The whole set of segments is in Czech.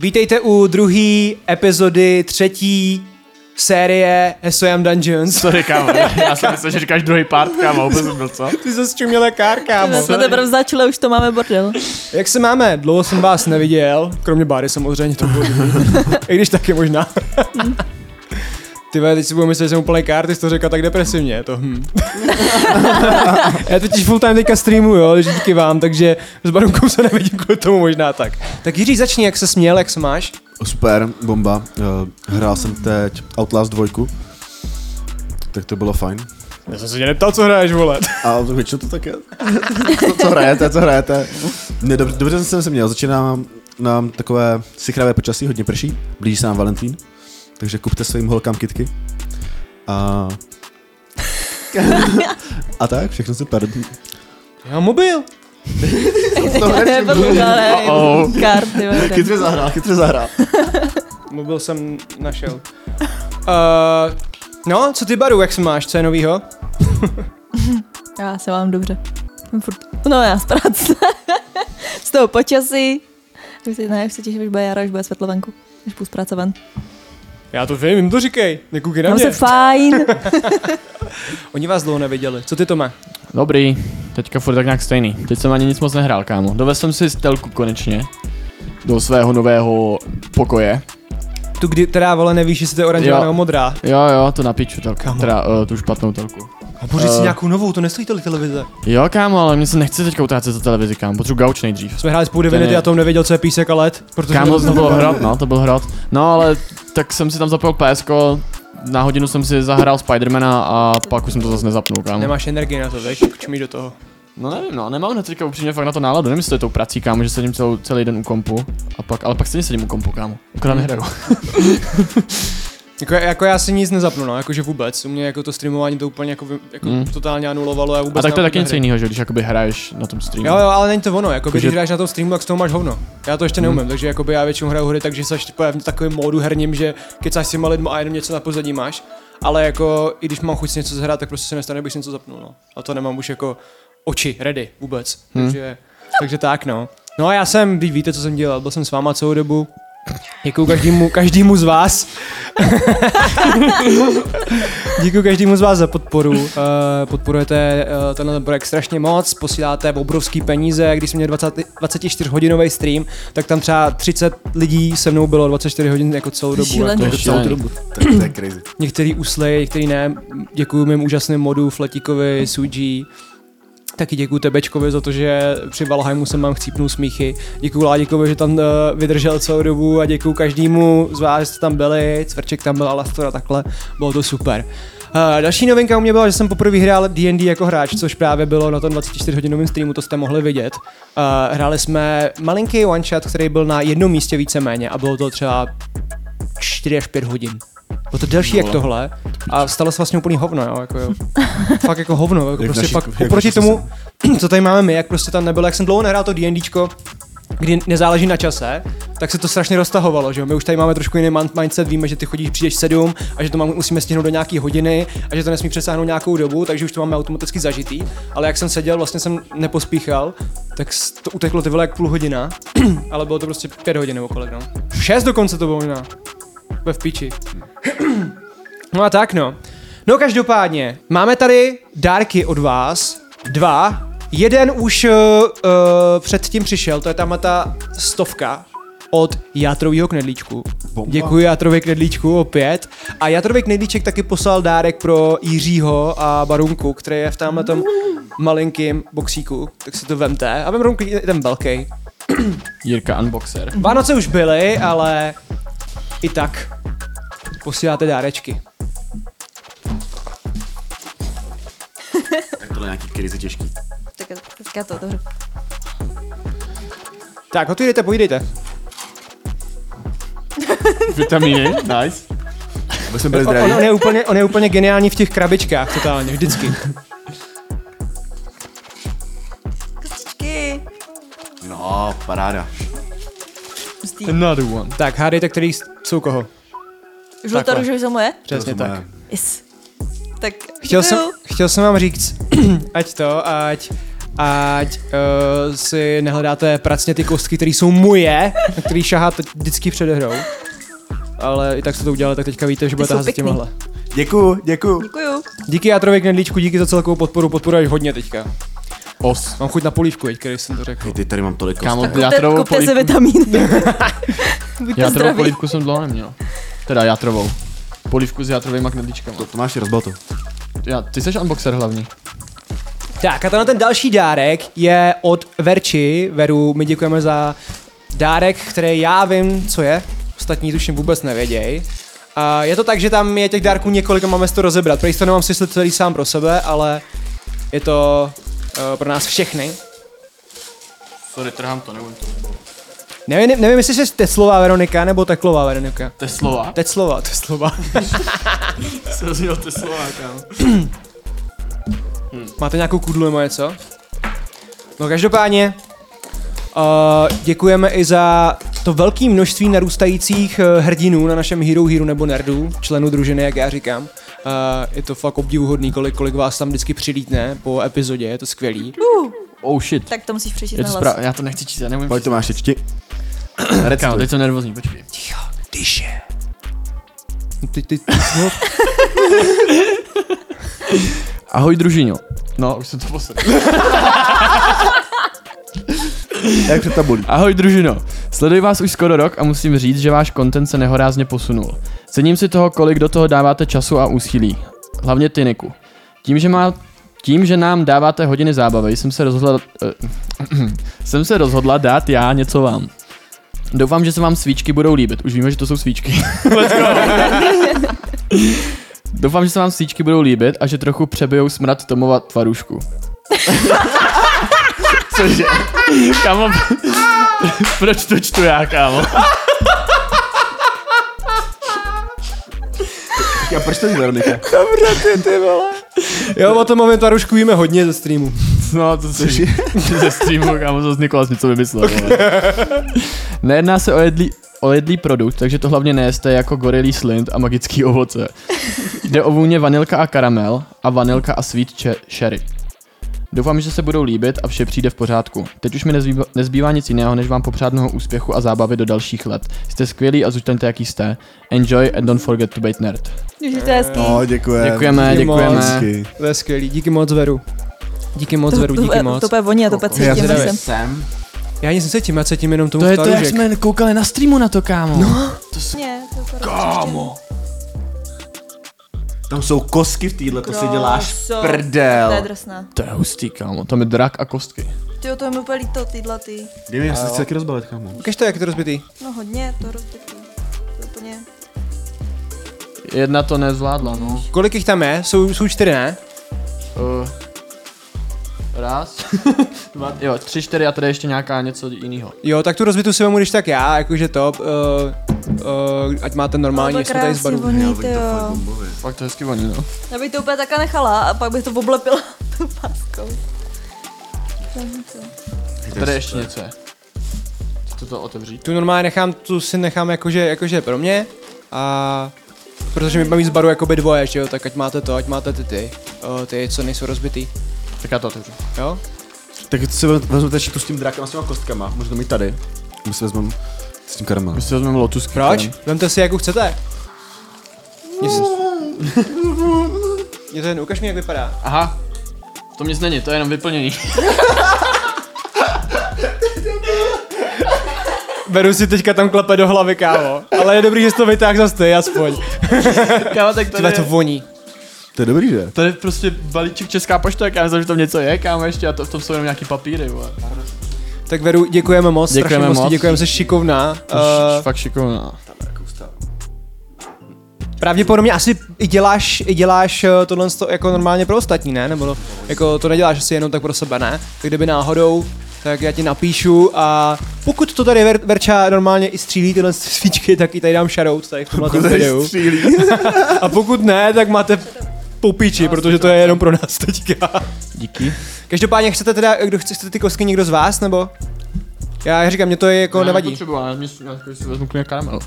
Vítejte u druhé epizody třetí série SOM Dungeons. Sorry, kámo, já jsem myslel, že říkáš druhý part, kámo, vůbec byl co? Ty jsi zčuměla kár, kámo. jsme teprve začali, už to máme bordel. Jak se máme? Dlouho jsem vás neviděl, kromě Báry samozřejmě to bylo. divný. I když taky možná. Ty vole, teď si budu myslet, že jsem úplně kár, ty jsi to řekla tak depresivně, to hm. Já totiž full time teďka streamu, jo, takže díky vám, takže s Barunkou se nevidím kvůli tomu možná tak. Tak Jiří, začni, jak se směl, jak se máš? Super, bomba. Eh, Hrál jsem teď Outlast 2, tak to bylo fajn. Já jsem se tě neptal, co hraješ, vole. A většinou to tak je. Co, co hrajete, co hrajete? Ne, dobře, dobře jsem se měl, začíná nám- nám takové sichravé počasí, hodně prší, blíží se nám Valentín, takže kupte svým holkám kitky. A... A tak, všechno super. Já mám mobil. To Ne, bordel, ne, kart, ty vole. Chytře zahrál, chytře zahrál. Mobil jsem našel. Uh, no, co ty Baru, jak se máš, co je novýho? Já se vám dobře. Jsem furt, no já z práce. z toho počasí. Už se, ne, už se těším, až bude jara, až bude světlo venku. Až půjdu z práce ven. Já to vím, jim to říkej, nekoukej na Mám mě. se fajn. Oni vás dlouho neviděli, co ty to má? Dobrý, teďka furt tak nějak stejný. Teď jsem ani nic moc nehrál, kámo. Dovez jsem si stelku konečně do svého nového pokoje. Tu kdy teda vole nevíš, jestli to je oranžová Jo. nebo modrá. Jo, jo, to na piču telku, Kámo. teda uh, tu špatnou telku. A pořiď si Eh. nějakou novou, to nestojí tolik televize. Jo, kámo, ale mě se nechce teďka utácet za televizi, kámo, potřebuji gauč nejdřív. Jsme hráli spolu 9 Ten je- minut, já tom nevěděl, co je písek a let. Protože Kámo, to byl hrot, no, to byl hrot. No, ale tak jsem si tam zapojil PSK, na hodinu jsem si zahrál Spidermana a pak už jsem to zase nezapnul, kámo. Nemáš energii na to, víš, jak čumíš do toho. No nevím, no, nemám hned teďka upřímně fakt na to náladu, nevím, jestli to je tou prací, kámo, že sedím celou, celý den u kompu, a pak, ale pak stejně sedím u kompu, kámo, akorát nehraju. Jako, jako, já si nic nezapnu, no, jakože vůbec. U mě jako to streamování to úplně jako, vy- jako Mm. mm. totálně anulovalo. Já vůbec A tak to je nemám taky něco hry. jiného, že když jakoby hraješ na tom streamu. Jo, jo, ale není to ono, jako když Takže- hraješ na tom streamu, tak z toho máš hovno. Já to ještě neumím, hmm. takže jakoby já většinou hraju hry, takže se štěpuje v takovém módu herním, že kecáš s těma lidma a jenom něco na pozadí máš. Ale jako, i když mám chuť si něco zahrát, tak prostě se nestane, abych si něco zapnul, no. A to nemám už jako oči, ready vůbec. Hmm. Takže, takže tak, no. No a já jsem, vy víte, co jsem dělal, byl jsem s váma celou dobu. Děkuju každému, každému z vás. Děkuji každému z vás za podporu. Uh, podporujete uh, tenhle projekt strašně moc, posíláte obrovský peníze. Když jsme měli 20, 24-hodinový stream, tak tam třeba 30 lidí se mnou bylo 24 hodin jako celou dobu. Šílený. Jako. Jako celou tu dobu. Tak to je crazy. Některý uslej, některý ne. Děkuji mým úžasným modu, Fletíkovi, Suji. Taky děkuji Tebečkovi za to, že při Valheimu jsem vám chcípnul smíchy. Děkuji Ládíkovi, že tam uh, vydržel celou dobu a děkuji každému z vás, že jste tam byli. Cvrček tam byl, Alastor a takhle. Bylo to super. Uh, další novinka u mě byla, že jsem poprvé hrál D&D jako hráč, což právě bylo na tom 24-hodinovém streamu, to jste mohli vidět. Uh, hráli jsme malinký one shot, který byl na jednom místě víceméně a bylo to třeba 4 až 5 hodin. Bylo to delší No. jak tohle a stalo se vlastně úplný hovno, jo, jako jo. Fakt jako hovno, jako Jak prostě naši- fakt jak oproti naši tomu, co tady máme my, jak prostě tam nebylo, jak jsem dlouho nehrál to D&Dčko, kdy nezáleží na čase, tak se to strašně roztahovalo, že jo? My už tady máme trošku jiný man- mindset, víme, že ty chodíš, přijdeš sedm a že to máme, musíme stihnout do nějaké hodiny a že to nesmí přesáhnout nějakou dobu, takže už to máme automaticky zažitý. Ale jak jsem seděl, vlastně jsem nepospíchal, tak s- to uteklo ty vole jak půl hodina, ale bylo to prostě pět hodin nebo kolik, no. Šest dokonce to bylo možná. Bude v piči. No a tak no. No každopádně, máme tady dárky od vás, dva, jeden už uh, předtím přišel, to je tam ta stovka od Játrovýho knedlíčku. Bomba. Děkuji Játrovi knedlíčku opět. A Játrovi knedlíček taky poslal dárek pro Jiřího a Barunku, který je v tamhle tom malinkým boxíku, tak si to vemte. A vem Barunku ten velký. Jirka Unboxer. Vánoce už byly, ale i tak posíláte dárečky. Tak tohle je nějaký krizi těžký. tak, tak já to otevřu. Tak, otvírejte, povídejte. Vitamíny, nice. Aby jsme byli On, zdraví. on, je úplně, on je úplně geniální v těch krabičkách totálně, vždycky. Kostičky. No, paráda. Hustý. Another one. Tak, hádejte, který s- jsou koho. Žluté Takhle. růže jsou moje? Přesně tak. Yes. Tak Chtěl jsem, děkuju. chtěl jsem vám říct, ať to, ať ať uh, si nehledáte pracně ty kostky, které jsou moje, na který šaháte vždycky přede hrou. Ale i tak jste to udělali, tak teďka víte, že budete jsou házet pěkný. těmahle. Děkuju, děkuju. Děkuju. Díky Játrovi Knedlíčku, díky za celkovou podporu, podporuješ hodně teďka. Os. Mám chuť na polívku, teď, když jsem to řekl. Hej, teď tady mám tolik Kámo, kostek. já Kupte, trovou kupte si polívku, vitamíny. Buďte já trovou zdraví. polívku jsem dlouho neměl. Teda já trovou. Polívku s játrovými knedlíčkama. To, to máš rozbal to. Já, ty jsi unboxer hlavní. Tak a tenhle ten další dárek je od Verči. Veru, my děkujeme za dárek, který já vím, co je. Ostatní tuším vůbec nevěděj. A je to tak, že tam je těch dárků několik a máme si to rozebrat. Prý si to nemám si myslet celý sám pro sebe, ale je to eh, pro nás všechny. Sorry, trhám to, nevím to. Nevím, nevím jestli jsi Teslová Veronika nebo Teklová Veronika. Teslova? Teclova, Teslova. Jsem rozdělal Teslova, kámo. Máte nějakou kudlu nebo něco? No každopádně, uh, děkujeme i za to velké množství narůstajících eh, hrdinů na našem Hero Hero nebo Nerdu, členů družiny, jak já říkám. Uh, je to fakt obdivuhodný, kolik, kolik vás tam vždycky přilítne po epizodě, je to skvělý. Oh shit. Tak to musíš přečíst Je na to hlas. spra- já to nechci číst, já nevím. Pojď to máš čti. Kámo, teď jsem nervózní, počkej. Tyše. Ty, ty, no, Ahoj družino. No, už jsem to poslal. Jak před tabulí. Ahoj družino, sleduji vás už skoro rok a musím říct, že váš content se nehorázně posunul. Cením si toho, kolik do toho dáváte času a úsilí. Hlavně ty, Niku. Tím, že, má, tím, že nám dáváte hodiny zábavy, jsem se rozhodla, eh, jsem se rozhodla dát já něco vám. Doufám, že se vám svíčky budou líbit. Už víme, že to jsou svíčky. Doufám, že se vám svíčky budou líbit a že trochu přebijou smrad Tomova tvarušku. Cože? Kámo, proč to čtu já, kámo? A proč to je Veronika? jo, o tom momentárusku víme hodně ze streamu. No, to si ze streamu, kámo, to Nikolas něco vymyslel. vole. Nejedná se o jedlý, o jedlý produkt, takže to hlavně nejeste jako gorilý slint a magický ovoce. Jde o vůně vanilka a karamel a vanilka a sweet che- sherry. Doufám, že se budou líbit a vše přijde v pořádku. Teď už mi nezbývá, nezbývá nic jiného, než vám popřát mnoho úspěchu a zábavy do dalších let. Jste skvělí a zůstaňte, jaký jste. Enjoy and don't forget to bait nerd. Ježiš, to je hezký. No, děkujeme. Děkujeme, díky moc. děkujeme. Hezky. To je skvělý, díky moc Veru. Díky moc Veru, díky moc. To úplně voní, já to úplně Já cítím. se že jsem- Sem. Já nic necítím, já cítím jenom tomu To je to, jak tvaružek. jsme koukali na streamu na to, kámo. No. Ne, to je Kámo. Tam jsou kosky v týdle, to prostě si děláš Krása. prdel. To je drsná. To je hustý, kámo. Tam je drak a kostky. Ty jo, to je mi úplně líto, tyhle ty. Dej mi, já se chci taky rozbalit, kámo. Ukaž to, jak je to rozbitý. No hodně, to je rozbitý. To je úplně... Jedna to nezvládla, no. Kolik jich tam je? Jsou, jsou čtyři, ne? Uh, raz, dva, jo, tři, čtyři a tady ještě nějaká něco jiného. Jo, tak tu rozbitu si vemu když tak já, jakože to, uh, uh, ať máte normální, Ale jsme tady z krásně baru. voní, ty jo. Fakt to hezky voní, no. Já bych to úplně taká nechala a pak bych to oblepila tou páskou. A tady ještě něco je. Chci to to otevřít. Tu normálně nechám, tu si nechám jakože, jakože pro mě a protože my máme z baru jakoby dvoje, že jo, tak ať máte to, ať máte ty ty, uh, ty, co nejsou rozbitý, Tak já to otevřu. jo? Tak si vezm- vezmete ještě tu s tím drakem a s těma kostkama. Můžu to mít tady. My si vezmeme s tím karamelem. My si vezmeme lotus. Proč? Vemte si, jakou chcete. Mně se- Mně to jen, ukaž mi, jak vypadá. Aha. To nic není, to je jenom vyplnění. Beru si teďka tam klepe do hlavy, kámo. Ale je dobrý, že jsi to vytáhl zase ty, aspoň. Kámo, tak to Tyhle to je... voní. To je dobrý, že? To je prostě balíček Česká pošta, jak já myslím, že tam něco je, kámo, ještě a to, v tom jsou jenom nějaký papíry, vole. Tak Veru, děkujeme moc, Děkujeme děkujeme moc, moc. děkujeme, jsi šikovná. Uh, Uh, fakt šikovná. pravděpodobně asi i děláš, i děláš eh, tohle to jako normálně pro ostatní, ne? Nebo no, jako to neděláš asi jenom tak pro sebe, ne? Tak kdyby náhodou, tak já ti napíšu a pokud to tady Ver, Verča normálně i střílí tyhle svíčky, tak i tady dám shoutout tady v tomhle tom videu. střílí. A pokud ne, tak máte popiči, protože to je jenom pro nás teďka. Díky. Každopádně chcete teda, kdo chce, chcete ty kostky někdo z vás, nebo? Já říkám, mě to je jako nevadí. Potřeba, já, mě, já si vezmu klidně karamel.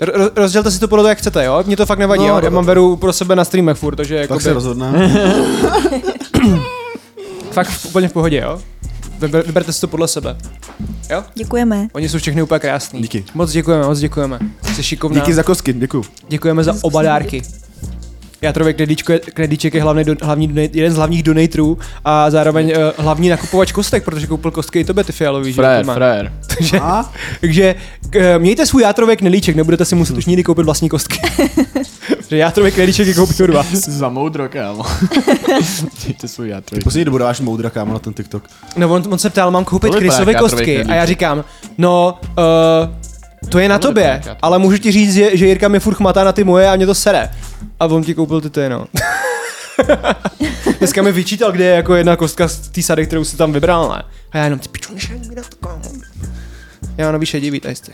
Ro- rozdělte si to podle toho, jak chcete, jo? Mně to fakt nevadí, No, jo? Já dobře. mám veru pro sebe na streamech furt, takže Tak jako se rozhodne. Fakt v- úplně v pohodě, jo? Vyber, vyberte si to podle sebe. Děkujeme. Oni jsou všechny úplně krásní. Díky. Moc děkujeme, moc děkujeme. Jsi šikovná. Díky za kosky, děkuju. Děkujeme za oba dárky. Játrově kredičko je, krediček je hlavný, do, hlavní donate, jeden z hlavních donatorů a zároveň uh, hlavní nakupovač kostek, protože koupil kostky i tobě ty fialový. že jo, Frajer, Toma? frajer. Takže, A? takže k, mějte svůj játrově knedlíček, nebudete si Hmm. muset už nikdy koupit vlastní kostky. Že játrově knedlíček je koupit od vás. Za moudro, kámo. Dejte svůj játro. Poslední dobu dáváš moudra kámo na ten TikTok. No on, on se ptal, mám koupit Kolik Chrisovy barák játrově kostky a já knedlíček? říkám, no uh, to je na Kolik tobě, barák játrově? ale můžu ti říct, že, že Jirka mi furt chmatá na ty moje a mě to sere. A on ti koupil ty ty, no. Dneska mi vyčítal, kde je jako jedna kostka z té sady, kterou si tam vybral, ne? A já jenom ty piču, nešel mi na to, kámo. Já nový šedivý, tady jste.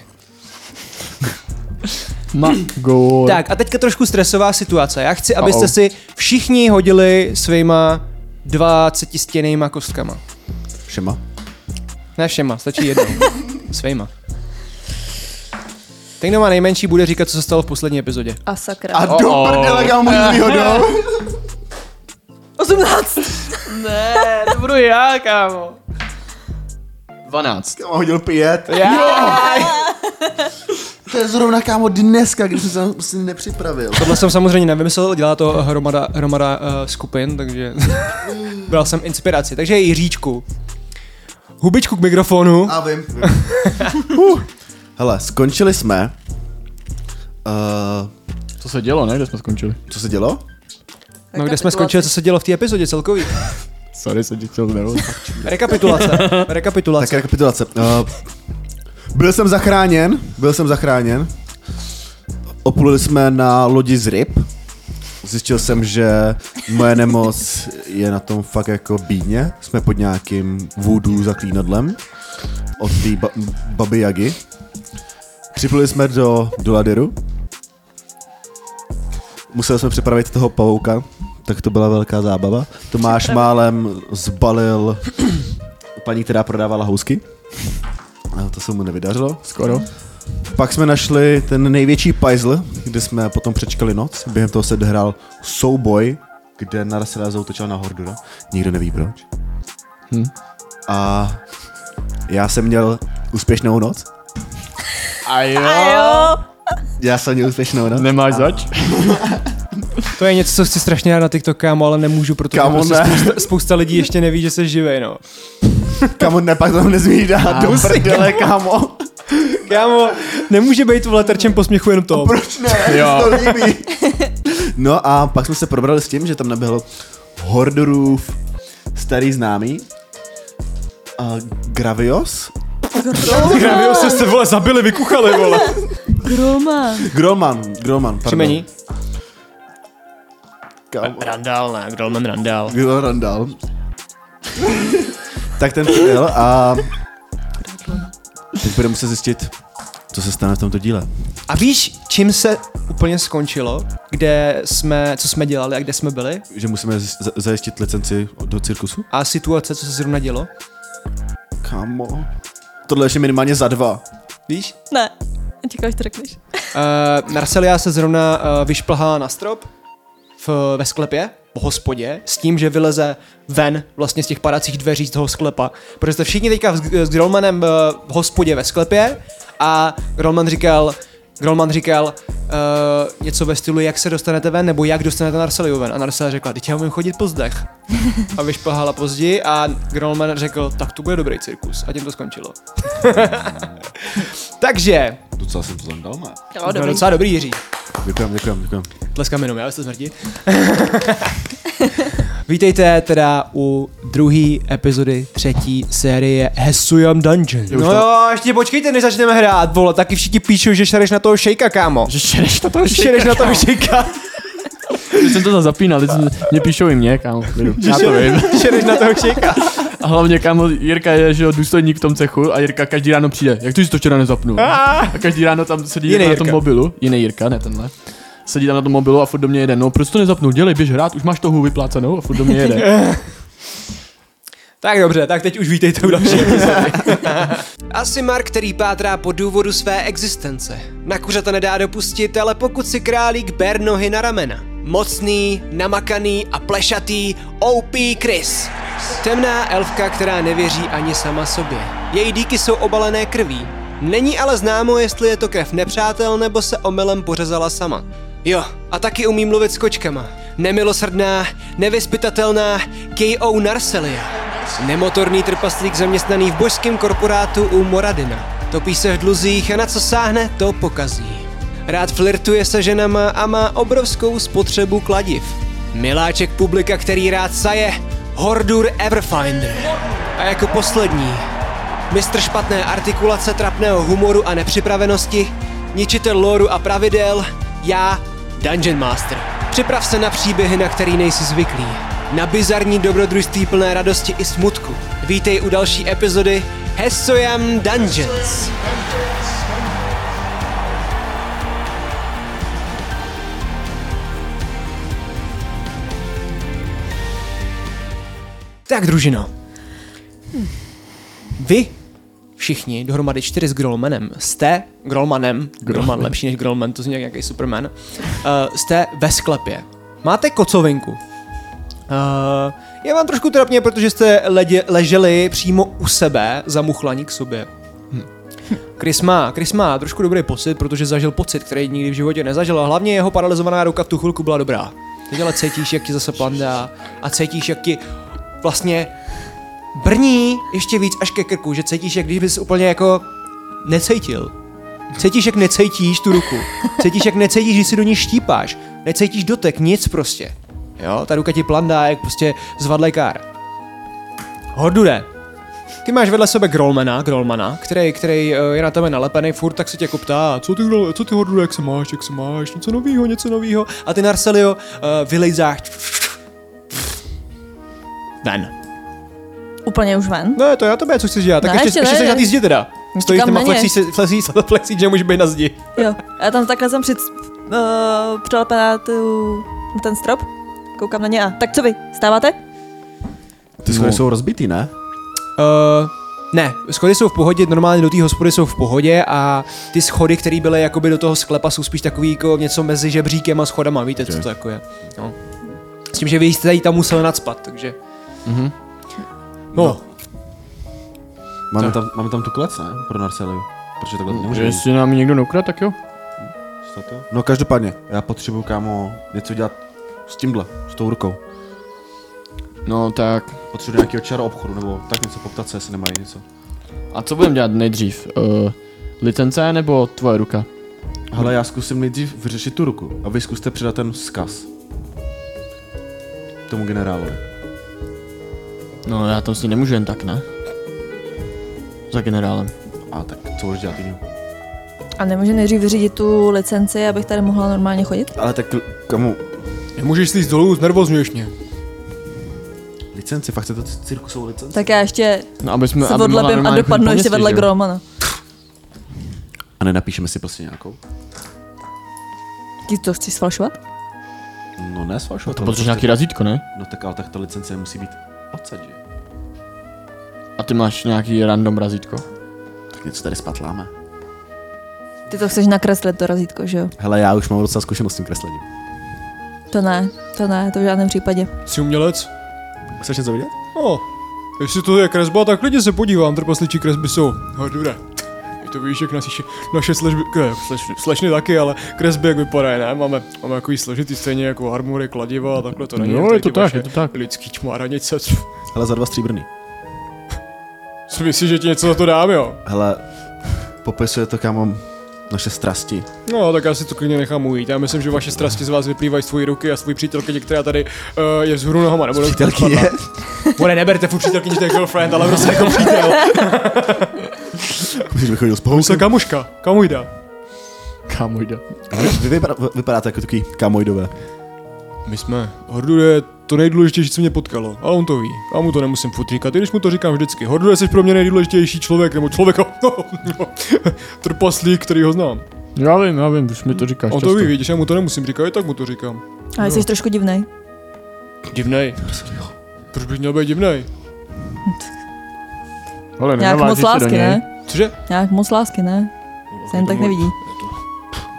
Ma go. Tak a teďka trošku stresová situace. Já chci, abyste Uh-oh. si všichni hodili svýma 20 stěnejma kostkama. Šema. Ne všema, stačí jednou. Svejma. Ten, kdo má nejmenší, bude říkat, co se stalo v poslední epizodě. A sakra. A A... do prdele, kámo, můj výhodou. 18! No, ne, to budu já, kámo. 12. Kámo, hodil pět. Já! To je zrovna, kámo, dneska, když jsem se na- prostě nepřipravil. Tohle jsem samozřejmě nevymyslel, dělá to hromada, hromada uh, skupin, takže bral jsem inspiraci. Takže Jiříčku, hubičku k mikrofonu. A vím. vím. Uh. Hele, skončili jsme. Uh, Co se dělo, ne? Kde jsme skončili? co se dělo? No kde jsme skončili, co se dělo v té epizodě celkový. Sorry, jsem ti chtěl znovu. Rekapitulace, Tak rekapitulace. rekapitulace. Uh, byl jsem zachráněn, byl jsem zachráněn. Opluli jsme na lodi z ryb. Zjistil jsem, že moje nemoc je na tom fakt jako bídně. Jsme pod nějakým vůdů zaklínadlem od té ba- baby Jagi. Připluli jsme do, do Ladiru. Museli jsme připravit toho pavouka, tak to byla velká zábava. Tomáš málem zbalil paní, která prodávala housky. A to se mu nevydařilo. Skoro. Pak jsme našli ten největší puzzle, kde jsme potom přečkali noc. Během toho se hrál souboj, kde naraz se zautočil na Hordura. Nikdo neví proč. Hm. A já jsem měl úspěšnou noc. A A jo. jo, Já jsem měl úspěšnou noc. Nemáš zač? To je něco, co chci strašně rád na TikTok, kámo, ale nemůžu, protože Kámo, prostě ne. spousta, spousta, lidí ještě neví, že jsi živej, no. Kámo, ne, pak to nezmíš dát do prdele, kámo. Kámo, nemůže být vole terčem posměchu jenom to. Proč ne? Jo. To líbí. No a pak jsme se probrali s tím, že tam nebyl Hordorův starý známý. A Gravios? Gravios se se vole zabili, vykuchali vole. Groma. Grolman, Grolman, pardon. Příjmení? Kámo. Randall, ne, Grolman Randall. Grol Randall. tak ten přijel a teď budeme muset zjistit, co se stane v tomto díle. A víš, čím se úplně skončilo? Kde jsme, co jsme dělali a kde jsme byli? Že musíme z- za- zajistit licenci do cirkusu? A situace, co se zrovna dělo? Kámo. Tohle ještě minimálně za dva. Víš? Ne. Čekal, až to řekneš. Uh, Narcelia se zrovna uh, vyšplhala na strop v, ve sklepě, v hospodě, s tím, že vyleze ven vlastně z těch padacích dveří z toho sklepa. Protože jste všichni teďka s, s Grolmanem uh, v hospodě ve sklepě a Grolman říkal, Grolman říkal uh, něco ve stylu, jak se dostanete ven, nebo jak dostanete Narceliu ven. A Narcelia řekla, teď já umím chodit po zdech. A vyšplhala později a Grolman řekl, tak to bude dobrý cirkus. A tím to skončilo. Takže, Docela jsem to zandal, ne? Jo, to je dobrý. docela dobrý Jiří. Děkujem, děkujem, děkujem. Tleskám jenom, já jste smrti. Vítejte teda u druhé epizody třetí série Hesuyam Dungeon. No to- jo, ještě počkejte, než začneme hrát, vole, taky všichni píšou, že šereš na toho šejka, kámo. Že šereš na toho Že šereš na toho šejka. Teď jsem to zase zapínal, teď jsem, mě píšou i mě, kámo. v klidu. Já to vím. šereš na toho šejka. A hlavně, kámo, Jirka je, že jo, důstojník v tom cechu a Jirka každý ráno přijde. Jak to jsi to včera nezapnul? A každý ráno tam sedí Jiný Jiný na Jirka. tom mobilu. Jiný Jirka, ne tenhle. Sedí tam na tom mobilu a furt do mě jede. No, proč to nezapnul? Dělej, běž hrát, už máš tu hůl vyplácenou a furt do mě jede. Tak dobře, tak teď už vítejte u další epizody. Asimar, který pátrá po důvodu své existence. Na kuřata nedá dopustit, ale pokud si králík ber nohy na ramena. Mocný, namakaný a plešatý OP Chris. Temná elfka, která nevěří ani sama sobě. Její díky jsou obalené krví. Není ale známo, jestli je to krev nepřátel, nebo se omylem pořezala sama. Jo, a taky umí mluvit s kočkama. Nemilosrdná, nevyspytatelná K.O. Narselia. Nemotorný trpaslík zaměstnaný v božském korporátu u Moradina. Topí se v dluzích a na co sáhne, to pokazí. Rád flirtuje se ženama a má obrovskou spotřebu kladiv. Miláček publika, který rád saje, Hordur Everfinder. A jako poslední, mistr špatné artikulace, trapného humoru a nepřipravenosti, ničitel lóru a pravidel, já, Dungeon Master. Připrav se na příběhy, na který nejsi zvyklý. Na bizarní dobrodružství plné radosti i smutku. Vítej u další epizody Hesoyam Dungeons. Tak, družino. Vy všichni dohromady čtyři s Grolmanem jste, Grolmanem, Grolman lepší než Grolman, to zní jak nějaký Superman, uh, jste ve sklepě. Máte kocovinku. Uh, je vám trošku trapně, protože jste ledě, leželi přímo u sebe, zamuchlaní k sobě. Chris má, Chris má trošku dobrý pocit, protože zažil pocit, který nikdy v životě nezažil a hlavně jeho paralizovaná ruka v tu chvilku byla dobrá. Teď ale cítíš, jak ti zase plandá a cítíš, jak ti vlastně brní ještě víc až ke krku, že cítíš, jak když bys úplně jako necítil. Cítíš, jak necítíš tu ruku. Cítíš, jak necítíš, když si do ní štípáš. Necítíš dotek, nic prostě. Jo, ta ruka ti plandá, jak prostě zvadlekár. Hordure, ty máš vedle sebe Grolmana, Grolmana, který, který eh, je na tebe nalepený furt, tak se tě jako ptá, co ty, Grol- co ty Hordure, jak se máš, jak se máš, něco novýho, něco novýho. A ty Narselio uh, vylejzáš ven. Úplně už ven. No je to já tobě, co chceš dělat, tak No, ještě, ještě, ještě ještě ne. No, jsi na té zdi teda. Stojíš Čekám tam a na ně. flexíš, se- flexíš, se- flexíš, že můžeš být na zdi. Jo, já tam takhle jsem před, uh, přilepená tu, ten strop, koukám na ně a tak co vy, stáváte? Ty schody jsou rozbitý, ne? Uh, ne, schody jsou v pohodě, normálně do té hospody jsou v pohodě a ty schody, které byly jakoby do toho sklepa, jsou spíš takový jako něco mezi žebříkem a schodama, víte, co to jako je. No. S tím, že vy jste jí tam museli nadspat, takže... Mm-hmm. No, Máme, tam, máme tam tu klec, ne? Pro Narceliu. Protože takhle nemůže Že jít. jestli nám ji někdo nokrad, tak jo. Snad jo. No každopádně, já potřebuju, kámo, něco dělat s tímhle, s tou rukou. No tak. Potřebuji nějakého čaro obchodu, nebo tak něco poptat se, jestli nemají něco. A co budeme dělat nejdřív? Uh, licence nebo tvoje ruka? Hele, já zkusím nejdřív vyřešit tu ruku a vy zkuste předat ten vzkaz. Tomu generálovi. No já tam s ní nemůžu jen tak, ne? Za generálem. A tak co budeš dělat jiného? A nemůže nejdřív vyřídit tu licenci, abych tady mohla normálně chodit? Ale tak komu? nemůžeš slíst dolů, znervozňuješ mě. Licenci, fakt chcete cirkusovou licenci? Tak já ještě No aby jsme, se aby mohla odlepím a normálně chodit dopadnu po ještě městě, vedle že no. jo? Gromana. A nenapíšeme si prostě nějakou? Ty to chceš sfalšovat? No ne, svaš. To potřebuješ nějaký razítko, ne? No tak ale tak ta licence musí být odsaď, že? A ty máš nějaký random razítko. Tak něco tady spatláme. Ty to chceš nakreslit to razítko, že jo? Hele, já už mám docela zkušenost s tím kreslením. To ne, to ne, to v žádném případě. Jsi umělec? Chceš něco vidět? No, jestli to je kresba, tak klidně se podívám, trpasličí kresby jsou. Hodure. Je to víš, jak naše, naše sležby, ne, slešny, slešny taky, ale kresby jak vypadají, ne? Máme, máme takový složitý stejně jako harmonie, kladiva a takhle to není. Jo, jak tady je to ty tak, vaše je to tak. Lidský čmáranice, Hele, za dva stříbrný. co myslíš, že ti něco za to dám, jo? Hele, popisuje to, kámo, naše strasti. No, tak já si to klidně nechám ujít. Já myslím, že vaše strasti z vás vyplývají z tvojí ruky a svůj přítelkyně, která tady uh, je vzhůru nohama, nebo Přítelkyně. Bude, neberte furt přítelkyni, že to je girlfriend, ale prostě jako přítel. Myslíš, že chodil s Musel kamuška, kamujda. Kámo jde. Vy vypadá, vypadáte jako takový kamojdové. My jsme. Hordure je to nejdůležitější, co mě potkalo, ale on to ví. Já mu to nemusím furt říkat, i když mu to říkám vždycky. Hordure jsi pro mě nejdůležitější člověk, nebo člověk, no, no, trpaslík, který ho znám. No, Já vím, já vím, už mi to říkáš On často. to ví, vidíš, já mu to nemusím říkat, i tak mu to říkám. Ale No. jsi trošku divnej. Divnej. Proč bych měl být divnej? Hele, Nějak nenavázej moc se do lásky, něj. ne? Cože? Nějak moc lásky, ne? Se jen tak nevidí.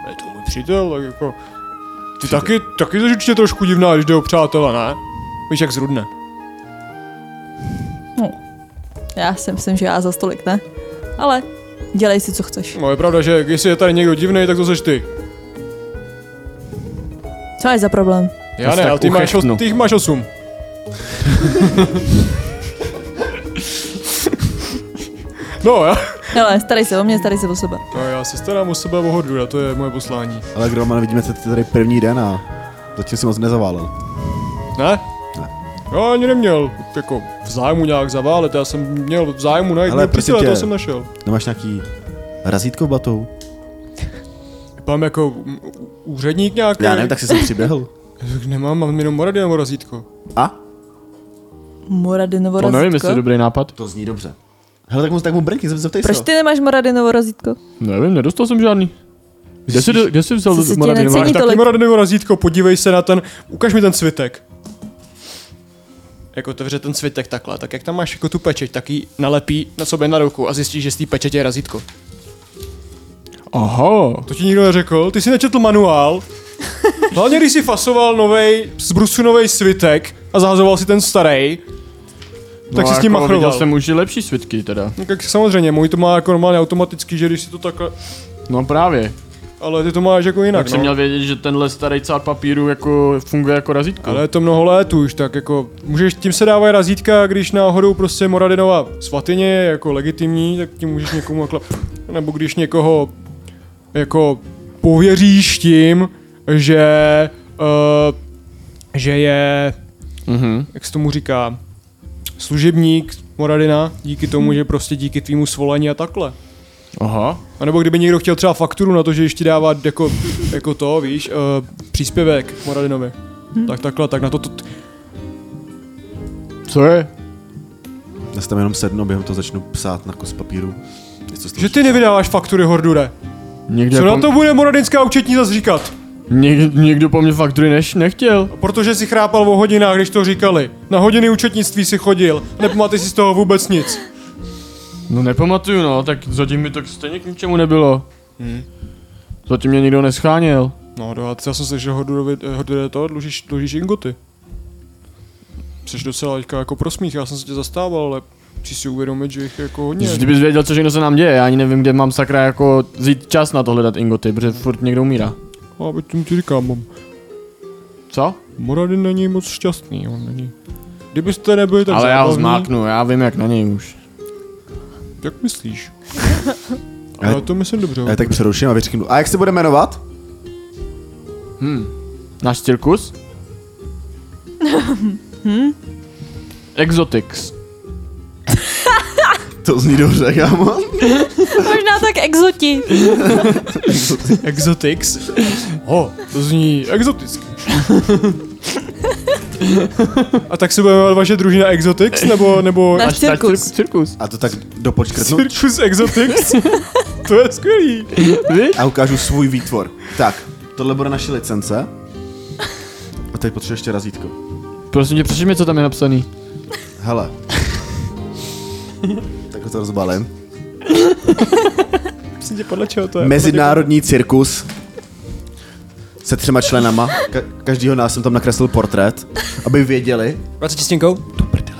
Je to můj přítel, tak jako... Ty taky, taky jsi určitě trošku divná, když jde o přátela, ne? Víš, jak zrudne. Já si myslím, že já za stolik ne. Ale dělej si, co chceš. No je pravda, že jestli je tady někdo divný, tak to seš ty. Co máš za problém? Já se ne, tak ale ty máš, uchechtnu. os- ty jich máš osm. no, já, Hele, starej se o mě, starej se o sebe. no, já se starám o sebe o Hordura, to je moje poslání. Ale Groman vidíme se tady první den a zatím si moc nezaválel. Ne? Ne. Já ani neměl jako v zájmu nějak zaválet, já jsem měl v zájmu najít Hele, ale prosím přítele, prostě tě. toho jsem našel. Nemáš nějaký razítko batou? Mám jako mm, úředník nějaký? Já nevím, tak si sem přiběhl. Tak Nemám, mám jenom morady nebo razítko. A? Moradinovo To No, nevím, jestli je razítko? dobrý nápad. To zní dobře. Hele, tak mu, tak mu brnkni, zeptej Proč ty nemáš Moradinovo razítko? No, Nevím, nedostal jsem žádný. Kde jsi, kde jsi vzal Co si tě Moradinovo necení? Máš Není taky tolik. morady nebo razítko, podívej se na ten, ukaž mi ten svitek. Jako otevře ten svitek takhle, tak jak tam máš jako tu pečeť, tak ji nalepí na sobě na ruku a zjistíš, že z té pečetě je razítko. Aha, To ti nikdo neřekl, ty jsi nečetl manuál. Hlavně když jsi fasoval novej, z brusu novej svitek a zahazoval si ten starý, tak si s tím jako machroval. Viděl jsem už i lepší svitky teda. No Tak samozřejmě, můj to má jako normálně automaticky, že když si to takhle, No právě. ale ty to máš jako jinak, Tak jsem no. měl vědět, že tenhle starý cár papíru jako funguje jako razítko. Ale je to mnoho let už, tak jako můžeš, tím se dávají razítka, když náhodou prostě Moradinova svatyně je jako legitimní, tak tím můžeš někomu takhle, nebo když někoho jako pověříš tím, že, uh, že je, Mhm. jak se tomu říká, služebník Moradina, díky tomu, že prostě díky tvýmu svolení a takhle. Hmm. Aha. A nebo kdyby někdo chtěl třeba fakturu na to, že ještě dává jako, jako to, víš, uh, příspěvek Moradinovi. Hmm. Tak takhle, tak na to, to Co je? Já si tam jenom sednu a během toho začnu psát na kus papíru. Něco z toho Že ty nevydáváš faktury Hordure. Někde Co po, na to bude moradinská účetní zas říkat? Něk, někdo po mně faktury neš, nechtěl. Protože si chrápal o hodinách, když to říkali. Na hodiny účetnictví si chodil. Nepamatuješ si z toho vůbec nic. No nepamatuju no, tak zatím mi to stejně k ničemu nebylo. Hmm. Hm. Zatím mě nikdo nescháněl. No do, a já jsem slyšel Hordurovi, eh, Hordure to, dlužíš, dlužíš ingoty. Jsi docela teďka jako prosmích, já jsem se tě zastával, ale musíš si uvědomit, že jich je jako hodně. Když bys věděl, co všechno se nám děje, já ani nevím, kde mám sakra jako vzít čas na to hledat ingoty, protože furt někdo umírá. A teď No, tím ti říkám, mám. Co? Moradin není moc šťastný, on není. Kdybyste nebyli tak Ale já ho zábavní, zmáknu, já vím jak na něj už. Jak myslíš? Ale- Ale to myslím dobře. Já je tak přeruším a vyřknu. A jak se bude jmenovat? Hm. Náš cirkus? hm? Hm? Exotics. To zní dobře, kámo. Možná tak exoti. Exotics? Ho, to zní exoticky. A tak se budeme jmenovat vaše družina Exotics, nebo, nebo Náš cirkus. cirk- cirkus. A to tak dopočkrtnu Circus Exotics? To je skvělý. Víš? a ukážu svůj výtvor. Tak, tohle bude naše licence. A teď potřebuji ještě razítko. Prosím tě, přečti mi, co tam je napsaný. Hele. Takhle to rozbalím. Myslím tě, podle čeho to je? Mezinárodní cirkus se třema členama. Ka- každýho nás jsem tam nakreslil portrét, aby věděli. 20 stěnkou?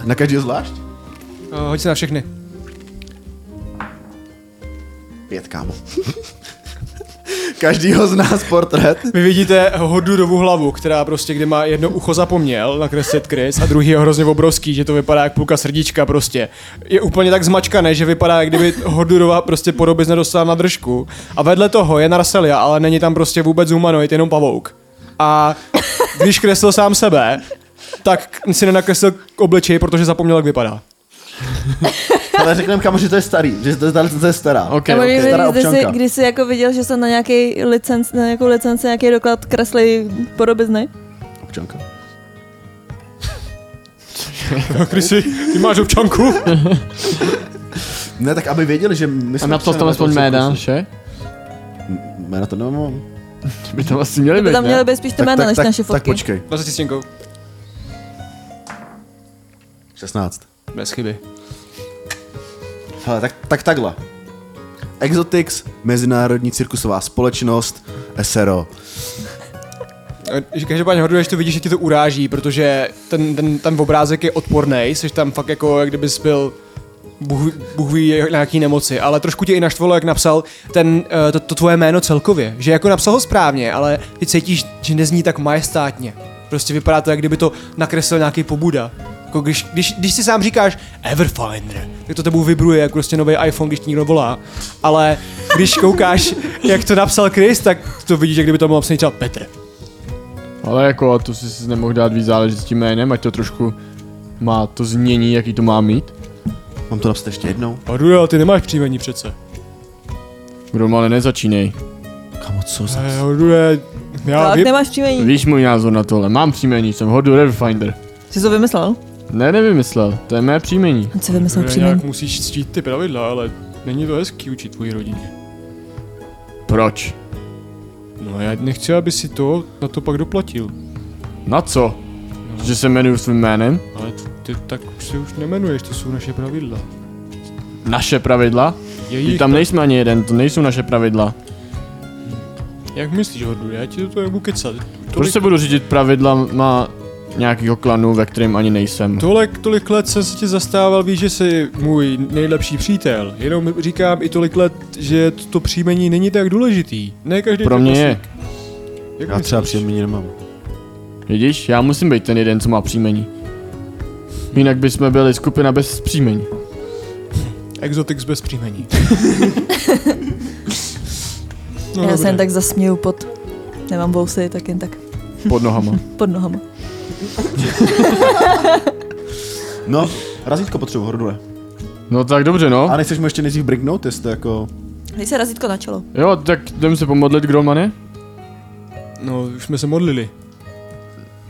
Na každýho zvlášť? Uh, hoď se na všechny. Pět, kámo. každýho z nás portrét. Vy vidíte Hodurovu hlavu, která prostě, kde má jedno ucho zapomněl nakreslit Chris a druhý je hrozně obrovský, že to vypadá jak půlka srdíčka prostě. Je úplně tak zmačkané, že vypadá, jak kdyby Hodurova prostě podobiz nedostala na držku. A vedle toho je Narselia, ale není tam prostě vůbec humanoid, jenom pavouk. A když kreslil sám sebe, tak si nenakreslil k obličeji, protože zapomněl, jak vypadá. Ale řekneme, kámo, že to je starý, že to je ta licence je stará. Ok, Nebo ok. okay. Stará když, jsi, občanka. když jsi jako viděl, že jsem na, nějaký licenc, na nějakou licenci nějaký doklad kreslí podobizny. Občanka. Chrisy, ty máš občanku? Ne, tak aby věděli, že my A jsme... napsal tam členové toho aspoň jména, cirkusu. že? Jména to nemám. By tam asi měli Kdyby být, tam ne? měly být spíš ty jména než tak, naše tak fotky. počkej. 20 stěnkou. 16. Bez chyby. Hele, tak, tak takhle. Exotics, Mezinárodní cirkusová společnost, SRO. Že Každopádně hodně, když to vidíš, že ti to uráží, protože ten, ten, ten obrázek je odporný, jsi tam fakt jako, jak kdybys byl Bůh, Bůh ví, jak- na jaký nemoci, ale trošku tě i naštvalo, jak napsal ten, eh, to, to tvoje jméno celkově. Že jako napsal ho správně, ale ty cítíš, že nezní tak majestátně. Prostě vypadá to, jak kdyby to nakreslil nějaký pobuda. Jako když, když, když si sám říkáš Everfinder, tak to tebou vibruje jako prostě nový iPhone, když ti někdo volá. Ale když koukáš, jak to napsal Chris, tak to vidíš, jak kdyby to mohl napsat třeba Petr. Ale jako to si si nemohl dát víc záležit s tím jménem, ať to trošku má to znění, jaký to má mít. Mám to napsat ještě jednou. A Ruda, ty nemáš příjmení přece. Kdo ale nezačínej. Kamo, co za... Eh, Rude, já No, Tak vím, nemáš příjmení. Víš můj názor na tohle, mám příjmení, jsem Hodu Refinder. Jsi to vymyslel? Ne, nevymyslel, to je mé příjmení. On si vymyslel Rude, nějak příjmení. musíš ctít ty pravidla, ale není to hezký učit tvojí rodině. Proč? No já nechci, aby si to na to pak doplatil. Na co? Že se jmenuju svým jménem? Ale ty tak se už nemenuješ, to jsou naše pravidla. Naše pravidla? Jejich, Ty tam nejsme ani jeden, to nejsou naše pravidla. Jak myslíš, Hordu, já ti to nebudu kecat. Proč Tolik, se budu řídit pravidla má nějakýho klanu, ve kterém ani nejsem? tolik, tolik let jsem se tě zastával, víš, že jsi můj nejlepší přítel. Jenom říkám i tolik let, že to, to příjmení není tak důležitý. Ne každý Pro to mě nosí. je. Jak Já třeba myslíš? příjemně nemám. Vidíš, já musím být ten jeden, co má příjmení. Jinak bychom byli skupina bez příjmení. Exotics bez příjmení. Já se dobré. jen tak zasměju pod... Nemám vousy, tak jen tak Pod nohama. pod nohama. No, razítko potřebuji, hordule. No tak dobře, no. A nechceš mu ještě nejdřív brignout, jestli to jako... Dej se razítko na čelo. Jo, tak jdem se pomodlit, kdo man je? No, už jsme se modlili.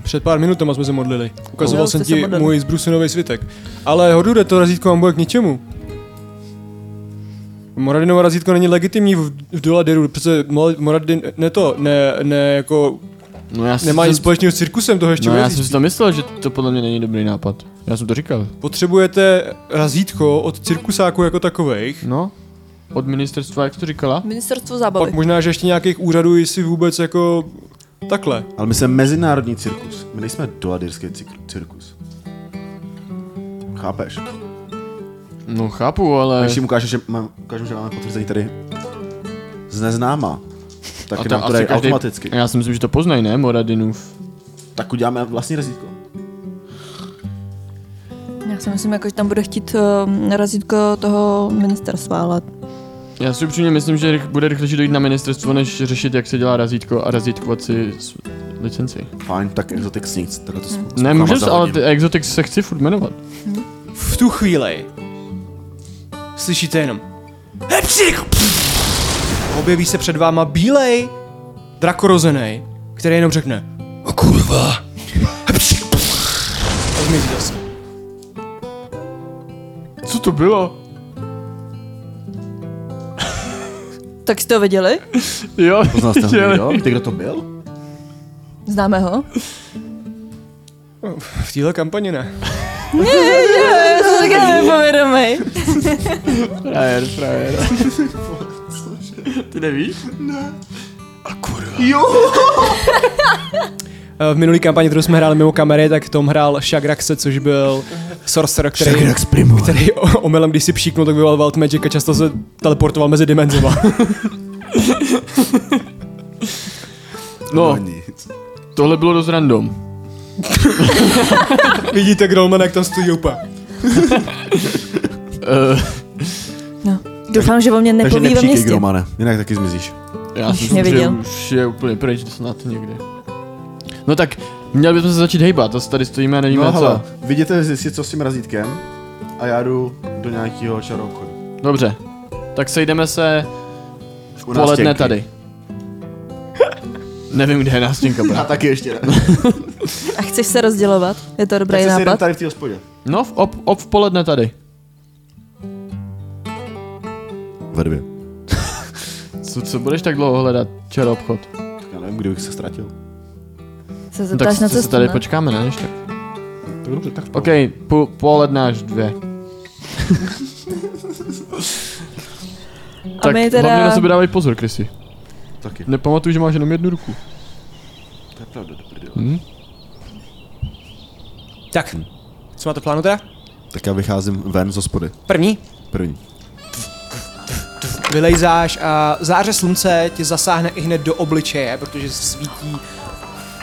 Před pár minutama jsme se modlili. Ukazoval Jo, jsem jste se ti modlili. můj zbrusinový svitek. Ale hodude, to razítko vám bude k ničemu. Moradinovo razítko není legitimní v, v Doladeru, přece Mo- Moradin, ne to, ne, ne jako, No já si- nemá nic společného s cirkusem, toho ještě No já budete jsem si to myslel, že to podle mě není dobrý nápad. Já jsem to říkal. Potřebujete razítko od cirkusáků jako takových, No? Od ministerstva, jak jsi to říkala? Ministerstvo pak zábavy. možná, že ještě nějakých úřadů, jestli vůbec jako takhle. Ale my jsme mezinárodní cirkus. My nejsme doladyrský cik- cirkus. Chápeš? No chápu, ale... Když jim ukážeš, že, má, ukážu, že máme potvrzení tady z neznáma, tak a Eh. nám to dají asi každý- automaticky. Já si myslím, že to poznají, ne? Moradinův. Tak uděláme vlastní razítko. Já si myslím, jako, že tam bude chtít um, razítko toho ministerstva, ale Já si upřímně myslím, že rych- bude rychlejší dojít na ministerstvo, než řešit, jak se dělá razítko a razítkovat si s licenci. Fajn, tak exotics nic. Takhle to s- s Ne, klukama můžeš, ale zahodím. ty Exotic se chci furt jmenovat. V tu chvíli slyšíte jenom Hepsik! Objeví se před váma bílej drakorozený, který jenom řekne O kurva! Hepsik! A zmizí zase. Co to bylo? tak jste ho viděli? Jo, Poznal jste ho, viděli. jo? Víte, kdo to byl? Známe ho? V téhle kampani ne. Já jsem taky nepovědomý. Frajer, frajer. Ty nevíš? Eh, V minulý kampani, kterou jsme hráli mimo kamery, tak Tom hrál Shagraxe, což byl sorcerer, který, Primo. který o- omylem, když si pšíknul, tak vyvolal Wild Magic a často se teleportoval mezi dimenzema. No, tohle bylo dost random. Vidíte, Grolman, jak tam stojí úplně. Uh, No. Doufám, že o mě Takže nepoví ve nepříkej, městě. Gromane, jinak taky zmizíš. já Už si myslím, že neviděl. už je úplně pryč snad někde. No tak, měli bychom se začít hejbat, asi tady stojíme a nevíme No co. hele, vidíte zjistit, co s tím razítkem a já jdu do nějakého čarovku. Dobře, tak sejdeme se poledne tady. Nevím, kde je nástěnka, A brat. taky ještě ne. A chceš se rozdělovat? Je to Tak dobrý se sejdem nápad? tady v té hospodě. No, v ob, ob v poledne tady. Ve dvě. Co, co budeš tak dlouho hledat, čero obchod? No Já nevím, kdy bych se ztratil. Se No, tak zeptáš na se, cestu, se tady ne? počkáme, ne? Než tak. Tak dobře, tak OK, po, poledne až dvě. A my teda... hlavně na sebe dávej pozor, Krysy. Taky. Nepamatuj, že máš jenom jednu ruku. To je pravda, dobrý Tak, co máte v plánu teda? tak já vycházím ven z hospody. První, První. vylejzáš a záře slunce tě zasáhne i hned do obličeje, protože svítí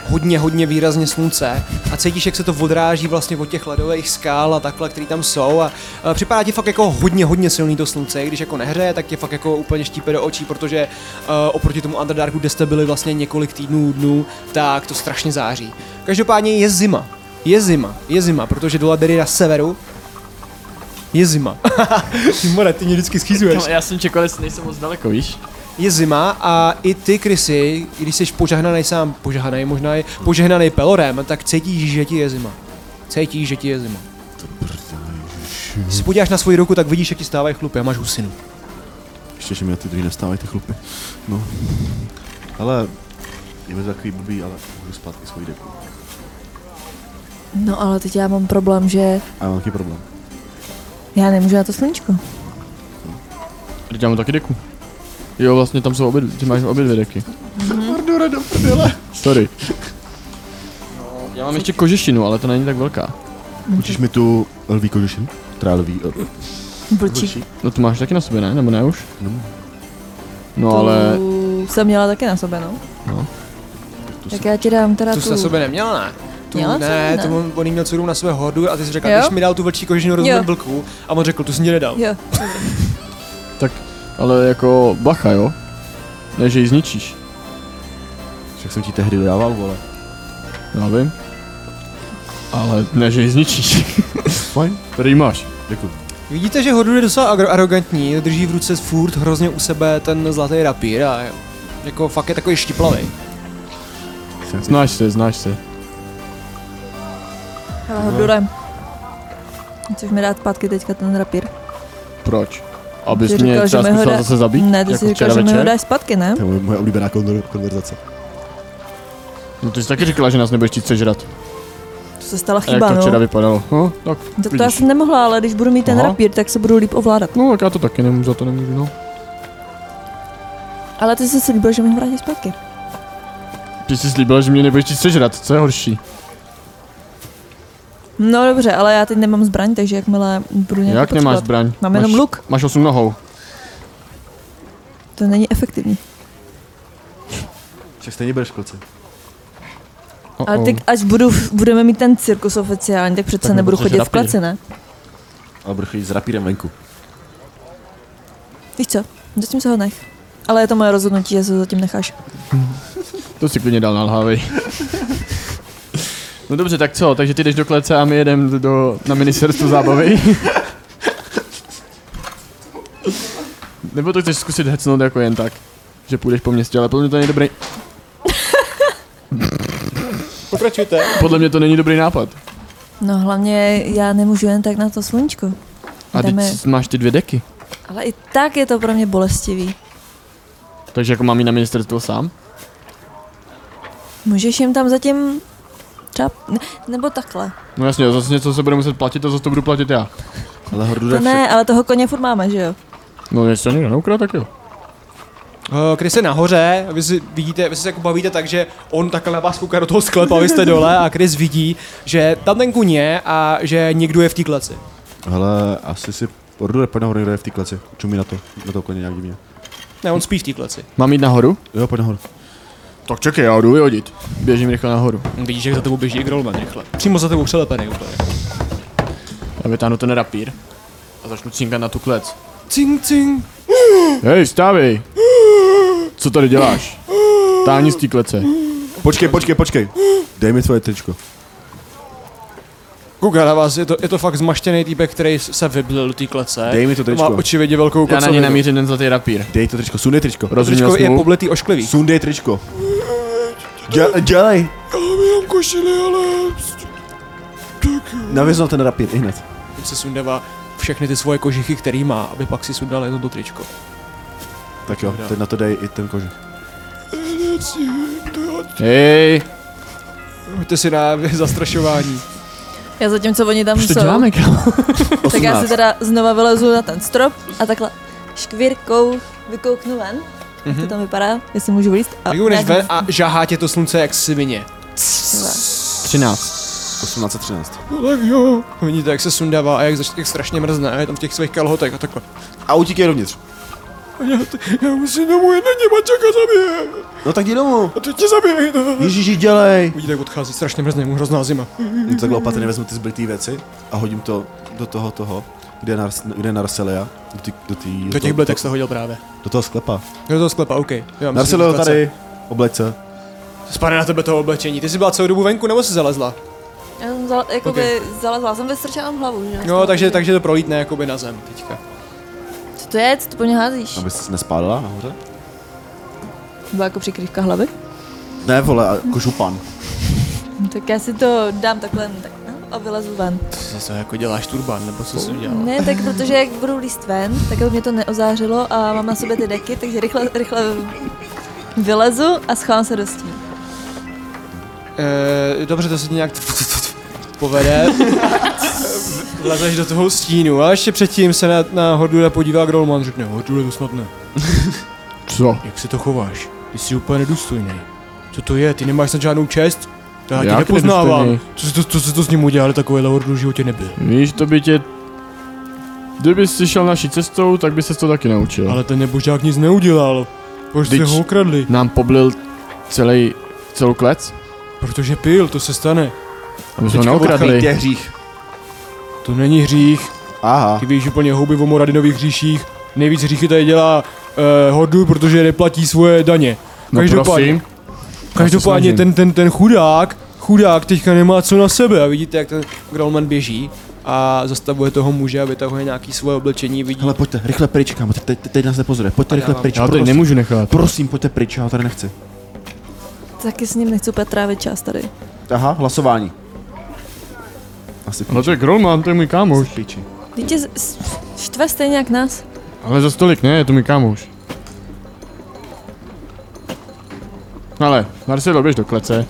hodně, hodně výrazně slunce a cítíš, jak se to odráží vlastně od těch ledových skal a takhle, který tam jsou a, a připadá ti fakt jako hodně, hodně silný to slunce, I když jako nehřeje, tak tě fakt jako úplně štípe do očí, protože uh, oproti tomu Underdarku, kde jste byli vlastně několik týdnů, dnů, tak to strašně září. Každopádně je zima, je zima, je zima, protože dole Derry na severu je zima. ty more, ty mě vždycky schýzuješ. Kámo, já jsem čekal, jestli nejsem moc daleko, víš? Je zima a i ty, Krysy, když jsi požehnaný sám, požehnaný možná, je- požehnaný pelorem, tak cítíš, že ti je zima. Cítíš, že ti je zima. Když se podíváš na svoji ruku, tak vidíš, jak ti stávají chlupy a máš husinu. Ještě, že mi ty druhý nevstávají ty chlupy. No. Ale je mi to takový blbý, ale můžu spát i svoji deku. No ale teď já mám problém, že A mám velký problém. já nemůžu na to sluníčko. Teď já mám taky deku. Jo, vlastně tam jsou obě, ty máš obě dvě deky. Mordure do prdele. Sorry. Já mám ještě kožešinu, ale to není tak velká. Učíš mi tu lví kožešin? Teda lví. eh, Vlčí. No to máš taky na sobě, ne? Nebo ne už? No. No ale... Tu jsem měla taky na sobě, no. tu Tak já ti dám teda Tu tu... jsi na sobě neměla, ne? Tu, Měla jsem, ne, ne. to on, on jí měl curu na své hordu a ty jsi řekla, Jo? když mi dal tu vlčí kožinu Jo. rozumím vlku a on řekl, tu jsi mě nedal. Jo, Tak, ale jako bacha, jo? Ne, že ji zničíš. Však jsem ti tehdy dával, vole. No, Já vím. Ale ne, že ji zničíš. Fajn, Prý máš. děkuji. Vidíte, že Hodur je docela agro- arrogantní, drží v ruce furt hrozně u sebe ten zlatý rapír a jako fakt je takový štiplavý. Znáš se, znáš se. hele, No. hordurem. Chceš mi dát zpátky teďka ten rapír? Proč? Abys Ty mě říkal, že třeba mi ho zkusila dá- zase zabít? Ne, ty jako jsi říkal, včera že mi ho večer? dáš zpátky, ne? To je moje- moje oblíbená konver- konverzace. No ty jsi taky říkala, že nás nebudeš chtít sežrat. To se stala A jak chyba, to včera no. vypadalo? No, tak To, to já vidíš. jsem nemohla, ale když budu mít ten Aha. rapír, tak se budu líp ovládat. No, tak já to taky nemůžu, za to nemůžu, no. Ale ty jsi si líbil, že mi ho vrátíš zpátky. Ty jsi slíbil, že mě nebudeš chtít sežrat, co je horší? No dobře, ale já teď nemám zbraň, takže jakmile budu nějak Jak nemáš zbraň? Mám máš, jenom luk. Máš osm nohou. To není efektivní. Však stejně budeš kluci. Oh, Ale ty, až budu, budeme mít ten cirkus oficiální, tak přece Tak nebudu nepotřebuješ chodit v rapír. kleci, ne? Ale budu chodit s rapírem venku. Víš co, zatím se ho nech. Ale je to moje rozhodnutí, že se ho zatím necháš. To si klidně dal na lhávej. No dobře, tak co, takže ty jdeš do klece a my jedeme do, na ministerstvo zábavy. Nebo to chceš zkusit hecnout jako jen tak, že půjdeš po městě, ale podle mě to není dobrý, Pokračujte. podle mě to není dobrý nápad. No hlavně já nemůžu jen tak na to sluníčko. A teď Jdeme. s- máš ty dvě deky, Ale i tak je to pro mě bolestivý. takže jako mám jít na ministerstvo sám? Můžeš jim tam zatím třeba, ne, nebo takhle. No jasně, zase něco se bude muset platit a zase to budu platit já. Ale To hordure ne, ale toho koně furt máme, že jo? No jestli někdo neukrad, tak jo. Eh, Chris je nahoře, vy si vidíte, vy si jako bavíte tak, že on takhle na vás kouká do toho sklepa, vy jste dole a Chris vidí, že tam ten kuň je a že někdo je v té kleci. Hele, asi si hordure pojď nahoru, někdo je v té kleci. Čumí na to, na to koně nějak divně. Ne, on spí v té kleci. Mám jít nahoru? Jo, pojď nahoru. Tak čekej, já jdu vyhodit. Běžím rychle nahoru. Vidíš, jak za tebou běží Grolman rychle. Přímo za tebou přelepený úplně. Já vytáhnu ten rapír a začnu cinkat na tu klec. Cing, cing. Hej, vstávej! Co tady děláš? Táhni z té klece. Počkej, počkej, počkej. Dej mi tvoje tričko. Kouká na vás, je to, je to fakt zmaštěný týpek, který se vyblil do té klece. Dej mi to má tričko. očividně velkou Já na něj kocovinu. namířím ten zlatý rapír. Dej to tričko, sundej tričko. Rozuměl Tričko jsi je mu? pobletý ošklivý. Sundej tričko. Děl, dělej. Mám košili, ale... Navěznal ten rapír i hned. Se sundává všechny ty svoje kožichy, který má, aby pak si sundal jedno to tričko. Tak jo, teď na to dej i ten koži. Hej, Hoďte si na zastrašování. Já zatímco oni tam už to jsou, děláme, kámo. tak já si 18. teda znova vylezu na ten strop a takhle škvírkou vykouknu ven. Jak Mhm. to tam vypadá, jestli můžu vylíst. A, než ven a žahá tě to slunce jak svině. Tyhle. 13. 1813. No Tak jo. Vidíte, jak se sundává a jak, zač- jak strašně mrzne, a je tam v těch svých kalhotek a takhle. A utíkají dovnitř. A já, t- já musím domů, jedna němačka zabije. No tak jdi domů. A teď tě zabije. no. Ježíši, dělej. Vidíte, jak odchází, strašně mrzne, mu hrozná zima. No, takhle opatrně vezmu ty zbytý věci a hodím to do toho toho, kde je, Nars, kde je Narselia. Do, tý, do, tý, Do těch toho, bletek se hodil právě. do toho sklepa. Do toho sklepa, OK. Jo, myslím, Narselio že klece. tady, obleč se. Spadne na tebe toho oblečení. Ty jsi byla celou dobu venku nebo jsi zalezla? Já jsem za, jakoby, okay. zalezla, jsem vystrčila mám hlavu, že? No, takže, takže to prolítne jakoby na zem teďka. Co to je? Co to po ně házíš? Aby se nespálila No. nahoře? To byla jako přikrývka hlavy? Ne, vole, a košupan. No, tak já si to dám takhle jen tak, no, a vylezu ven. To zase jako děláš turban, nebo co jsi udělal? Ne, tak protože jak budu líst ven, tak aby mě to neozářilo a mám na sobě ty deky, takže rychle, rychle vylezu a schovám se do stínu. E, dobře, to se ti nějak povede. Vlezeš do toho stínu a ještě předtím se na, na Hordule podívá Grolman, řekne, Hordule, to snad ne. Co? Jak se to chováš? Ty jsi úplně nedůstojný. Co to je? Ty nemáš snad žádnou čest? To já tě Jak nepoznávám. nedůstojný? Co, se to, co se to s ním udělali, takovýhle Hordul v životě nebyl. Víš, to by tě... Kdyby jsi šel naší cestou, tak by se to taky naučil. Ale ten nebožák nic neudělal. Proč jste Vždyť- ho okradli? Nám poblil celý, celou klec? Protože pil, to se stane. A my jsme ho Teďka neokradli. je hřích. To není hřích, Aha. Ty víš úplně houby o Moradinových hříších. Nejvíc hříchy tady dělá uh, Hordu, protože neplatí svoje daně. No Každopádně, prosím. každopádně snažím. ten, ten, ten chudák, chudák teďka nemá co na sebe a vidíte, jak ten Grolman běží a zastavuje toho muže a vytahuje nějaký svoje oblečení, vidí. Hele, pojďte, rychle pryč, kámo, teď, teď, teď nás nepozoruje, pojďte Ale já rychle vám- pryč, Já ho tady prosím. nemůžu nechat. Prosím, pojďte pryč, já ho tady nechci. Taky s ním nechci úplně trávit čas tady. Aha, hlasování. Asi No to je Grolman, to je můj kámoš. píči. Dítě z- z- štve stejně jak nás. Ale za stolik ne, je to můj kámoš. Ale, Marcelo, běž do klece.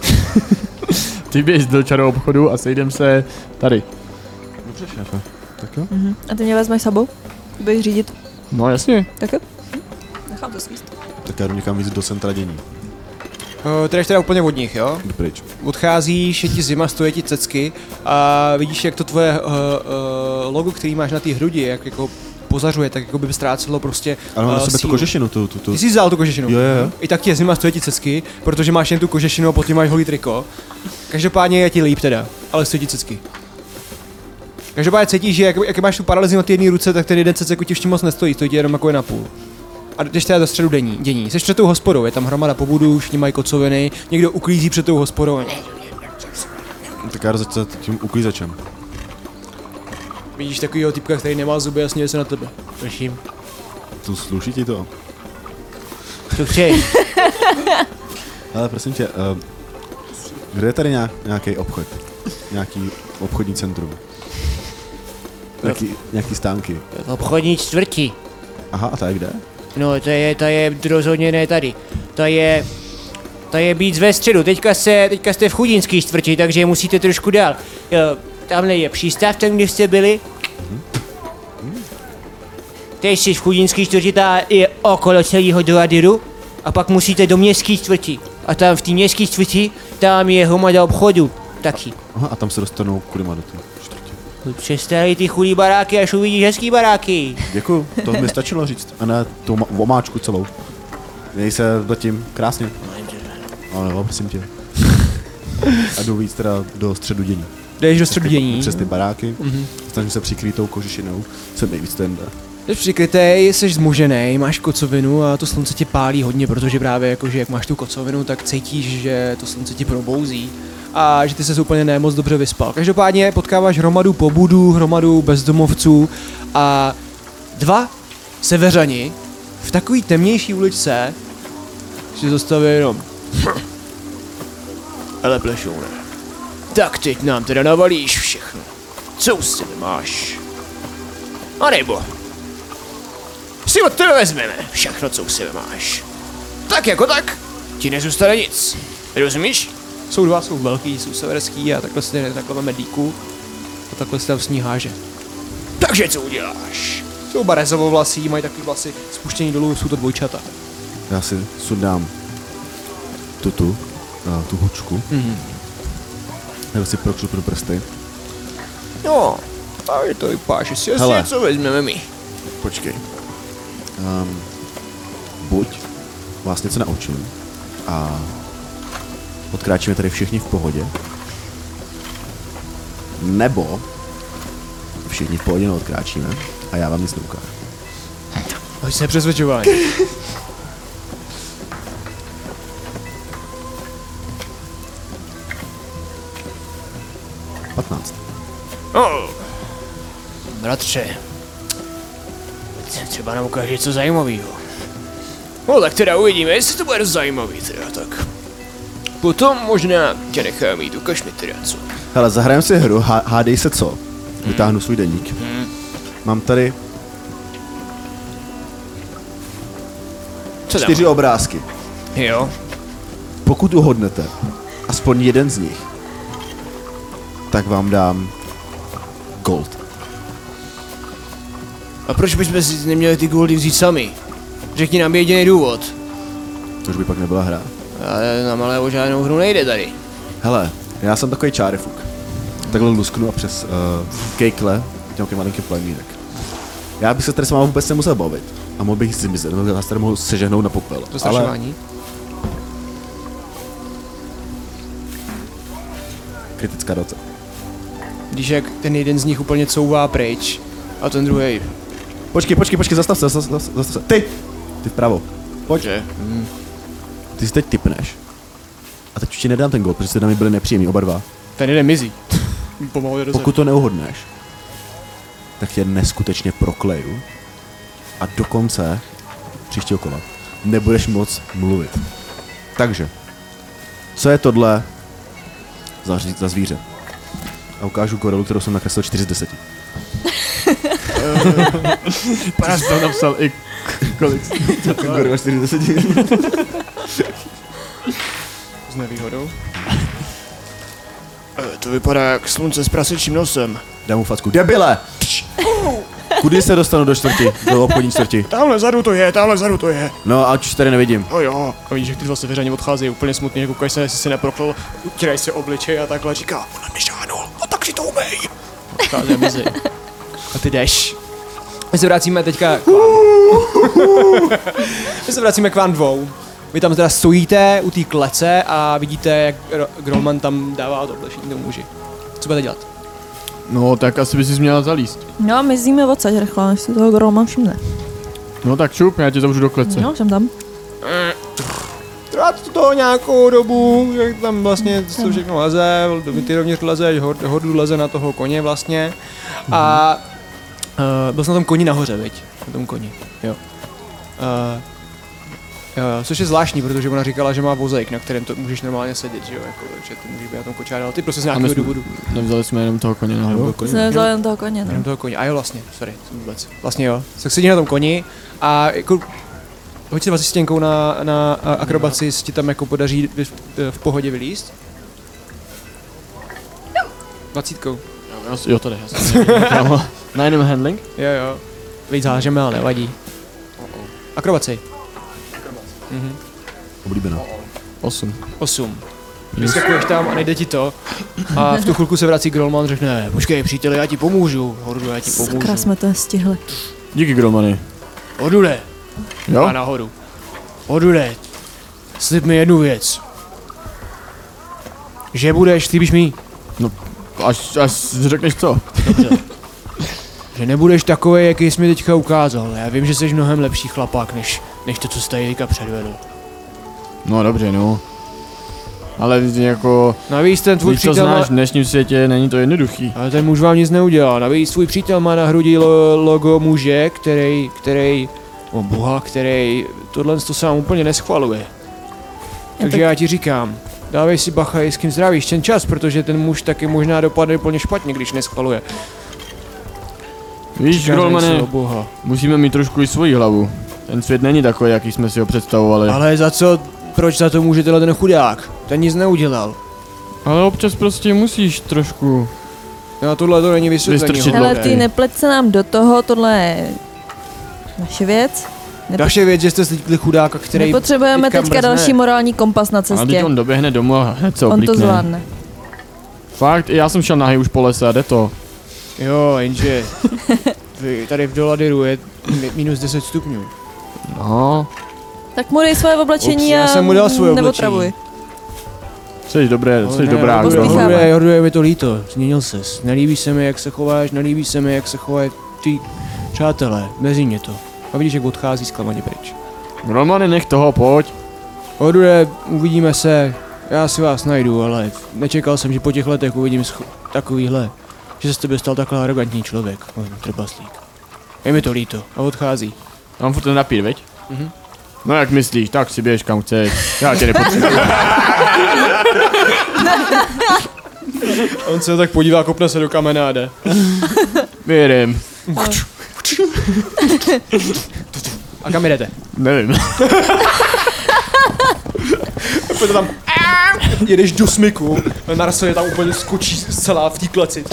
Ty běž do čarou obchodu a sejdem se tady. Dobře, šéfe. Tak jo. A ty mě vezmeš s sebou? Budeš řídit No jasně. taky? Nechám to smíst. Tak já jdu někam víc do centra dění. Uh, ty jdeš teda úplně od nich, jo? Jdu pryč. Odcházíš, je ti zima, stojí ti cecky a vidíš, jak to tvoje uh, uh, logo, který máš na té hrudi, jak jako pozařuje, tak jako by ztrácelo prostě Ale mám na eh, sebe tu sílu. kožešinu, tu, tu, tu. Ty jsi vzal tu kožešinu. Jo, jo, jo. I tak tě zima stojí ti cecky, protože máš jen tu kožešinu a pod tím máš holý triko. Každopádně je ti líp teda, ale stojí ti cecky. Každopádně cítíš, že jak, jak máš tu paralýzu na té jedné ruce, tak ten jeden cec jako ti ještě moc nestojí, stojí ti jenom jako je na půl. A jdeš teda do středu denní, dění. Jsi před tou hospodou, je tam hromada pobudů, všichni mají kocoviny, někdo uklízí před tou hospodou. Tak já jdu za za tím uklízečem. Vidíš takovýho typka, který nemá zuby a směje se na tebe. Prosím. To sluší ti to. Co chceš? Ale prosím tě, uh, kde je tady nějak, nějaký obchod? Nějaký obchodní centrum? Nějaký, nějaký stánky. V obchodní čtvrti. Aha, a tady kde? No, to je, to je rozhodně ne tady. To je, to je být ve středu. Teďka, se, teďka jste v chudinský čtvrti, takže musíte trošku dál. Jo, tamhle je přístav, tam kde jste byli. Teď jsi v chudinský čtvrti, ta je okolo celého Doadiru. A pak musíte do městský čtvrti. A tam v té městský čtvrti, tam je hromada obchodu. Taky. Aha, a tam se dostanou kudy má do té čtvrtě. Přestali ty chudý baráky, až uvidíš hezký baráky. Děkuju, to mi stačilo říct. A ne tu ma- omáčku celou. Měj se zatím krásně. Ale jo, prosím tě. A jdu víc teda do středu dění. Jako Jdeš do středu dění. Přes ty baráky. Mm-hmm. Snažím se přikrýt tou kožišinou. Jsem nejvíc ten eh, jde. Jsi přikrytej, jsi zmužený, máš kocovinu a to slunce tě pálí hodně, protože právě jakože jak máš tu kocovinu, tak cítíš, že to slunce ti probouzí a že ty se úplně nemoc dobře vyspal. Každopádně potkáváš hromadu pobudů, hromadu bezdomovců a dva severani v takový temnější uličce si zastaví jenom. Ale plešoune. Tak teď nám teda navalíš všechno. Co už si máš? A nebo si od tebe vezmeme všechno, co u sebe máš. Tak jako tak, ti nezůstane nic. Rozumíš? Jsou dva, jsou velký, jsou severský a takhle si takhle máme dýku a takhle se tam s ní háže. Takže co uděláš? Jsou barezovo vlasí, mají takový vlasy spuštěný dolů, jsou to dvojčata. Já si sundám tutu, a tu hočku. Mm-hmm. eh, Nebo si prokřupnu prsty. No, a je to vypáše si asi, Hele. co vezmeme my. Počkej. Um, buď vás něco naučím a odkráčíme tady všichni v pohodě. Nebo všichni v pohodě neodkráčíme a já vám nic neukážu. Hoď se přesvědčování. Patnáct. No, bratře, tře- třeba nám ukáže něco zajímavého. No tak teda uvidíme, jestli to bude dost zajímavý teda, tak. Potom možná tě necháme jít, ukaž mi teda co. Hele, zahrajeme si hru, há, hádej se co. Vytáhnu svůj deník. Mám tady Co tam? čtyři obrázky. Jo, Pokud uhodnete aspoň jeden z nich, tak vám dám gold. a proč bychom si neměli ty goldy vzít sami? Řekni nám jediný důvod. Což by pak nebyla hra. Ale nám ale o žádnou hru nejde tady. Hele, já jsem takový čárefuk. Takhle lusknu a přes uh, kejkle nějaký malinký plemínek. Já bych se tady s váma vůbec nemusel bavit. A mohl bych zmizet, nebo vás tady mohl sežehnout na popel. Ale Zastrašování. kritická doce. Když jak ten jeden z nich úplně couvá pryč a ten druhý. Počkej, počkej, počkej, zastav se, zastav, zastav, zastav se. Ty! Ty vpravo. Pojď. Ty si teď typneš. A teď už ti nedám ten gol, protože se nami byli nepříjemní oba dva. Ten jeden mizí. Pomalu jde Pokud to neuhodneš, tak tě neskutečně prokleju a dokonce příštího kola nebudeš moc mluvit. Takže, co je tohle za, ři- za zvíře? A ukážu gorelu, kterou jsem nakreslil 4 z 10. Pana jsi tam napsal i k- kolik. Gorela 4 z 10. S nevýhodou. Eh, To vypadá jak slunce s prasečím nosem. Dám mu facku. Debile! Kudy se dostanu do čtvrti? Do obchodní čtvrti? Tamhle vzadu to je, tamhle vzadu to je. No a už tady nevidím. No jo. A vidíš, jak ty dva se veřejně odcházejí úplně smutný, jako koukáš se, jestli si neproklal, utírají si obličej a takhle říká, ona nežádal, a tak si to umej. Odchází a mizí. A ty jdeš. My se vracíme teďka k vám. My se vracíme k vám dvou. Vy tam teda stojíte u té klece a vidíte, jak Ro- Grolman tam dává to oblečení tomu muži. Co budete dělat? No, tak asi bys jsi měla zalíst. No, my zíme odsaď rychle, než si toho groma všimne. No tak čup, já tě zavřu do klece. No, jsem tam. Trvá to toho nějakou dobu, jak tam vlastně to všechno leze, ty rovněž leze, hor- hordu leze na toho koně vlastně. A Mhm. uh, byl jsem na tom koni nahoře, viď? Na tom koni, jo. Uh, Uh, což je zvláštní, protože ona říkala, že má vozejk, na kterém to můžeš normálně sedět, že jo, jako, že ty můžeš být na tom kočáře, ale ty prostě z A my nějakého jsme- důvodu. Nevzali jsme jenom toho koně nahoru. Jsem nevzal jen toho koně, Jenom no. toho koně. A jo, vlastně, sorry, jsem vůbec. Vlastně jo. Tak sedí na tom koni a jako hoď si 20 stěnkou na, na a- akrobaci, jestli ti tam jako podaří vy- v, v pohodě vylíst. Dvacítkou. Jo, Jo, to jde, já jsem kámo. Na jenom handling? Jo, jo. Víc hážeme, ale nevadí. Akrobaci. Oblíbená. 8. 8. Vyskakuješ tam a nejde ti to. A v tu chvilku se vrací Grolman a řekne, počkej příteli, já ti pomůžu. Hordu, já ti Sakra pomůžu. jsme to stihli. Díky, Gromany. Hodu ne, Jo? a nahoru. Hodu ne. No? Slib mi jednu věc. Že budeš, slíbíš mi, Až, až řekneš co? že nebudeš takový, jaký jsi mi teďka ukázal. Já vím, že jsi mnohem lepší chlapák, než, než to, co jsi tady teďka předvedl. No dobře, no. Ale jako, Navíc ten tvůj když to přítel má... znáš v dnešním světě, není to jednoduchý. Ale ten muž vám nic neudělal. Navíc tvůj přítel má na hrudi lo- logo muže, který, který, o boha, který tohle to sám úplně neschvaluje. Takže tak- já ti říkám, dávej si bacha, i s kým zdravíš ten čas, protože ten muž taky možná dopadne úplně špatně, když neschvaluje. Víš, Říkám, Gromane, o boha. musíme mít trošku i svoji hlavu. Ten svět není takový, jaký jsme si ho představovali. Ale za co, proč za to může tenhle ten chudák? Ten nic neudělal. Ale občas prostě musíš trošku. No tohle to není vysvětlení. Vystrčit hovno. Hele, ty nepleť se nám do toho, tohle je naše věc. Naše věc, že jste slíkli chudáka, který... Nepotřebujeme teďka teďka mrzne. další morální kompas na Ale teď cestě. on doběhne domů a hned se Prostě. On to oblíkne. zvládne. Fakt, i já jsem šel nahý už po lese a jde to. Jo, jenže vy- tady v Doladyru je mi- minus 10 stupňů. No, Tak mu dej svoje oblečení Ups, já a jsem mu dal svoje nebo oblečení. travuj. jsi dobré, Ale jsi ne, dobrá, Jordo, Pospícháme. kdo. Jorduje, Jorduje, mi to líto, změnil ses. Nelíbí se mi, jak se chováš, nelíbí se mi, jak se chovají ty přátelé, mezi mě to. A vidíš, jak odchází zklamaně pryč. Romany, nech toho, pojď. Jorduje, uvidíme se, já si vás najdu, ale nečekal jsem, že po těch letech uvidím scho- takovýhle, že se z tebe stal takhle arrogantní člověk, on trpaslík. Je mi to líto a odchází. Já mám furt ten napít, veď? Mhm. No jak myslíš, tak si běž kam chceš, já tě nepotřebuji. On se tak podívá, kopne se do kamene a jde. Věrím. A kam jdete? Nevím. Pojďte tam. Jedeš do smyku, Narso je tam úplně skočí zcela v té kleci.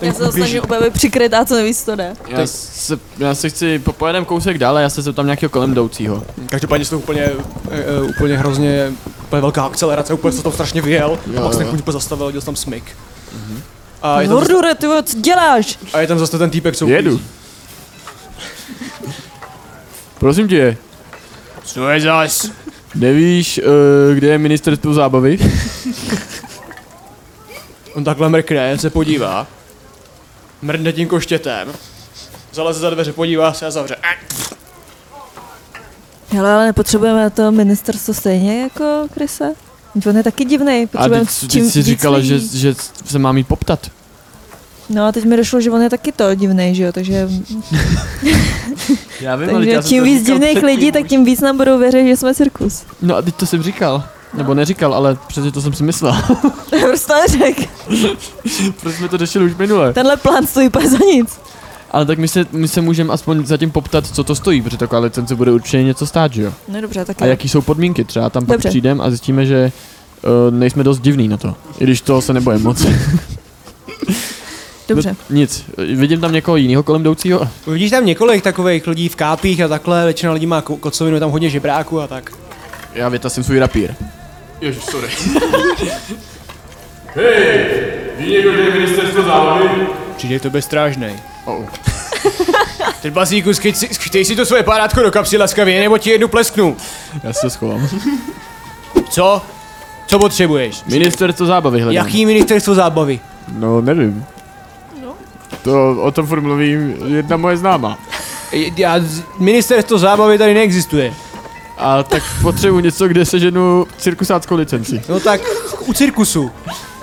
Já se to snažím úplně přikryt a co nejvíc to jde. Já se, já se chci, po- pojedem kousek dále, já se zeptám nějakého kolem jdoucího. Každopádně jsou úplně, e, e, úplně hrozně, úplně velká akcelerace, úplně se tam strašně vyjel. a Jo, pak se jo. ten úplně zastavil, dělal tam smyk. A je tam, zase- Hordure, ty vole, co děláš? a je tam zase ten týpek, co Jedu. Prosím tě, Co je zas? nevíš, eh, kde je ministerstvo zábavy? On takhle mrkne, se podívá. Mrdne tím koštětem. Zaleze za dveře, podívá se a zavře. Eh, Hele, ale nepotřebujeme to ministerstvo stejně jako Kryse? On je taky divný, A potřebujeme teď, teď jsi víc říkala, že, lidí. že se mám jít poptat. No a teď mi došlo, že on je taky to divný, že jo, takže, Já vím, takže čím víc divných lidí, tak tím víc nám budou věřit, že jsme cirkus. No a teď to jsem říkal. Nebo neříkal, ale přece to jsem si myslel. prostě neřek. Proč jsme to řešili už minule? Tenhle plán stojí úplně za nic. Ale tak my se, my se můžeme aspoň zatím poptat, co to stojí, protože taková licence bude určitě něco stát, že jo? No dobře, tak A jaký jsou podmínky? Třeba tam pak Dobře. přijdeme a zjistíme, že uh, nejsme dost divný na to. I když toho se nebojím moc. Dobře. No, nic. Vidím tam někoho jiného kolem jdoucího. Uvidíš tam několik takových lidí v kápích a takhle, většina lidí má ko- kocovinu, je tam hodně žebráků a tak. Já vytasím svůj rapír. Ježiš, sorry. Přijde to bezstrážnej. Oh. Ten basíku, schytej si to svoje párátko do kapsy laskavě, nebo ti jednu plesknu. Já se schovám. Co? Co potřebuješ? Ministerstvo zábavy hledám. Jaký ministerstvo zábavy? No, nevím. To o tom furt mluví jedna moje známá. Já, ministerstvo zábavy tady neexistuje. A tak potřebuji něco, kde seženu cirkusáckou licenci. No tak u cirkusu.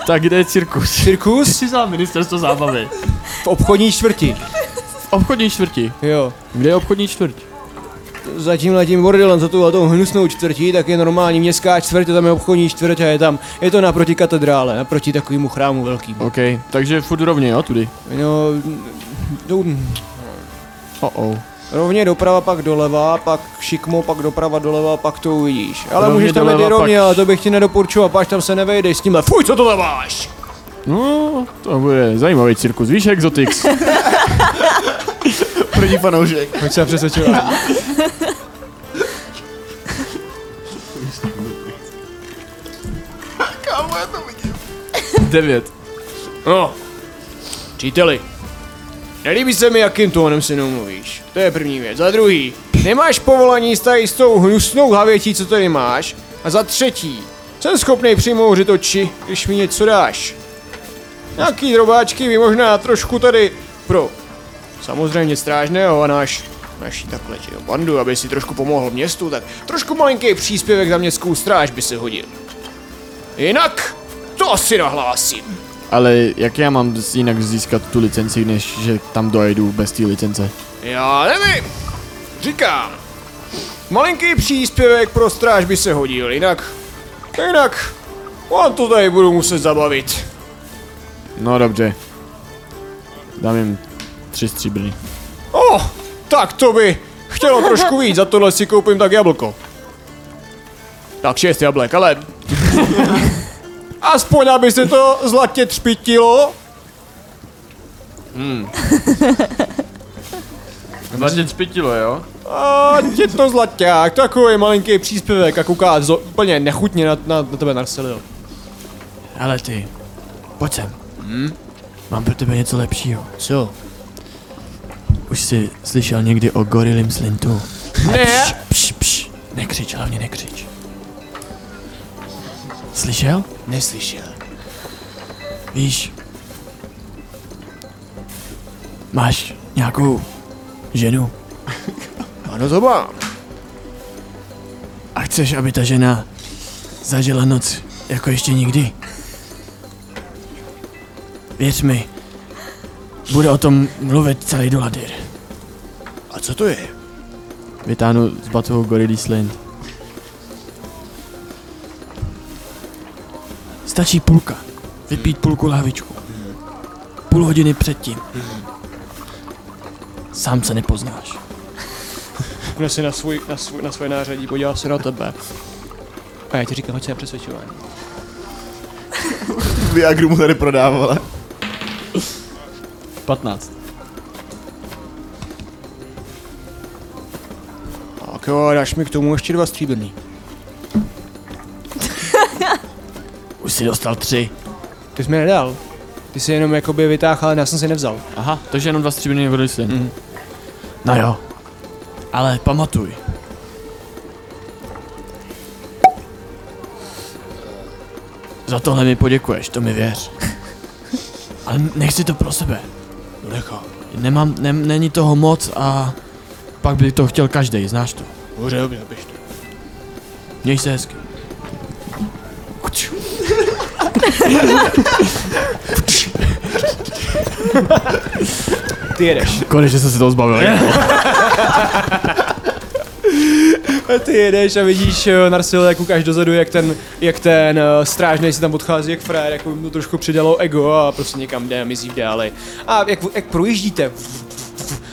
Tak kde je cirkus? Cirkus Jsi za ministerstvo zábavy. v obchodní čtvrti. Obchodní čtvrti. Jo. Kde je obchodní čtvrť? Za tímhle tím bordelem, za tuhle tou hnusnou čtvrtí, tak je normální městská čtvrť, a tam je obchodní čtvrť a je tam, je to naproti katedrále, naproti takovému chrámu velkým. OK, takže furt rovně, jo, tudy. No, jdu Oh oh. rovně doprava, pak doleva, pak šikmo, pak doprava, doleva, pak to uvidíš. Ale Rovně můžeš tam jít doleva, i rovně, pak- ale to bych ti nedoporučoval, až tam se nevejdeš s tímhle. Fuj, co tohle máš? No, to bude zajímavý cirkus, víš, Exotix. První fanoušek. Pojď se přesvědčovat. Devět. No, příteli, nelíbí se mi, jakým tónem si mluvíš. To je první věc. Za druhý, nemáš povolení s tady s tou hnusnou havětí, co tady máš. A za třetí, jsem schopný přijmout řitoči, když mi něco dáš. Nějaký drobáčky by možná trošku tady pro samozřejmě strážného a náš naší takhle těho bandu, aby si trošku pomohl městu, tak trošku malinký příspěvek za městskou stráž by se hodil. Jinak to si nahlásím. Ale jak já mám z- jinak získat tu licenci, než že tam dojedu bez té licence? Já nevím. Říkám. Malinký příspěvek pro stráž by se hodil, jinak... Jinak... Vám to tady budu muset zabavit. No dobře. Dám jim tři stříbrny. O, oh, tak to by chtělo trošku víc, za tohle si koupím tak jablko. Tak šest jablek, ale... Aspoň, aby se to zlatě třpitilo. Vlastně spytilo, jo? A je to zlaťák, takový malinký Příspěvek a kouká zo, úplně nechutně na, na, na tebe Narselil. Ale ty. Pojď sem. Hmm? Mám pro tebe něco lepšího. Hm? Co? Už jsi slyšel někdy o gorilim slintu? Ne. Pš, pš, pš. Nekřič, hlavně nekřič. Slyšel? Neslyšel. Víš, máš nějakou ženu no Ano, to mám. a chceš, aby ta žena zažila noc jako ještě nikdy? Věř mi, bude o tom mluvit celý doladyr. A co to je? Vytáhnu z batohu gorilý slint. Stačí půlka. Vypít půlku lahvičku. Půl hodiny předtím. Sám se nepoznáš. Pne si na, svůj, na, svůj, na svoje nářadí, podívá se na tebe. A já ti říkám, hoď se na přesvědčování. Viagru mu tady prodávala. 15. Tak jo, dáš mi k tomu ještě dva stříbrný. Už si dostal tři. Ty jsi mi nedal. Ty jsi jenom jakoby vytáhl, ale já jsem si nevzal. Aha, takže jenom dva stříbrný nebyly si. Mm. No jo. Ale pamatuj. Za tohle mi poděkuješ, to mi věř. Ale nechci to pro sebe. To nechám. Nemám, ne, není toho moc a pak by to chtěl každý, znáš to. Dobře, dobře, napiš to. Měj se hezky. Ty jedeš. Konečně jsem se toho zbavil. A ty jedeš a vidíš eh, Narsil, jak koukáš dozadu, jak ten, jak ten uh, strážný si tam odchází, jak frér, jak mu to trošku přidalo ego a prostě někam jde a mizí v dále. A jak, jak projíždíte,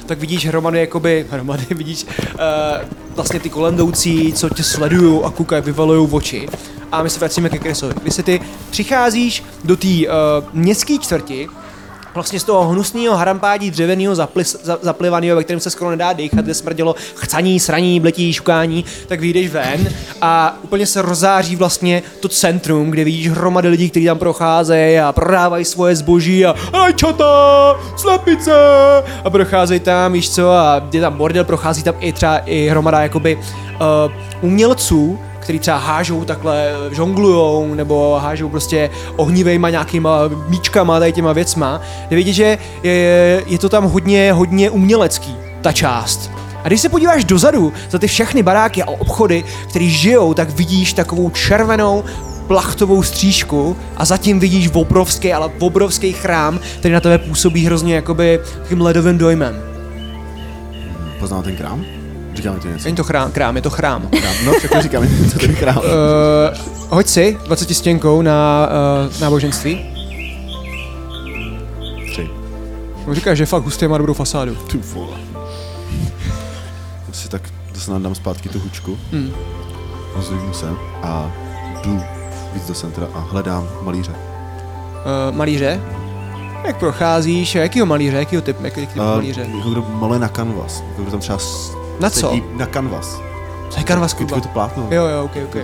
tak vidíš hromady, jakoby, hromady, vidíš uh, vlastně ty kolem jdoucí, co tě sledují a koukají, vyvalují oči. A my se vracíme ke Kresovi. Když se ty přicházíš do té uh, městské čtvrti, vlastně z toho hnusného harampádí dřevěného zaplis, za, zaplivaného, ve kterém se skoro nedá dýchat, kde smrdělo chcaní, sraní, bletí, šukání, tak vyjdeš ven a úplně se rozáří vlastně to centrum, kde vidíš hromady lidí, kteří tam procházejí a prodávají svoje zboží a aj čota, slepice a procházejí tam, víš co, a je tam bordel, prochází tam i třeba i hromada jakoby uh, umělců, který třeba hážou takhle, žonglujou, nebo hážou prostě ohnivejma nějakýma míčkama, tady těma věcma. Je vidět, že je, je to tam hodně, hodně umělecký, ta část. A když se podíváš dozadu za ty všechny baráky a obchody, které žijou, tak vidíš takovou červenou plachtovou střížku a zatím vidíš obrovský, ale obrovský chrám, který na tebe působí hrozně jakoby takým ledovým dojmem. Poznám ten krám? Říkáme ti něco. Není to chrám, krám, je to chrám. Krám. No, všechno říkáme, co ten krám. Uh, hoď si 20 stěnkou na uh, náboženství. Tři. On říká, že fakt hustý má dobrou fasádu. Ty vole. Si tak zase nadám zpátky tu hučku. Mm. Hmm. Ozvím se a jdu víc do centra a hledám malíře. Uh, malíře? Jak procházíš? Jakýho malíře? Jakýho typ, jaký typ uh, malíře? Jako kdo malé na kanvas. Jako kdo tam třeba s- Na co? sedí na kanvas. To je kanvas Jako kuba. to plátno. Jo, jo, ok, ok.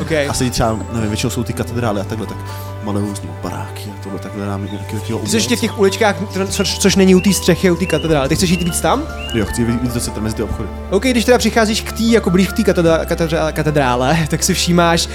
A Ok. sedí třeba, nevím, většinou jsou ty katedrály a takhle, tak malé různý baráky a tohle, tak hledám nějakého těho Ty jsi ještě v umělce. těch uličkách, tr- což, což není u té střechy, u té katedrály. Ty chceš jít víc tam? Jo, chci víc do centra mezi ty obchody. OK, když teda přicházíš k tý, jako blíž k té katedra- katedra- katedrále, tak si všímáš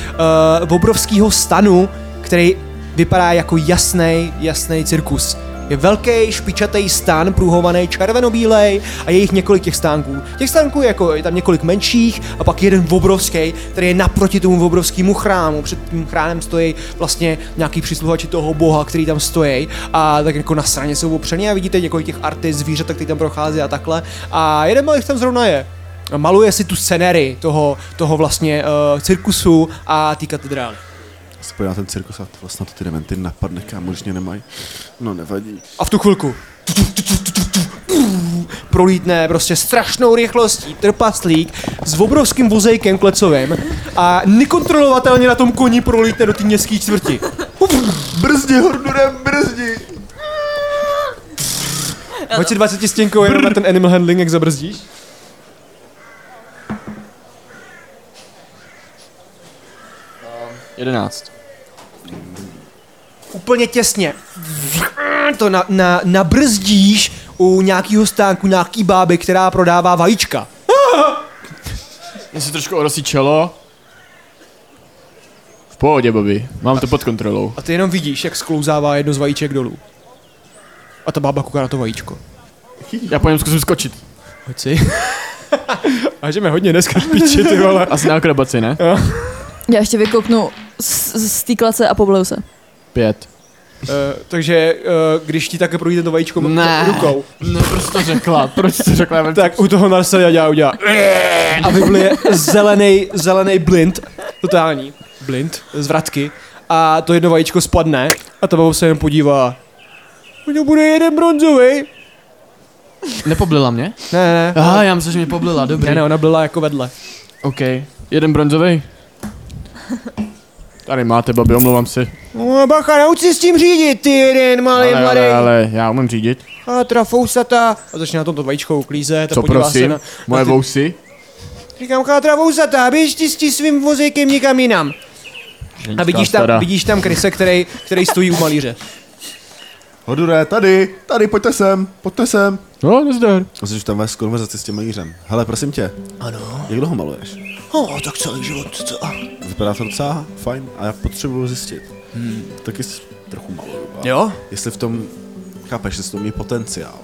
uh, obrovského stanu, který vypadá jako jasný, jasný cirkus. Je velký, špičatý stan, pruhovaný červenobílej a je jich několik těch stánků. Těch stánků je, jako, je tam několik menších a pak jeden obrovský, který je naproti tomu obrovskému chrámu. Před tím chrámem stojí vlastně nějaký přisluhači toho boha, který tam stojí a tak jako na straně jsou opřený a vidíte několik těch artist, zvířat, který tam prochází a takhle. A jeden malý tam zrovna je maluje si tu scenery toho, toho vlastně uh, cirkusu a té katedrály. Já se podívám na ten cirkus a to vlastně to ty dementy napadne, kámo, když mě nemají. No nevadí. A v tu chvilku tu, tu, tu, tu, tu, tu, tu, tu, prolítne prostě strašnou rychlostí trpaslík s obrovským vozejkem klecovým a nekontrolovatelně na tom koni prolítne do té městské čtvrti. Brzdi, Hordure, brzdi! Hoď si 20 stěnkou jenom na ten animal handling, jak zabrzdíš. Jedenáct. úplně těsně to na, na, nabrzdíš u nějakého stánku, nějaký báby, která prodává vajíčka. Já si trošku orosí čelo. V pohodě, Bobby. Mám to pod kontrolou. A ty jenom vidíš, jak sklouzává jedno z vajíček dolů. A ta bába kouká na to vajíčko. Já po něm zkusím skočit. Hoď si. A že mě hodně dneska v píči, ty vole. Asi na akrobaci, ne? Já ještě vykouknu z, z té klace a pobleju se. Pět. Uh, takže uh, když ti také projde to vajíčko Ne. rukou, No, proč to řekla? Proč to řekla? Já vím, tak u toho Narselia dělá udělá. A vyblije zelený, zelený blind, totální blind, z vratky. A to jedno vajíčko spadne a ta baba se jen podívá. U něj bude jeden bronzový. Nepoblila mě? Ne, ne, ne. Aha, já myslím, že mě poblila, dobrý. Ne, ne, ona byla jako vedle. OK. Jeden bronzový. Tady máte, babi, omlouvám se. No, bacha, nauč si s tím řídit, ty jeden malý Ale, ale, ale, já umím řídit. A trafousata. A začne na tomto vajíčko uklízet a Co podívá se prosím? na... Moje ty- vousy? Říkám, chátra vousatá, běž ti s tím svým vozejkem nikam jinam. A vidíš tam, vidíš tam Krise, který, který stojí u malíře. Hodure, tady, tady, pojďte sem, pojďte sem. No, nezdar. A jsi už tam vést konverzaci s tím malířem. Hele, prosím tě. Ano. Jak dlouho maluješ? O, tak celý život, co? Vypadá to docela fajn a já potřebuju zjistit. Hmm. Taky s- trochu maluju. a Jo? Jestli v tom, chápeš, jestli v tom je potenciál.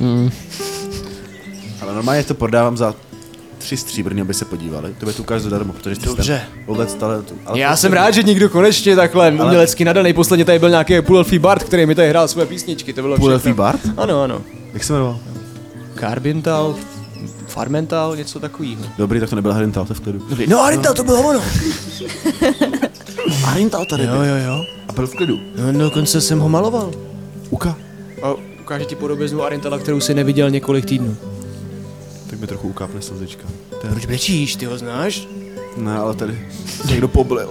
Hmm. Ale normálně to prodávám za tři stříbrný, aby se podívali. To by to ukážu zadarmo, protože jsi Dobře. Odlet talentu. Ale Já to- jsem rád, že někdo konečně takhle ale... umělecky nadaný. Posledně tady byl nějaký půlelfý bard, který mi tady hrál své písničky. To bylo Půlelfý všechno. Bart? Ano, ano. Jak se jmenoval? Carbintal, Farmental, něco takového. Dobrý, tak to nebyl Harintal, to je v klidu. Dobrý. No Arintal, to bylo ono. Harintal tady Jo, jo, jo. A byl v klidu. No, dokonce jsem ho maloval. Uka. A ukáže ti podobiznu Arintala, kterou si neviděl několik týdnů. Tak mi trochu ukápne slzička. Proč brečíš, ty ho znáš? Ne, ale tady se někdo poblil.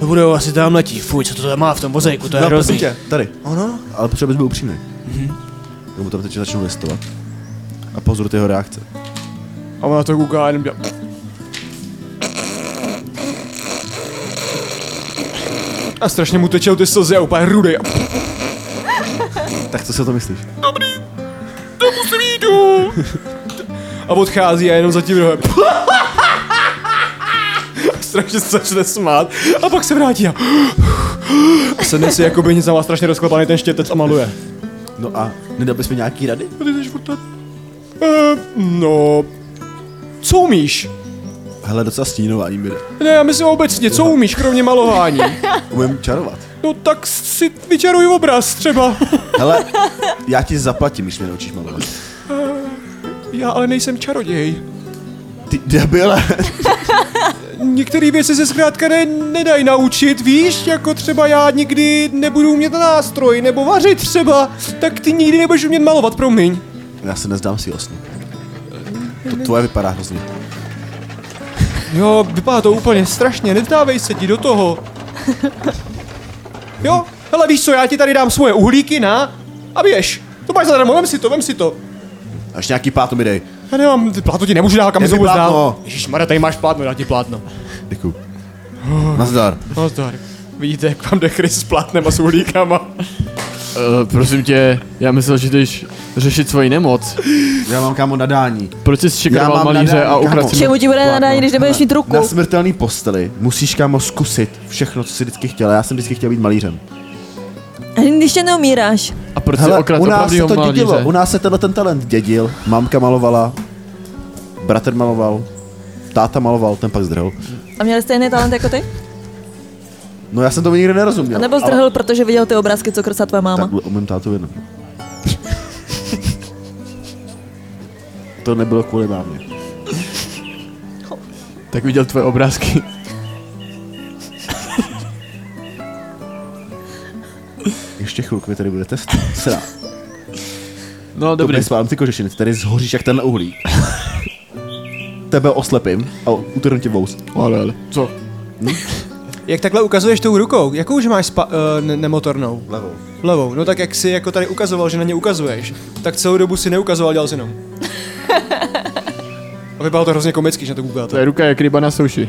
No budou asi tam letí. Fuj, co to tam má v tom vozejku, to je No, hrozný. no. Mhm. prosím tě, tady. Ono? Ale potřeba bys byl upřímný. Mm-hmm. Já mu tam teď začnu listovat. A pozor ty jeho reakce. A ona to kouká a jenom dělá. A strašně mu tečou ty slzy a úplně rudej. Tak co si o to myslíš? A odchází a jenom za tím rohem. A strašně se začne smát. A pak se vrátí a... a sedne si jakoby nic a má strašně rozklepaný ten štětec a maluje. No a nedal bys mi nějaký rady? A ty jsi furt tak... Eh, no... Co umíš? Hele, docela stínování mi jde. Ne, já myslím obecně, co umíš, kromě malování? Umím čarovat. No tak si vyčaruj obraz třeba. Hele, já ti zaplatím, když mě naučíš malovat. Já ale nejsem čaroděj. Ty debile. Některé věci se zkrátka ne, nedají naučit, víš? Jako třeba já nikdy nebudu umět nástroj, nebo vařit třeba. Tak ty nikdy nebudeš umět malovat, promiň. Já se nezdám si osnu. To tvoje vypadá hrozně. Jo, vypadá to úplně strašně, nezdávej se ti do toho. Jo, hele víš co, já ti tady dám svoje uhlíky, na. A běž. To máš zadarmo, vem si to, vem si to. Až nějaký pát mi dej. Já nemám, ty plátno ti nemůžu dát, kam Dej mi znovu plátno. dám. Ježišmarja, tady máš plátno, dá ti plátno. Děkuju. Nazdar. No zdar. Vidíte, jak vám jde Chris s plátnem a s uhlíkama. Uh, prosím tě, já myslel, že jdeš řešit svoji nemoc. Já mám kámo nadání. Proč jsi Já mám šikanoval malíře nadání, a kámo. ukradl si Čemu ti bude Plátno. nadání, když nebudeš Hele, mít ruku? Na smrtelný posteli musíš kámo zkusit všechno, co jsi vždycky chtěl. Já jsem vždycky chtěl být malířem. Ani Když tě neumíráš. A proč jsi Hele, okradl u nás se opravdýho to dědilo, malíře? u nás se tenhle ten talent dědil. Mámka malovala, bratr maloval, táta maloval, ten pak zdrhl. A měl stejný talent jako ty? No já jsem tomu nikdy nerozuměl. A nebo zdrhl, protože viděl ty obrázky, co krsá tvoje Ale, máma? tak o mém tátu jenom. to nebylo kvůli mámě. Tak viděl tvoje obrázky. Ještě chvilku vy tady budete srát. No Dobrý. dobrý. Dobrý. Sválám ty kožešiny, ty tady zhoříš jak tenhle uhlík. Tebe oslepím a utrhnu ti vous. Ale, ale. Co? Jak takhle ukazuješ tou rukou? Jakou už máš spa- uh, ne- nemotornou? Levou. Levou. No tak jak si jako tady ukazoval, že na ně ukazuješ, tak celou dobu si neukazoval, dělal si jenom. A vypadalo to hrozně komicky, že na to koukáte. Tvoje ruka je ryba na souši.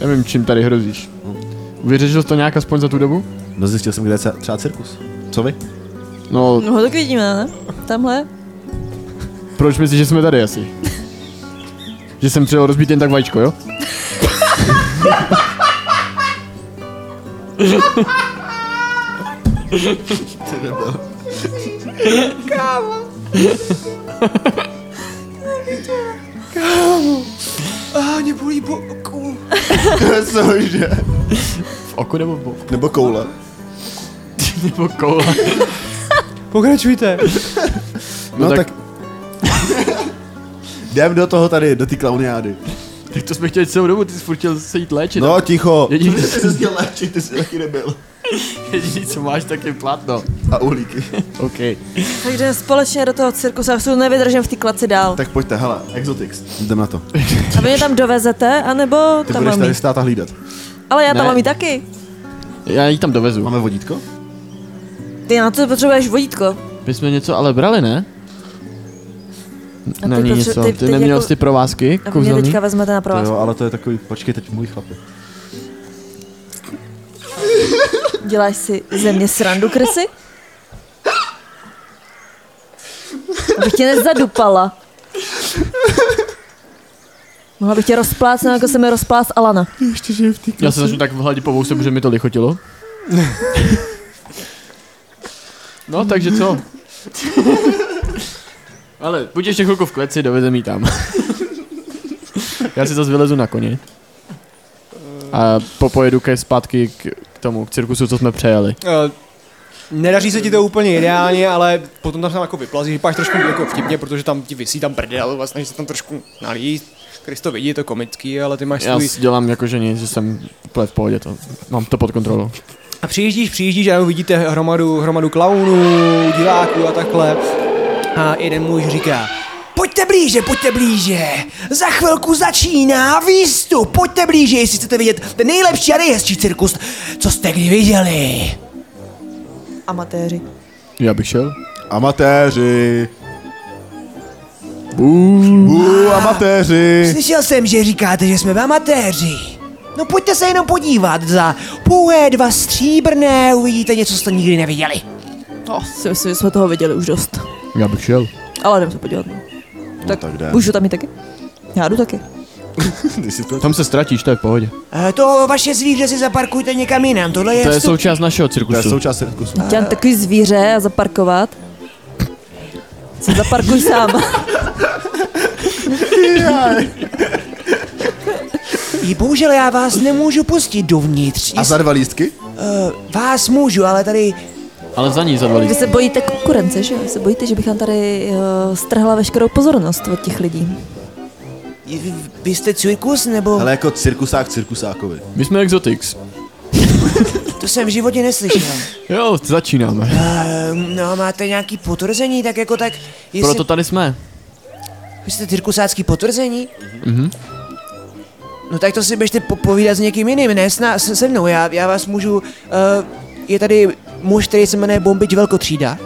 Nevím, čím tady hrozíš. Vyřešil jsi to nějak aspoň za tu dobu? No zjistil jsem, kde je třeba cirkus. Co vy? No, No ho tak vidíme, ne? Tamhle? proč myslíš, že jsme tady asi? že jsem přijel rozbít jen tak vajíčko, jo? A mě bolí boku. Cože? V oku nebo v boku? Nebo koule. Nebo koula. Pokračujte. No, No tak... tak- Jdem do toho tady, do té klauniády. tak to jsme chtěli celou dobu, ty jsi furt chtěl se jít léčit. No, ticho. Jediný, Ty jsi se chtěl léčit, ty jsi taky nebyl. jediný, co máš, tak je no. plátno. A uhlíky. OK. Tak jdeme společně do toho cirkusu, já už nevydržím v té klaci dál. Tak pojďte, hele, Exotics. Jdem na to. Ty A vy mě tam dovezete, anebo tam budeš mám tady jít. stát a hlídat. Ale já tam Ne. mám jít taky. Já ji tam dovezu. Máme vodítko? Ty na to potřebuješ vodítko. My jsme něco ale brali, ne? A Na teď ní potře- něco. teď- Ty teď neměl jako- jsi ty provázky A vy mě kouzelný? teďka vezmete na To provázku. jo, ale to je takový, počkej, teď můj chlapi. Děláš si ze mě srandu, Krysy? Abych tě nezadupala. Mohla bych tě rozplácnout, jako jsem mi rozplác Alana. Já se začnu tak hladit po vouse, protože mi to lichotilo. No, takže co? Ale buď ještě chvilku v kleci, dovezem jí tam. Já si zase vylezu na koně. A popojedu ke zpátky k, k tomu, k cirkusu, co jsme přejeli. Eh, Nedaří se ti to úplně ideálně, ale potom tam jako vyplazí, že páš trošku jako vtipně, protože tam ti vysí tam prdel, vlastně se tam trošku nalít. Chris to vidí, je to komický, ale ty máš Já svůj... si dělám jako, že nic, že jsem úplně v pohodě, to, mám to pod kontrolou. A přijíždíš, přijíždíš a jenom vidíte hromadu, hromadu klaunů, diváků a takhle. A jeden muž říká, pojďte blíže, pojďte blíže, za chvilku začíná výstup, pojďte blíže, jestli chcete vidět ten nejlepší a nejhezčí cirkus, co jste kdy viděli. Amatéři. Já bych šel. Amatéři. Bú, amatéři. Slyšel jsem, že říkáte, že jsme amatéři. No pojďte se jenom podívat, za pouhé dva stříbrné uvidíte něco, co jste nikdy neviděli. No, si myslím, že jsme toho viděli už dost. Já bych šel. Ale jdem se podívat. No. Tak, tak jde. Můžu tam jít taky? Já jdu taky. Ty jsi to... Tam se ztratíš, to je v pohodě. E, to vaše zvíře si zaparkujte někam jinam, tohle je, To je vstup. součást našeho To je cirkusu. součást cirkusu. Dělám takový zvíře a zaparkovat. Se zaparkuj sám. I bohužel já vás nemůžu pustit dovnitř. A A za dva lístky? vás můžu, ale tady... Ale za ní zavolí. Vy se bojíte konkurence, že jo? Vy se bojíte, že bych vám tady uh, strhla veškerou pozornost od těch lidí. Vy jste cirkus, nebo... Ale jako cirkusák cirkusákovi. My jsme Exotics. To jsem v životě neslyšel. Jo, začínáme. e, no, máte nějaký potvrzení, tak jako tak... Jestli... Proto tady jsme. Vy jste cirkusácký potvrzení? Mhm. No tak to si běžte po- povídat s někým jiným, ne s na, se, se mnou, já, já vás můžu... Uh, je tady muž, který se jmenuje Bombič Velkotřída.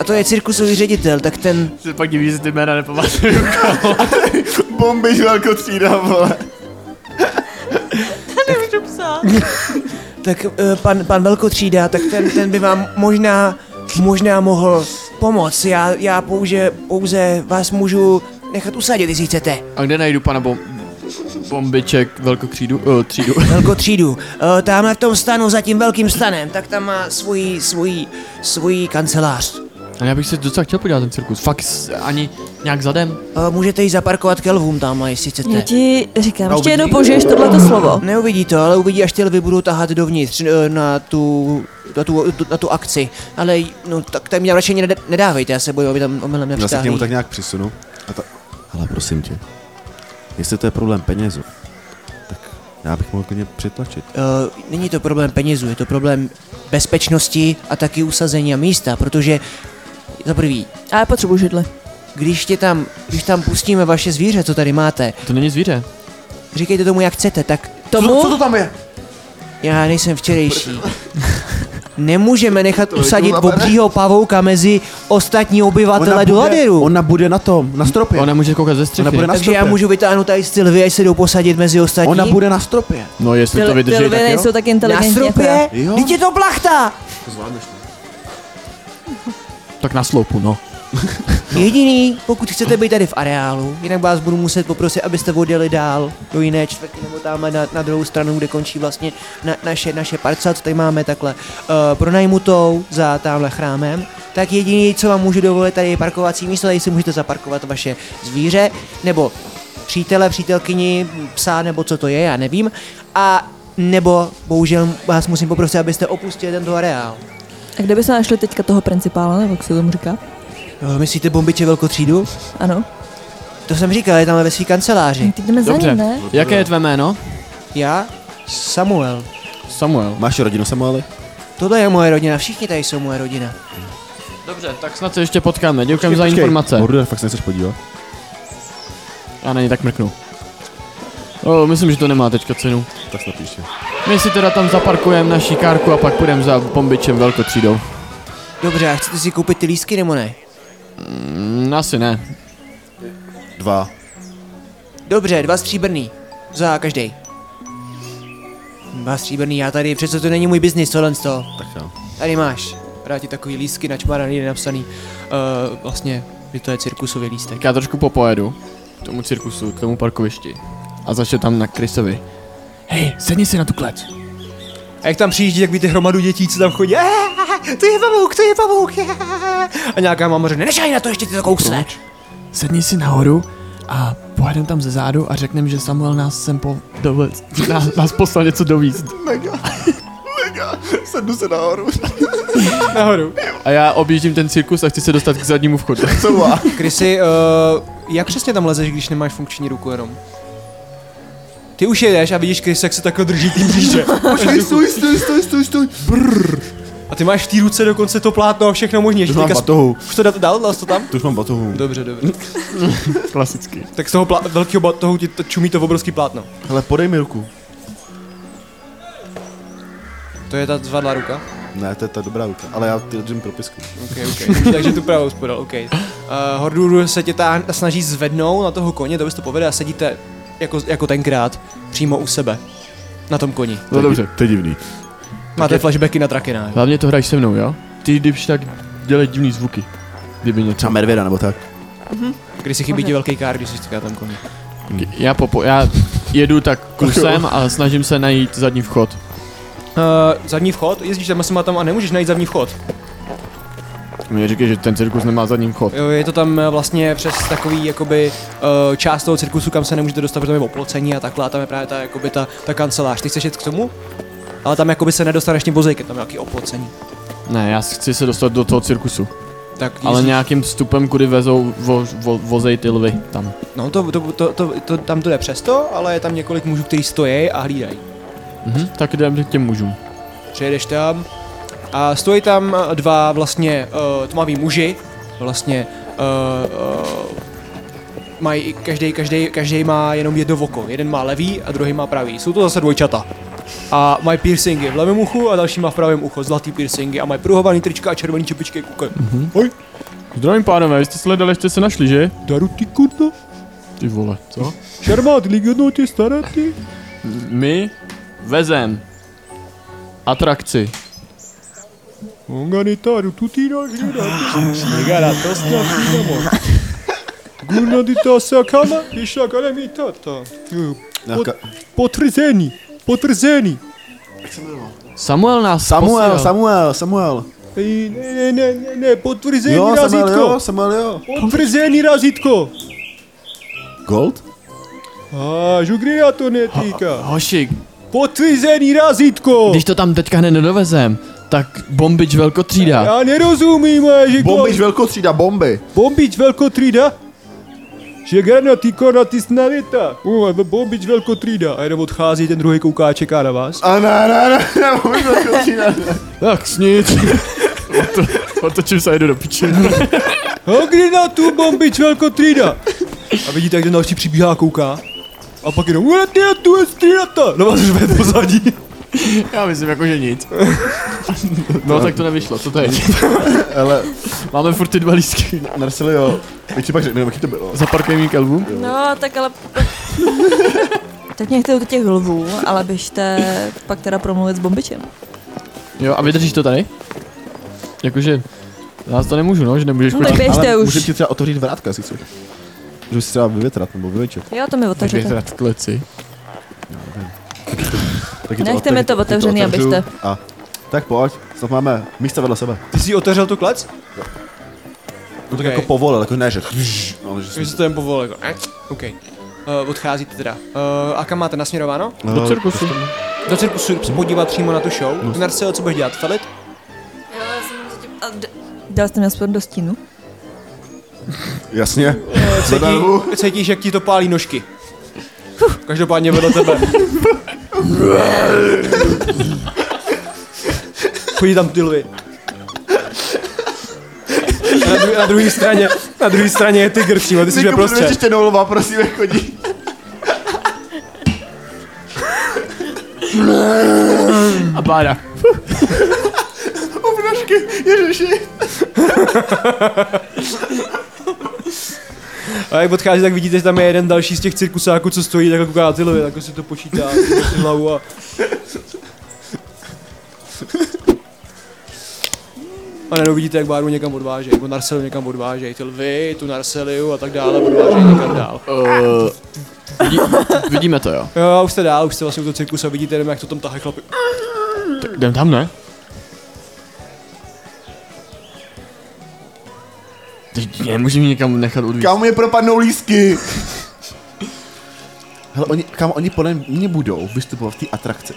A to je cirkusový ředitel, tak ten... Se pak diví, že ty jména nepamatuju. Bombiš velkou třída, vole. Tak eh, pan, pan Velkotřída, tak ten, ten by vám možná, možná mohl pomoct. Já, já pouze, pouze vás můžu nechat usadit, jestli chcete. A kde najdu pana bom... Bombiček velkokřídu? Uh, třídu. Velkotřídu. Eh, Tamhle v tom stanu, za tím velkým stanem, tak tam má svoji, svoji, svoji kancelář. A já bych se docela chtěl podívat na ten cirkus. Fakt s- ani nějak zadem. Eh, Můžete ji zaparkovat ke lvům tamhle, jestli Já chcete. ti říkám, ještě uvidí. jednou použiješ tohleto slovo. Neuvidí to, ale uvidí, až ty lvy budou tahat dovnitř eh, na tu, na tu, na tu akci. Ale no, tak tam mě radši ned- nedávejte, já se bojím, aby tam omylem Já se k němu nepřitáhlí. No, tak nějak přisunu. A ta... Hele, prosím tě. Jestli to je problém penězu, tak já bych mohl klidně přitlačit. Eh, není to problém penězů, je to problém bezpečnosti a taky usazení a místa, protože za prvý, A já potřebuji židli. když tě tam, když tam pustíme vaše zvíře, co tady máte, To není zvíře. říkejte tomu, jak chcete, tak Tomu? tam je? já nejsem včerejší. Nemůžeme nechat usadit obřího pavouka mezi ostatní obyvatele do bude, laderu. ona bude na tom, na stropě. Ona může koukat ze Ona střechy. bude na Takže já stropě. můžu vytáhnout tady z Sylvie, až se jdou posadit mezi ostatní. Ona bude na stropě. No jestli to Ty, ty vydrží, lvy tak jo. nejsou tak na inteligentní jako já. stropě? Jo. Teď je to plachta! Tak na sloupu, no. No. Jediný, pokud chcete být tady v areálu, jinak vás budu muset poprosit, abyste odjeli dál do jiné čtvrky nebo tamhle na, na druhou stranu, kde končí vlastně na, naše, naše parca, co tady máme takhle uh, pronajmutou za tamhle chrámem. Tak jediný, co vám můžu dovolit, tady je parkovací místo, tady si můžete zaparkovat vaše zvíře, nebo přítele, přítelkyni, psa, nebo co to je, já nevím. A nebo bohužel vás musím poprosit, abyste opustili tento areál. A kde by se našli teďka toho principála, nebo jak se tomu říká? Eh, Myslíte bombiče velkotřídu? Ano. To jsem říkal, je tam ve své kanceláři. Teď jdeme za Dobře. ním, ne? Jaké je tvé jméno? Já? Samuel. Samuel. Máš rodinu, Samueli? Tohle je moje rodina, všichni tady jsou moje rodina. Dobře, tak snad se ještě potkáme. Děkujeme za informace. Mordo, fakt se nechceš podívat. Já na ně tak mrknu. O, myslím, že to nemá teďka cenu. Tak snad ještě. My si teda tam zaparkujeme naší kárku a pak půjdeme za bombičem velkotřídou. Dobře, a chcete si koupit ty lísky nebo ne? Mm, asi ne. Dva. Dobře, dva stříbrný. Za každý. Dva stříbrný, já tady, přece to není můj biznis, tohle z toho. Tak jo. Tady máš. Rádi takový lísky načmaraný, napsaný. Uh, vlastně, že to je cirkusový lístek. Tak já trošku popojedu k tomu cirkusu, k tomu parkovišti. A začnu tam na Chrisovi. Hej, sedni si na tu klec. A jak tam přijíždí, jak víte hromadu dětí, co tam chodí. "Eh, To je pavouk, to je pavouk. eh." A nějaká máma řekne, Nežaj na to, ještě ty to kousne. Sedni si nahoru a pojedem tam ze zádu a řekneme, že Samuel nás sem po... Dovez, nás, nás poslal něco dovíst. Sednu se nahoru. nahoru. A já objíždím ten cirkus a chci se dostat k zadnímu vchodu. Co má? Krysy, uh, jak přesně tam lezeš, když nemáš funkční ruku jenom? Ty už jedeš a vidíš Krys, jak se takhle drží tím blíže. Počkej, stůj, stůj, stůj, stůj, stůj. A ty máš v té ruce dokonce to plátno a všechno možně. Už že mám teďka sp- batohu. Už to dal, dal, dal jsi to tam? To už mám batohu. Dobře, dobře. Klasicky. Tak z toho plá- velkého batohu ti to čumí to obrovský plátno. Hele, podej mi ruku. To je ta zvadlá ruka. Ne, to je ta dobrá ruka, ale já ti držím propisku. Okay, okay. Takže tu pravou spodal, OK. Uh, Horduru se tě tá, snaží zvednout na toho koně, to bys to povede a sedíte jako, jako tenkrát přímo u sebe. Na tom koni. No dobře. To je divný. Máte flashbacky na Trakena. Hlavně to hraješ se mnou, jo? Ty když tak dělej divný zvuky. Kdyby něco. Třeba medvěda nebo tak. Když si chybí ti velký kár, když jsi na tom koni. Já, popo- já jedu tak kusem a snažím se najít zadní vchod. Uh, zadní vchod, jezdíš tam asi tam a nemůžeš najít zadní vchod. Mě říkají, že ten cirkus nemá zadní vchod. Jo, je to tam eh, vlastně přes takový jakoby uh, část toho cirkusu, kam se nemůžete dostat, protože tam je oplocení a takhle a tam je právě ta, jakoby ta, ta kancelář. Ty chceš jít k tomu? Ale tam jakoby se nedostaneš tím vozejkem, tam je nějaký oplocení. Ne, já chci se dostat do toho cirkusu. Tak Ale jezdíš- nějakým vstupem, kudy vezou, vo, vo, vozej ty lvy tam. No, to, to, to, to, to, tam to jde přesto, ale je tam několik mužů, kteří stojí a hlídají. Mhm, tak jdem k těm mužům. Přijedeš tam a stojí tam dva vlastně uh, tmaví muži, vlastně uh, uh, mají každý, každý, každý má jenom jedno oko. Jeden má levý a druhý má pravý. Jsou to zase dvojčata. A mají piercingy v levém uchu a další má v pravém uchu, zlatý piercingy a mají pruhovaný trička a červený čepičky jako kukem. Zdravím pánové, vy jste sledali, jste se našli, že? Daru ty kurdo, Ty vole, co? šarmát, ligno ty staré ty. My vezem atrakci. Unganitaru, tu ty náš Negara, to snad jdemo. Gurnadita sakama, išla kanemitata. Nějaká... Potrzení, potrzení. Samuel nás Samuel, posílal. Samuel, Samuel. Ej, Ne, ne, ne, ne, ne, potvrzení Jo, Samuel, razítko. jo, Samuel, jo. Potvrzení razítko. Gold? A žugrina to netýká. Hoši, Potvrzení razítko. když to tam teďka hned nedovezem, tak bombič velkotřída. Já nerozumím, ale že Bombič velkotřída, bomby. bombič velkotřída. Že granatíko na ty snavita. Uh, bombič velkotřída. A jenom odchází, ten druhý kouká, čeká na vás. A ne, ne, ne, ne, bombič velkotřída. Tak snit. Oto- Otočím se a jdu do piči. Hogni na tu bombič velkotrída! A vidíte, jak ten další přibíhá a kouká. A pak jenom, "Ule, ty je tu je strýnata! No vás řve pozadí. Já myslím jako, že nic. No tak to nevyšlo, co to je? Ale Máme furt ty dva lístky. Narsili, jo. Víš ti pak řeknu, jaký to bylo. Zaparkujeme k elbu. No, tak ale... Teď nechte u těch lvů, ale běžte pak teda promluvit s bombičem. Jo, a vydržíš to tady? Jakože, já to nemůžu, no, že nemůžeš No tak chodit. běžte Ale už. Můžu ti třeba otevřít vrátka, jestli chceš. Můžu si třeba vyvětrat nebo vyvětřit. Jo, to mi otevřete. Běžte v kleci. Taky Nechte mi to taky otevřený a otevřu běžte. A tak pojď, snad máme místa vedle sebe. Ty jsi otevřel tu klec? No tak Okej. jako povolil, jako ne, že... No, že Vy jste jen povolil, jako, eh, OK. Uh, odcházíte teda. Uh, a kam máte nasměrováno? No, Do cirkusu. Do cirkusu se podívat přímo na tu show. No. Narcel, co budeš dělat? Felit? Jo, já jsem mezi tím- a d- Dal jste mě aspoň do stínu? Jasně. Cítí, Zadarmo. cítíš, jak ti to pálí nožky. Každopádně vedle tebe. Chodí tam ty lvy. Na, dru- na druhé straně, na druhé straně je tygr přímo, ty jsi prostě- ve prostě- Nikomu prostřed. nevyčištěnou lva, prosím, jak chodí. A báda. Obnožky, ježiši. A jak odchází, tak vidíte, že tam je jeden další z těch cirkusáků, co stojí, tak kouká na ty lvy, tak si to počítá, jako si hlavu a... A najednou vidíte, jak Báru někam odvážejí, nebo Narseliu někam odvážejí, ty lvy, tu Narseliu a tak dále, odvážejí někam dál. Uh, vidí, vidíme to, jo. Jo, a už jste dál, už jste vlastně u toho cirkusu a vidíte, jenom, jak to tam tahle chlapi. Tak jdem tam, ne? Teď nemůžeme nikam nechat odvíjet. Kam je propadnou lísky? Hele, oni, kam oni podle mě budou vystupovat v té atrakci.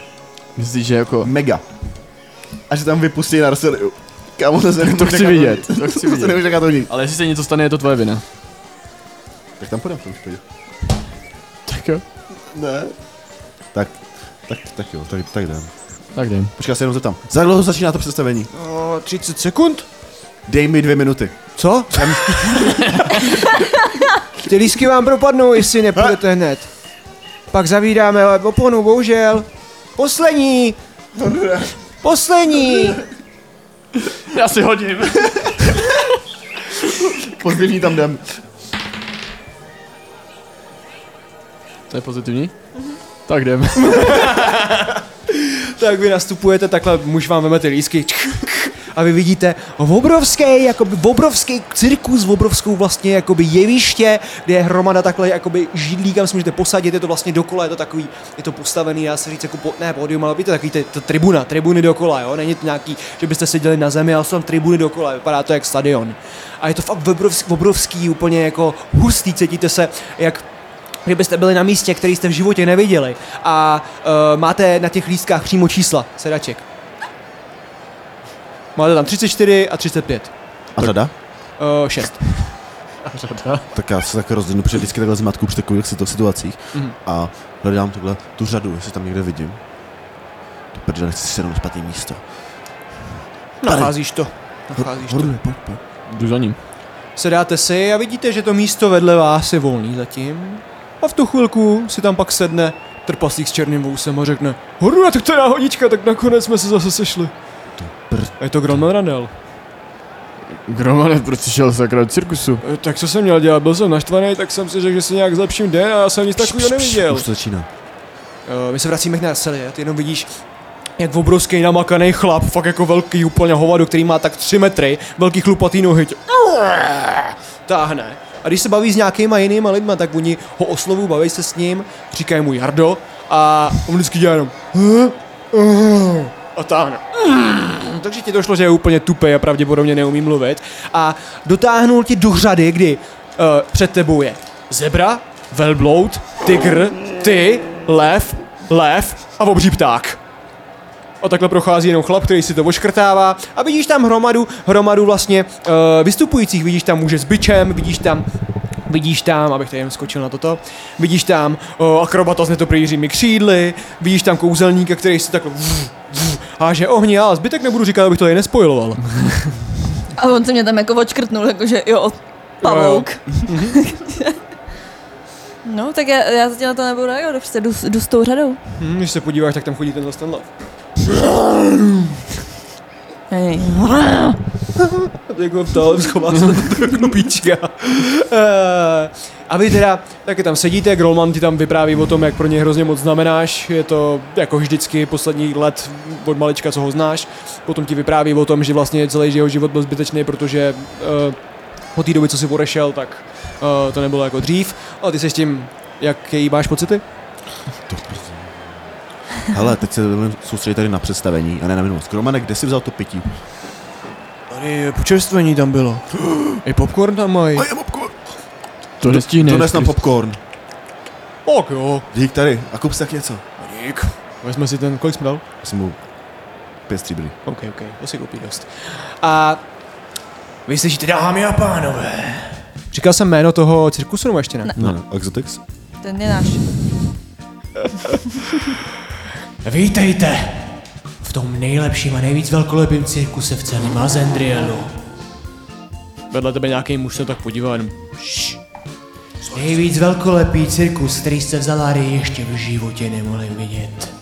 Myslíš, že jako... Mega. A že tam vypustí Narseliu. Kámo, to se To chci vidět, to chci To se vidět. nemůže nechat hodit. Ale jestli se něco stane, je to tvoje vina. Tak tam půjdem v tom případě. Tak jo. Ne. Tak, tak, tak jo, tak, tak jdem. Tak jdem. Počkej, já se jenom zeptám. Za dlouho začíná to představení? O, 30 sekund? Dej mi dvě minuty. Co? Ty lísky vám propadnou, jestli nepůjdete hned. Pak zavídáme oponu, bohužel. Poslední! Poslední! Já si hodím. Pozitivní tam jdem. To je pozitivní? Tak jdem. Tak vy nastupujete, takhle muž vám veme ty lísky. A vy vidíte obrovský, jakoby, obrovský cirkus, obrovskou vlastně jakoby jeviště, kde je hromada takhle jakoby židlí, kam se můžete posadit, je to vlastně dokola, je to takový, je to postavený, já se říct, jako po, ne pódium, ale víte, takový ty, ta tribuna, tribuny dokola, jo, není to nějaký, že byste seděli na zemi, ale jsou tam tribuny dokola, vypadá to jak stadion. A je to fakt obrovský, obrovský úplně jako hustý, cítíte se, jak kdybyste byli na místě, který jste v životě neviděli a uh, máte na těch lístkách přímo čísla sedaček. Máte tam 34 a 35. A řada? Uh, 6. Tak já se tak rozhodnu, protože vždycky takhle zmatku při takových situ- situacích Mhm. a hledám tuhle tu řadu, jestli tam někde vidím. To prdele, chci si jenom špatný místo. Nacházíš to. Nacházíš to. Horule, pojď, pojď. Jdu za ním. Sedáte si a vidíte, že to místo vedle vás je volný zatím. A v tu chvilku si tam pak sedne trpaslík s černým vousem a řekne Hurra, tak to je náhodička, tak nakonec jsme se zase sešli. prd- A je to Grandman Ranel. Gromane, proč jsi šel sakra do cirkusu? E, Tak co jsem měl dělat? Byl jsem naštvaný, tak jsem si řekl, že si nějak zlepším den a já jsem nic takového neviděl. Už to začíná. Eh, my se vracíme k Narseli, ty jenom vidíš, jak obrovský namakaný chlap, fakt jako velký úplně hovado, který má tak 3 metry, velký chlupatý nohy, tě- táhne. A když se baví s nějakýma jinýma lidma, tak oni ho oslovu, baví se s ním, říkají mu Jardo a on vždycky dělá jenom "Huh? Oh." a táhne. Takže ti došlo, že je úplně tupej a pravděpodobně neumí mluvit. A dotáhnul ti do řady, kdy uh, před tebou je zebra, velbloud, tygr, ty, lev, lev a obří pták. A takhle prochází jenom chlap, který si to oškrtává a vidíš tam hromadu, hromadu vlastně uh, vystupujících, vidíš tam muže s bičem, vidíš tam Vidíš tam, abych tady jenom skočil na toto, vidíš tam o, akrobata s netoprýřími křídly, vidíš tam kouzelníka, který si takhle vf, vf, háže ohně, ale zbytek nebudu říkat, abych to tady nespojiloval. A on No Mhm. se mě tam jako očkrtnul, jakože jo, pavouk. No, tak já, já zatím na to nebudu reagovat, prostě jdu, s- jdu s tou řadou. Hm, když se podíváš, tak tam chodí tenhle Stanlov. Hej. Jako ptal, schová se do knopíčka. Eh, A vy teda taky tam sedíte, Grolman ti tam vypráví o tom, jak pro ně hrozně moc znamenáš, je to jako vždycky poslední let od malička, co ho znáš. Potom ti vypráví o tom, že vlastně celý jeho život byl zbytečný, protože eh, po té doby, co jsi odešel, tak eh, to nebylo jako dřív. A ty se s tím, jaký máš pocity? Hele, teď se budeme soustředit tady na představení a ne na minulost. Romane, kde jsi vzal to pití? Tady počerstvení tam bylo. I popcorn tam mají. je popcorn. To nestihneš. Dones nám popcorn. Ok, jo. Dík tady a kup si tak něco. Dík. Vezme si ten, kolik jsi mu dal? Já jsem mu pět stříbrý. OK, OK, to si koupí dost. A vy slyšíte, dámy a pánové. Říkal jsem jméno toho cirkusu, nebo ještě ne? No, no. Exotics? Ten je náš. Vítejte v tom nejlepším a nejvíc velkolepým cirkuse v celém Azendrielu. Vedle tebe nějaký muž se tak podívá jenom. Nejvíc velkolepý cirkus, který jste v Zalárii ještě v životě nemohli vidět.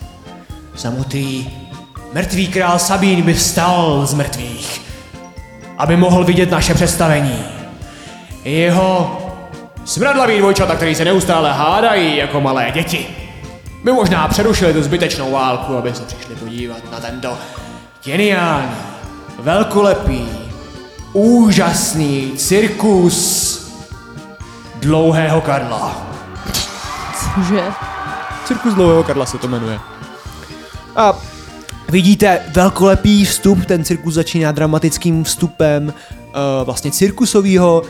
Samotný mrtvý král Sabín by vstal z mrtvých, aby mohl vidět naše představení. Jeho smradlavý dvojčata, který se neustále hádají jako malé děti, by možná přerušili tu zbytečnou válku, aby se přišli podívat na tento geniální, velkolepý, úžasný cirkus dlouhého Karla. Cože? Cirkus dlouhého Karla se to jmenuje. A vidíte velkolepý vstup, ten cirkus začíná dramatickým vstupem uh, vlastně cirkusového uh,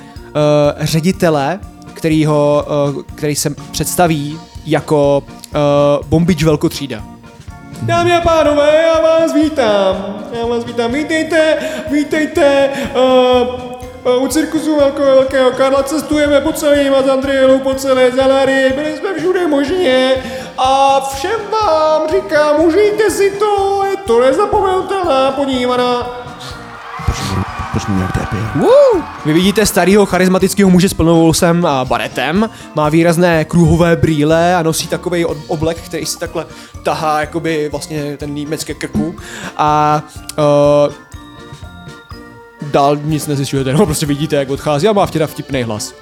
ředitele, který, ho, uh, který se představí jako uh, bombič velkotřída. Dámy a pánové, já vás vítám. Já vás vítám. Vítejte, vítejte. Uh, uh, u cirkusu Velkého, Velkého Karla cestujeme po celém Azandrielu, po celé Zalarii. Byli jsme všude možně. A všem vám říkám, užijte si to. Je to nezapomenutelná podívaná. Proč mi nějak tépě? Woo! Vy vidíte starého charismatického muže s plnou vousem a baretem, má výrazné kruhové brýle a nosí takový oblek, který si takhle tahá jakoby vlastně ten límec ke krku a uh, dál nic nezjišťujete, no prostě vidíte, jak odchází a má vtěda vtipný hlas.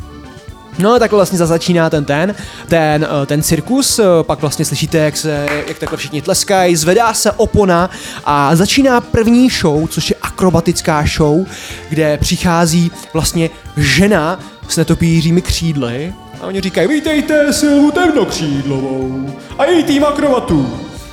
No, takhle vlastně za- začíná ten ten, ten, eh, ten cirkus, eh, pak vlastně slyšíte, jak, se, jak takhle všichni tleskají, zvedá se opona a začíná první show, což je akrobatická show, kde přichází vlastně žena s netopířími křídly a oni říkají, vítejte Silvu Temnokřídlovou a její tým akrobatů.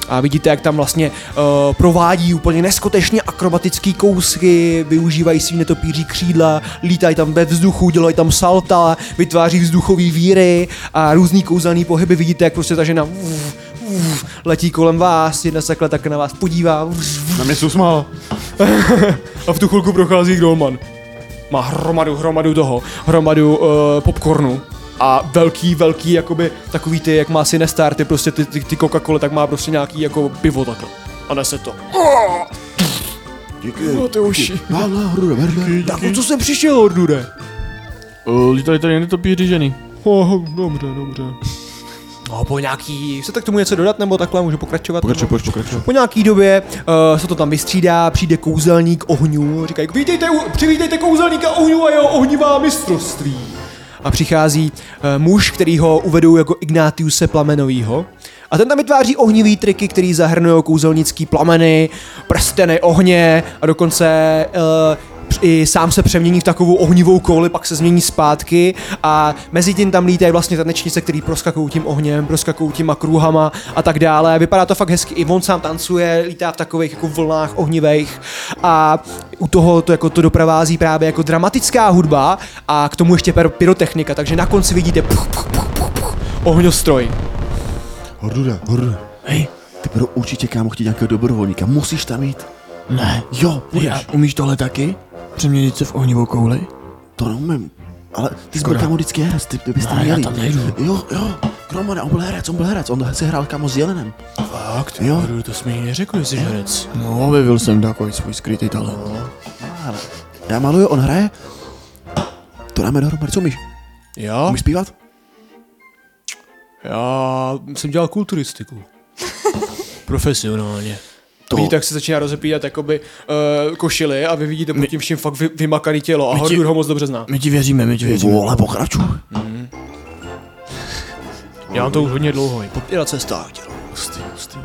A vidíte, jak tam vlastně uh, provádí úplně neskutečně akrobatické kousky, využívají svý netopíří křídla, lítají tam ve vzduchu, dělají tam salta, vytváří vzduchové víry a různý kouzelný pohyby. Vidíte, jak prostě ta žena uf, uf, letí kolem vás, jedna se takhle tak na vás podívá uf, Na mě se usmál. a v tu chvilku prochází Grolman. Má hromadu, hromadu toho, hromadu uh, popcornu a velký, velký, jakoby takový ty, jak má Sinestar, ty prostě ty, ty, ty Coca-Cola, tak má prostě nějaký jako pivo takhle. A nese to. Díky. No ty uši. Vála, hruda, verde. Tak o co jsem přišel, Lordure? Uh, Lítali tady netopíři ženy. Oh, dobře, dobře. No, po nějaký... Chcete k tomu něco dodat, nebo takhle můžu pokračovat? Pokračuj, Nebo- pokračuj, pokračuj. Po nějaký době uh, se to tam vystřídá, přijde kouzelník ohňů, říkají, vítejte, u- přivítejte kouzelníka ohňů a jeho ohnivá mistrovství. A přichází uh, muž, který ho uvedou jako Ignatiuse Plamenovýho. A ten tam vytváří ohnivý triky, který zahrnují kouzelnický plameny, prsteny ohně a dokonce uh, i sám se přemění v takovou ohnivou kouli, pak se změní zpátky a mezi tím tam lítají vlastně tanečnice, který proskakují tím ohněm, proskakují těma kruhama a tak dále. Vypadá to fakt hezky, i on sám tancuje, lítá v takových jako vlnách ohnivých a u toho to, jako to doprovází právě jako dramatická hudba a k tomu ještě pyro- pyrotechnika, takže na konci vidíte puch, puch, puch, puch, puch, ohňostroj. Hruda, hruda. Hej, ty budou určitě kámo chtít nějakého dobrovolníka. Musíš tam jít. Ne. Jo, budeš. umíš tohle taky? Přeměnit se v ohnivou kouli? To neumím. Ale ty jsi byl kámo vždycky herec, ty, ty byste Ne, já měli. tam nejdu. Jo, jo, Kromane, on byl herec, on byl herec, on si hrál kámo s Jelenem. Fakt? Jo, to jsme mi neřekl, jsi herec. No, objevil jsem takový svůj skrytý talent. ale já maluju, on hraje. To dáme dohromady, co umíš? Jo? Umíš zpívat? Já jsem dělal kulturistiku. Profesionálně. To. To- Vidíte, jak se začíná rozepírat jakoby uh, košily a vy vidíte pod tím vším fakt vy, vymakaný tělo a My ti- Hordur ho moc dobře zná. My ti věříme, my ti věříme. Vole, pokračuj. Já mám to už hodně dlouho. Popírat se stále tělo. Hustý, hustý.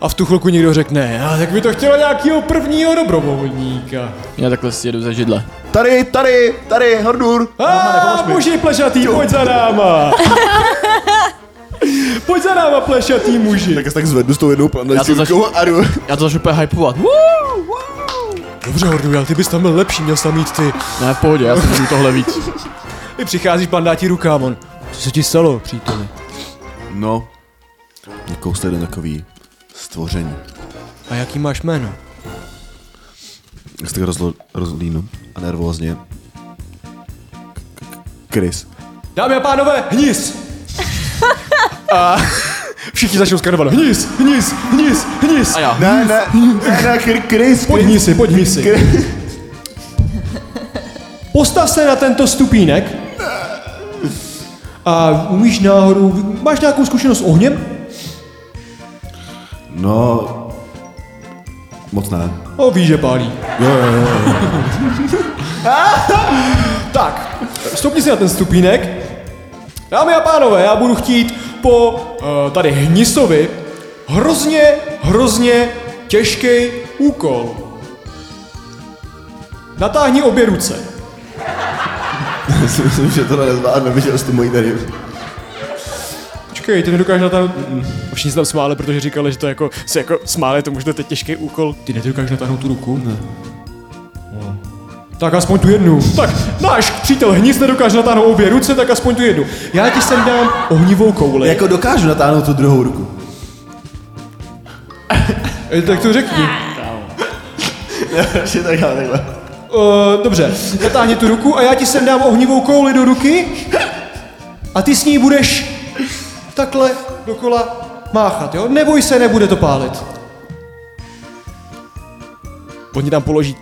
A v tu chvilku někdo řekne, a tak by to chtělo nějakého prvního dobrovolníka. Já takhle si jedu za židle. Tady, tady, tady, Hordur. A muži plešatý, pojď za náma. pojď za náma plešatý muži. Tak já se tak zvednu s tou jednou Já to zač- pandačkou a jdu. Já to začnu úplně hypovat. Woo! Dobře, Hordu, ale ty bys tam byl lepší, měl jsi tam jít ty. Ne, v pohodě, já si můžu tohle víc. Ty přicházíš pandátí rukám, on. Co se ti stalo, příteli? No. Jakou jste jeden takový stvoření. A jaký máš jméno? Jak se tak rozlo, rozlínu a nervózně. K- k- Chris. Dámy a pánové, hnis! A všichni začnou skanovat. Hnis, hnis, hnis, hnis. A já. Ne, ne, ne, ne, Chris, Chris. Pojď hnísi, pojď hnísi. Postav se na tento stupínek. A umíš náhodou, máš nějakou zkušenost s ohněm? No. Moc ne. O, No, víš, že pálí. tak, stopni si na ten stupínek. Dámy a pánové, já budu chtít po uh, tady hnisovi hrozně, hrozně těžký úkol. Natáhni obě ruce. Já si myslím, že tohle nezvládne, viděl jsi tu mojí tady. Počkej, ty nedokážeš natáhnout... Mm, Všichni se tam smáli, protože říkali, že to jako, se jako smáli, to možná to je těžký úkol. Ty nedokážeš natáhnout tu ruku? Ne. Tak aspoň tu jednu. Tak náš přítel hnízd nedokáže natáhnout obě ruce, tak aspoň tu jednu. Já ti sem dám ohnivou kouli. Jako dokážu natáhnout tu druhou ruku. E, tak to řekni. Ještě tak já takhle. Uh, dobře, natáhni tu ruku a já ti sem dám ohnivou kouli do ruky a ty s ní budeš takhle dokola máchat, jo? Neboj se, nebude to pálit. Oni tam položí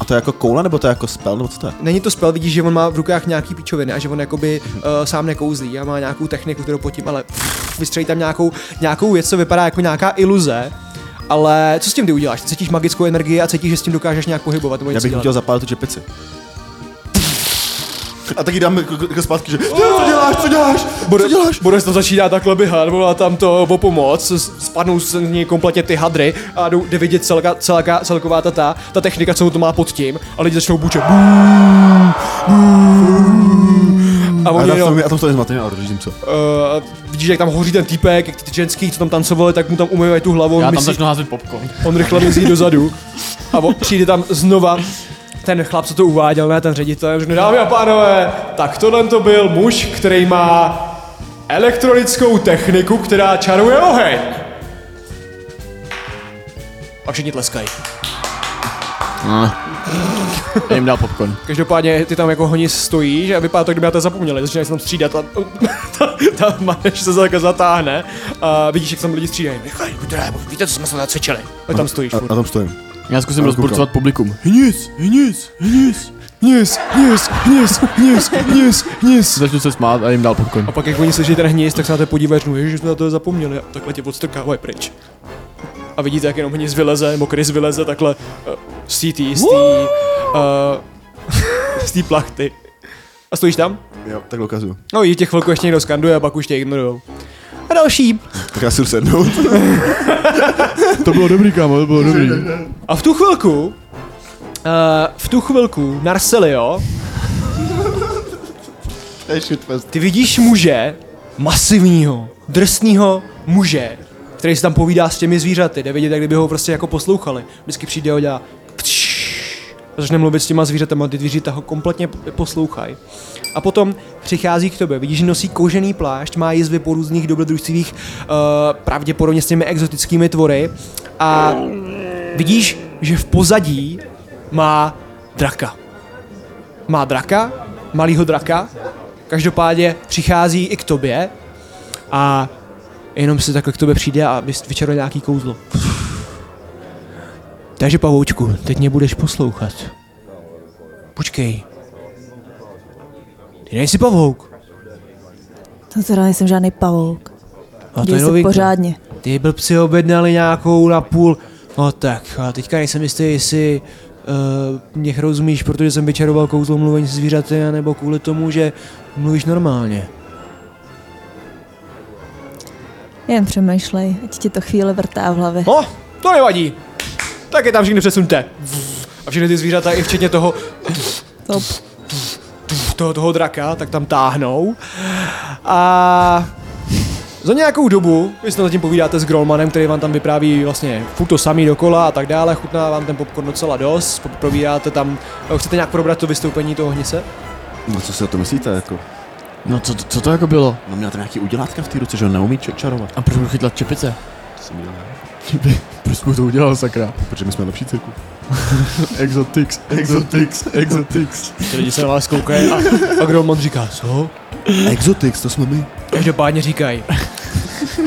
A to je jako koule, nebo to je jako spell, nebo co to je? Není to spel, vidíš, že on má v rukách nějaký píčoviny a že on jakoby uh, sám nekouzlí a má nějakou techniku, kterou pod tím, ale pff, vystřelí tam nějakou, nějakou věc, co vypadá jako nějaká iluze. Ale co s tím ty uděláš? Ty cítíš magickou energii a cítíš, že s tím dokážeš nějak pohybovat nebo Já něco bych mu dělat. chtěl zapálit tu čepici. A taky dám jako, jako zpátky, že co děláš, co děláš, co děláš? Boris to začíná takhle běhat, volá tam to o pomoc, s- spadnou z ní kompletně ty hadry a jdou jde vidět celka, celka, celková ta, ta, ta technika, co to má pod tím a lidi začnou bučet. A A oni tam jenom, jsem, já tam stojím zmatený a održím co. Uh, vidíš, jak tam hoří ten týpek, jak ty ženský, co tam tancovali, tak mu tam umývají tu hlavu, Já on, tam myslí, začnu házet popcorn. on rychle mizí dozadu a on, přijde tam znova ten chlap, co to uváděl, ne, ten ředitel, řekne, dámy a pánové, tak tohle to byl muž, který má elektronickou techniku, která čaruje oheň. A všichni tleskají. Já jim dal popcorn. Každopádně ty tam jako honí stojíš a vypadá to, kdyby na to zapomněli. Začínají se tam střídat a ta, ta manež se zaka zatáhne a vidíš, jak tam lidi střídají. Nechaj, kudrábo, víte, co jsme se nacvičili. A tam stojíš A, furt. a tam stojím. Já zkusím Ale rozburcovat publikum. Hnis, hnis, hnis. Hnis, hnis, hnis, hnis, hnis, hnis. Začnu se smát a jim dal popcorn. A pak jak oni slyší ten hnis, tak se na to podívají, že ježiš, jsme na to zapomněli a takhle tě odstrkávají pryč. A vidíte, jak jenom hnis vyleze, mokrys vyleze takhle uh, z té tý- z té, uh, z té plachty. A stojíš tam? Jo, tak ukazuju. No i tě chvilku ještě někdo skanduje a pak už tě ignorujou. A další. Tak já si jdu sednout. To bylo dobrý, kámo, to bylo dobrý. A v tu chvilku, uh, v tu chvilku, Narcelio, To je shitfest. ty vidíš muže, masivního, drsného muže, který se tam povídá s těmi zvířaty, jde vidět, jak kdyby ho prostě jako poslouchali. Vždycky přijde a dělá a začne mluvit s těma zvířatama, ty zvířata ho kompletně poslouchají. A potom přichází k tobě, vidíš, že nosí koužený plášť, má jizvy po různých dobrodružstvích, uh, pravděpodobně s těmi exotickými tvory a vidíš, že v pozadí má draka. Má draka, malýho draka, každopádně přichází i k tobě a jenom si takhle k tobě přijde a vys- vyčaruje nějaký kouzlo. Takže pavoučku, teď mě budeš poslouchat. Počkej. Ty nejsi pavouk. To teda nejsem žádný pavouk. A Děj se No, novinka. pořádně. Ty blbci objednali nějakou na půl. No tak, a teďka nejsem jistý, jestli uh, mě rozumíš, protože jsem vyčaroval kouzlo mluvení se zvířaty, nebo kvůli tomu, že mluvíš normálně. Jen přemýšlej, ať ti to chvíle vrtá v hlavě. No, to nevadí. Tak je tam všichni přesunte. A všechny ty zvířata, i včetně toho, Top. toho, toho draka, tak tam táhnou. A za nějakou dobu, vy si zatím povídáte s Grolmanem, který vám tam vypráví vlastně furt to samý dokola a tak dále, chutná vám ten popcorn docela dost, po- probíráte tam, eh, chcete nějak probrat to vystoupení toho hnice? No co si o to myslíte? Jako? No co, co to jako bylo? No měl tam nějaký udělátka v té ruce, že on neumí ček čarovat. A proč mu chytla čepice? Jsem měl, ne? Proč mu to udělal, sakra? Protože my jsme lepší cirku. Exotix, exotix, exotix. Ty lidi se na vás koukají a, a Grolman říká, co? Exotix, to jsme my. Každopádně říkají.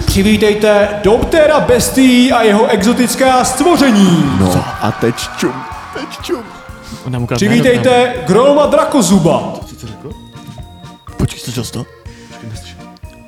Přivítejte Doptera Bestii a jeho exotická stvoření. No a teď čum. Teď čum. Ona mu ukradne jméno, Přivítejte Grolma Drakozuba. Co jsi řekl? ne? Počkej, co to?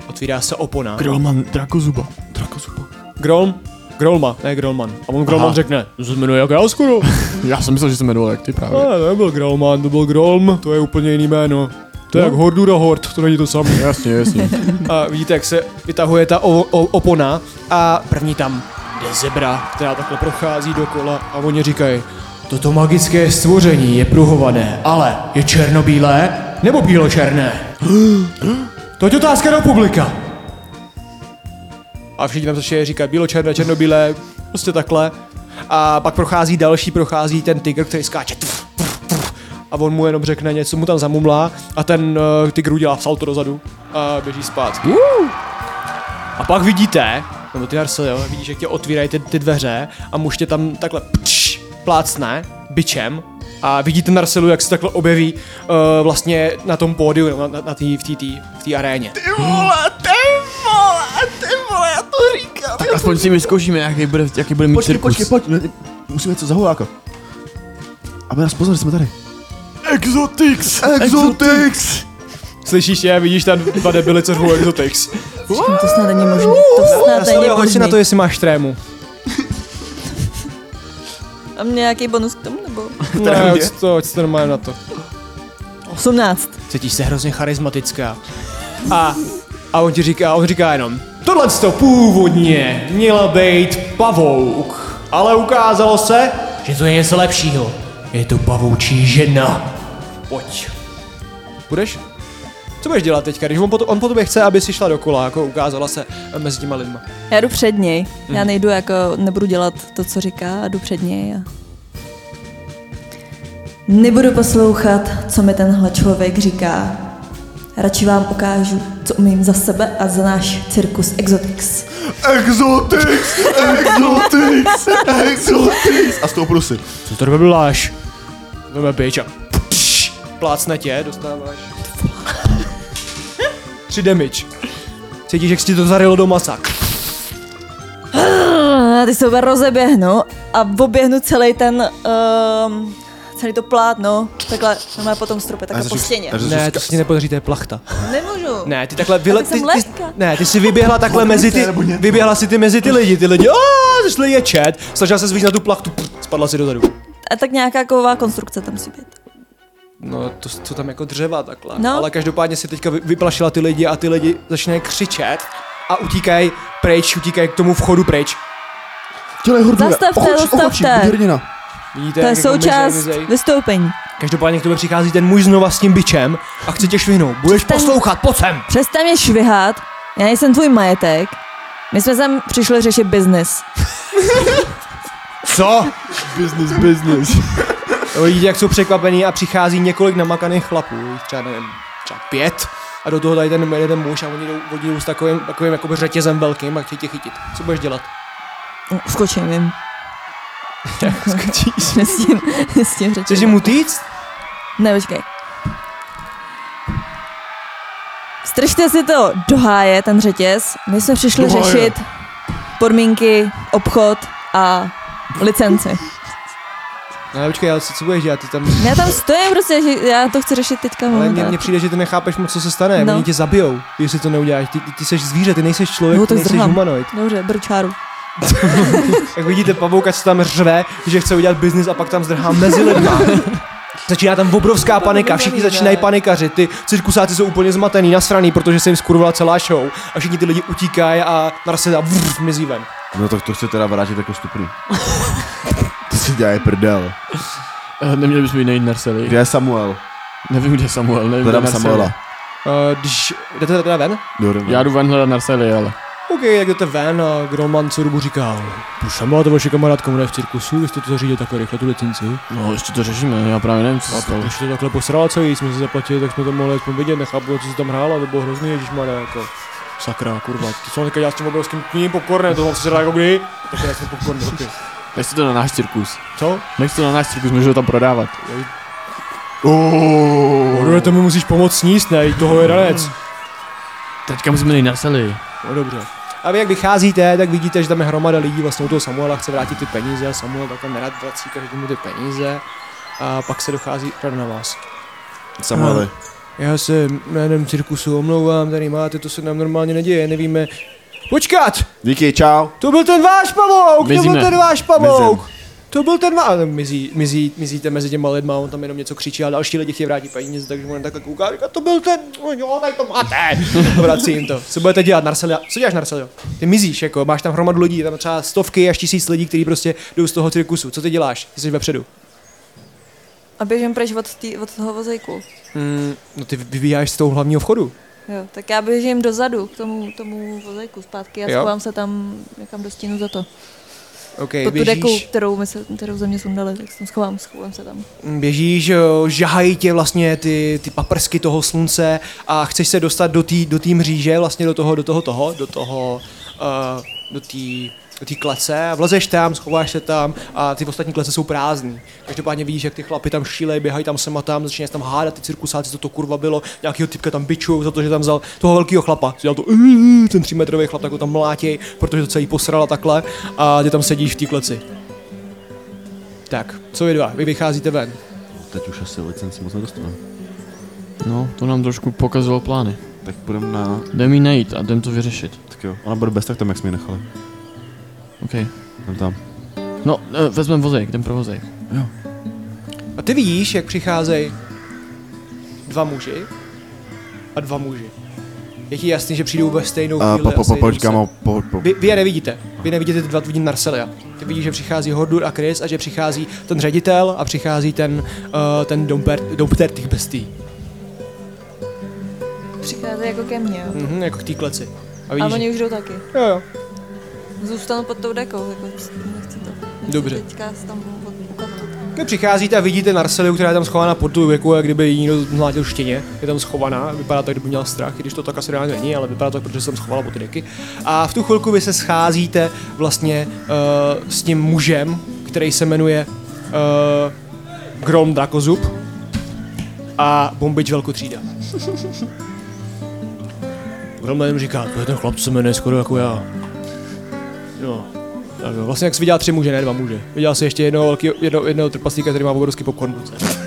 Otvírá se opona. Krolman Drakozuba. Drakozuba. Grol, Grolma, ne Grolman. A on Grolman Aha. řekne, to se jmenuje jak já skoro. Já jsem myslel, že se jmenoval jak ty právě. ne, nebyl Grolman, to byl Grolm, to je úplně jiný jméno. To je No. jak Hordura Hord, to není to samé. Jasně, jasně. A vidíte, jak se vytahuje ta o, o, opona a první tam jde zebra, která takhle prochází dokola a oni říkají, toto magické stvoření je pruhované, ale je černobílé nebo bíločerné? to je otázka do publika. A všichni tam začali říkat bíločerné, černobílé, prostě takhle. A pak prochází další, prochází ten tygr, který skáče. Tf, tf, tf. A on mu jenom řekne něco, mu tam zamumlá a ten uh, tygr udělá salto dozadu a běží zpátky. A pak vidíte, nebo ty Arso, jo, vidíš, jak tě otvírají ty, ty dveře a muž tě tam takhle pč, plácne bičem a vidíte Narcelu, jak se takhle objeví uh, vlastně na tom pódiu, na, na, na tý, v té tý, v tý aréně. tak aspoň si vyzkoušíme, jaký bude, jaký bude mít Počkej, cirkus. počkej, pojď. Ne, Musíme něco zaholákat. Aby nás poznali, jsme tady. Exotix! Exotix! Slyšíš je, vidíš tam dva debily, co řvou Exotix. Počkej, to snad není možný. To snad není Narcelu, hoď si na to, možný. jestli máš trému. A mě nějaký bonus k tomu nebo? Ne, hoď to, hoď to normálně na to. 18. Cítíš se hrozně charismatická. A, a on ti říká, on říká jenom, tohle to původně měla být pavouk, ale ukázalo se, že to je něco lepšího. Je to pavoučí žena. Pojď. Budeš? Co budeš dělat teďka, když on po, to, on po tobě chce, aby si šla dokola, jako ukázala se eh, mezi těma lidma. Já jdu před něj. Já nejdu jako, nebudu dělat to, co říká, a jdu před něj. A... Nebudu poslouchat, co mi tenhle člověk říká. Radši vám ukážu, co umím za sebe a za náš cirkus Exotix. Exotix! Exotix! Exotix! A stoupnu si. Co to dobláš? Veme bič a pš, plácne tě, dostáváš. Tři damage. Cítíš, jak jsi ti to zarilo do masa. A ty se oba rozeběhnu a oběhnu celý ten, um, celý to plátno, takhle, no po tom strope, A takhle já po začnu- stěně. a já začnu Ne, to skat- si nepodaří, to je plachta. Nemůžu. Ne, ty takhle vyle... Ale jsem ty, ty, lehká. ne, ty si vyběhla takhle mezi ty... nebo něco. Vyběhla si ty mezi ty lidi, ty lidi... Aaa, zašli je čet, snažila se zvíř na tu plachtu, pff, spadla si dozadu. A tak nějaká kovová konstrukce tam musí být. No, to jsou tam jako dřeva takhle. No. Ale každopádně si teďka vy- vyplašila ty lidi a ty lidi začínají křičet a utíkají pryč, utíkají k tomu vchodu pryč. Dělej hordura. Zastavte, zastavte. hrdina. Vidíte, To je jak jako součást mizej, mizej. vystoupení. Každopádně k tobě přichází ten muž znova s tím bičem a chce tě švihnout. Budeš Přestaň. poslouchat, pojď sem! Přestaň mě švihat, já nejsem tvůj majetek. My jsme sem přišli řešit biznis. Co? Business, business. Vidíte, No, jak jsou překvapení a přichází několik namakaných chlapů, jich třeba nevím, třeba pět. A do toho tady ten jeden muž a oni jdou, oni jdou s takovým, takovým jakoby řetězem velkým a chtějí tě chytit. Co budeš dělat? Skočím jim. Skočíš. s tím, s tím Chceš jim utíct? Ne, počkej. Stržte si to do háje, ten řetěz. My jsme přišli Do háje. řešit podmínky, obchod a licenci. Ne, počkej, ale co, co budeš dělat? Ty tam... Já tam stojím prostě, že já to chci řešit teďka no, Ale mně, momentálně. mně přijde, že ty nechápeš moc, co se stane. No. No. Oni tě zabijou, jestli to neuděláš. Ty, ty, ty jsi zvíře, ty nejseš člověk, No, ty to nejseš zdrhám. humanoid. Dobře, brčáru. Jak vidíte, pavouka se tam řve, že chce udělat biznis a pak tam zdrhá mezi lidma. Začíná tam obrovská panika, všichni začínají panikařit, ty cirkusáci jsou úplně zmatený, nasraný, protože se jim skurvila celá show a všichni ty lidi utíkají a Narseda vrf, mizí ven. No tak to chci teda vrátit jako stupný. to si dělá prdel. Eh, Neměli bychom jít najít Narsely. Kde je Samuel? Nevím, kde je Samuel, nevím, kde je Hledám Narsely. Samuela. Uh, když jdete teda ven? Jo, jdem. Já jdu ven hledat Narsely, ale. OK, jak jdete ven a Groman Curubu říká, proč tam máte vaše kamarádka, ona je v cirkusu, vy jste to zařídili takhle rychle, tu licenci. No, ještě to řešíme, já právě nevím, co se stalo. Když to takhle posrala celý, jsme se zaplatili, tak jsme to mohli aspoň vidět, nechápu, co se tam hrála, to bylo hrozný, když má jako... Sakra, kurva, to co on teďka dělá s tím obrovským tím popcornem, to se dá jako kdy, tak já jsem popcorn, okay. Nechci to na náš cirkus. Co? Nechci to na náš cirkus, můžu ho tam prodávat. Oruje, to mi musíš pomoct sníst, ne, toho je ranec. Teďka musíme najít Narsely. No dobře. A vy jak vycházíte, tak vidíte, že tam je hromada lidí, vlastně u toho Samuela chce vrátit ty peníze a Samuel takhle nerad vrací každému ty peníze a pak se dochází rada na vás. Samueli. Já se jménem cirkusu omlouvám, tady máte, to se nám normálně neděje, nevíme. Počkat! Díky, čau. To byl ten váš pavouk! To Mizíme. byl ten váš pavouk! To byl ten váš... Mizí, mizí, mizíte mezi těma lidma, on tam jenom něco křičí a další lidi chtějí vrátit peníze, takže on takhle kouká a říká, to byl ten... No, jo, tak to máte! A vrací jim to. Co budete dělat, Narcelia? Co děláš, Narcelio? Ty mizíš, jako, máš tam hromadu lidí, je tam třeba stovky až tisíc lidí, kteří prostě jdou z toho cirkusu. Co ty děláš? Ty jsi vepředu. A běžím pryč od, tý, od toho vozejku. Mm, no ty vyvíjáš z toho hlavního vchodu. Jo, tak já běžím dozadu k tomu, tomu vozejku zpátky a Jo. schovám se tam někam do stínu za to. OK, Pod tu běžíš. deku, kterou, my se, kterou ze mě sundali, tak se tam schovám, schovám se tam. běžíš, jo, žahají tě vlastně ty, ty paprsky toho slunce a chceš se dostat do té do tý mříže, vlastně do toho, do toho, toho, do toho, uh, do té do té klece a vlezeš tam, schováš se tam a ty ostatní klece jsou prázdný. Každopádně vidíš, jak ty chlapy tam šílej, běhají tam sem a tam, začínají se tam hádat, ty cirkusáci, co to kurva bylo, nějakýho typka tam bičují za to, že tam vzal toho velkého chlapa. Dělal to, "Uh, ten třímetrový chlap, tak ho tam mlátěj, protože to celý posrala takhle a ty tam sedíš v té kleci. Tak, co vy dva? Vy vycházíte ven. Teď už asi licenci moc nedostanu. No, to nám trošku pokazilo plány. Tak půjdem na... Jdem ji najít a jdem to vyřešit. Tak jo. Ona bude bez tak tam, jak jsme ji nechali. OK. Jdem tam. No, eh, vezmeme vozejk, jdem pro vozejk. A ty vidíš, jak přicházejí dva muži a dva muži. Je ti jasný, že přijdou ve stejnou A chvíli. po, po, po, stejnou počkej, se- kámo, po, po. vy, vy, je nevidíte. Vy nevidíte ty dva vidí Narselia. Ty vidíš, že přichází Hordur a Chris a že přichází ten ředitel a přichází ten, uh, ten domper, dompter těch bestí. Přichází jako ke mně, jo. Mhm, jako k té kleci. A A vidíš, že... oni už jdou taky. jo, jo. Zůstanu pod tou dekou, jako nechci to. Nechci Dobře. Teďka se tam od- ukazovat. Vy přicházíte a vidíte Narseliu, která je tam schovaná pod tu věku, jak kdyby jí někdo mlátil štěně. Je tam schovaná, vypadá to, jak kdyby měla strach, i když to tak asi reálně není, ale vypadá to, tak, protože se tam schovala pod ty deky. A v tu chvilku vy se scházíte vlastně uh, s tím mužem, který se jmenuje uh, Grom Drakozub a Bombič Velkotřída. Grom jenom říká, to je ten chlap, co se jmenuje skoro jako já. No, tak jo, vlastně jak jsi viděl tři muže, ne dva muže. Viděl jsi ještě jednoho, velkýho, jedno, jednoho trpaslíka, který má obrovský popcorn v ruce.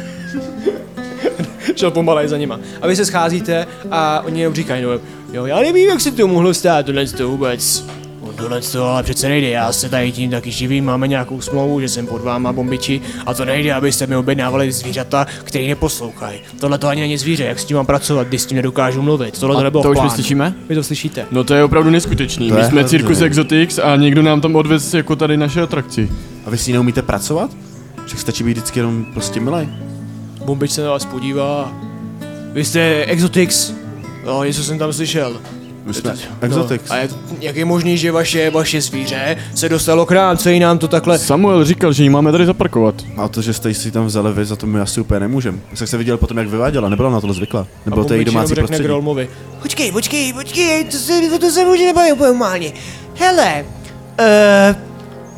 Šel pomalej za nima. A vy se scházíte a oni jenom říkají, no, jo, já nevím, jak se to mohlo stát, tohle to vůbec. No, Tohle to ale přece nejde, já se tady tím taky živím, máme nějakou smlouvu, že jsem pod váma bombiči a to nejde, abyste mi objednávali zvířata, který neposlouchají. Tohle to ani není zvíře, jak s tím mám pracovat, když s tím nedokážu mluvit, tohle to A nebylo to už plán. my slyšíme? Vy to slyšíte. No to je opravdu neskutečný. To My je jsme hrozný. Circus Exotics a někdo nám tam odvez jako tady naše atrakci. A vy si ji neumíte pracovat? Však stačí být vždycky jenom prostě milej. Bombič se na vás podívá. Vy jste Exotix? No, něco jsem tam slyšel. My jsme Exotics. No, a je, jak je možný, že vaše, vaše zvíře se dostalo k nám, co jí nám to takhle... Samuel říkal, že ji máme tady zaparkovat. A to, že jste si tam vzali vy, za to my asi úplně nemůžem. Já jsem se viděl potom, jak vyváděla, nebyla na tohle zvyklá. Nebylo to její Bombič jenom domácí řekne prostředí. Grolmovi. Počkej, počkej, počkej, to se, to se může nebavit úplně normálně. Hele, eh,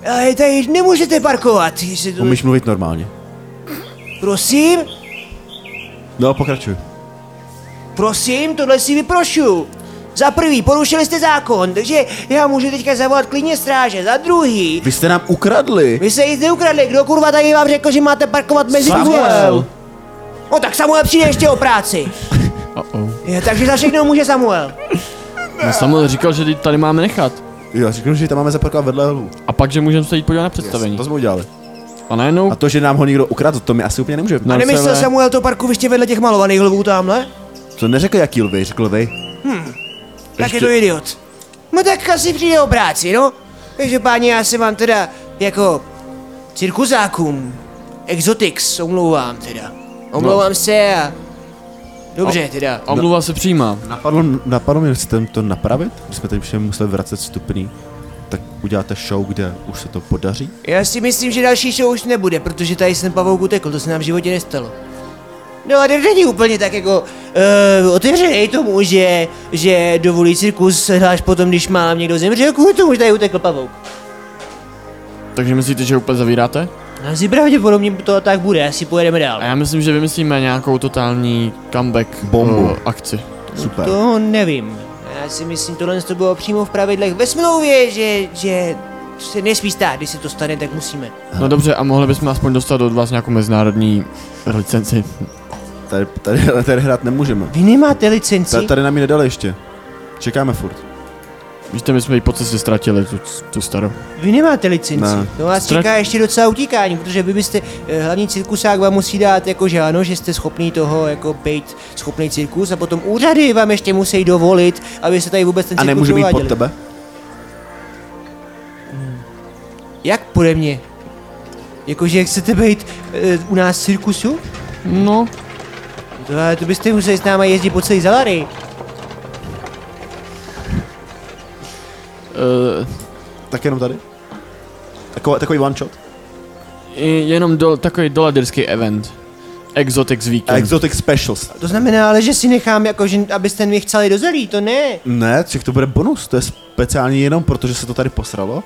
eh, tady nemůžete parkovat. jestli to- Umíš mluvit normálně. Prosím, No, pokračuj. prosím, tohle si vyprošu. Za prvý, porušili jste zákon, takže já můžu teďka zavolat klidně stráže. Za druhý, Vy jste nám ukradli. vy se nic neukradli, kdo kurva tady vám řekl, že máte parkovat mezi Samuel. No tak Samuel přijde ještě o práci. Uh-oh. Je, takže za všechno může Samuel. No Samuel říkal, že teď tady máme nechat. Jo, řeknu, že tam máme zaparkovat vedle hlu. A pak, že můžeme se jít podívat na představení. To jsme udělali. A najednou... A to, že nám ho někdo ukradl, to mi asi úplně nemůže. No. A nemyslel Samuel to parkoviště vedle těch malovaných lvů tamhle? To neřekl jaký lvy, řekl lvy. Tak je to idiot. No tak asi přijde o práci, no. Každopádně já se vám teda jako cirkuzákům, exotix, omlouvám teda. Omlouvám no. se a... Dobře teda. Omluva se přijímá. Napadlo, napadlo mě, chcete to napravit? My jsme teď všem museli vracet vstupný. Tak uděláte show, kde už se to podaří? Já si myslím, že další show už nebude, protože tady jsem pavouk utekl, to se nám v životě nestalo. No a není úplně tak jako uh, otevřený tomu, že, že dovolí cirkus hláš potom, když mám někdo zemřel, kvůli tomu, že tady utekl pavouk. Takže myslíte, že úplně zavíráte? Asi pravděpodobně to tak bude, asi pojedeme dál. Eh. A já myslím, že vymyslíme nějakou totální comeback Bombu. eh, akci. Super. To nevím. Já si myslím, tohle to bylo přímo v pravidlech ve smlouvě, že, že se nesmí stát, když se to stane, tak musíme. No dobře, a mohli bychom aspoň dostat od vás nějakou mezinárodní licenci. Tady, tady, tady, tady hrát nemůžeme. Vy nemáte licenci? Tady, tady nám ji nedali ještě. Čekáme furt. Víte, my jsme ji po cestě ztratili, tu, tu starou. Vy nemáte licenci. Ne. No vás Strat- čeká ještě docela utíkání, protože vy byste, eh, hlavní cirkusák vám musí dát jako že ano, že jste schopný toho jako být schopný cirkus a potom úřady vám ještě musí dovolit, aby se tady vůbec ten A cirkus nemůžu být pod prováděli. tebe? Jak pode mě? Jakože chcete být uh, u nás v cirkusu? No, To, ale to byste museli s náma jezdit po celý Zalary. uh, Tak jenom tady? Takový, takový one shot? jenom do, takový doladirský event. Exotics Weekend. Exotic Specials. To znamená ale, že si nechám, jako, že, abyste mě chceli do zelí, to ne. Ne, těch to bude bonus, to je speciální jenom proto, že se to tady posralo,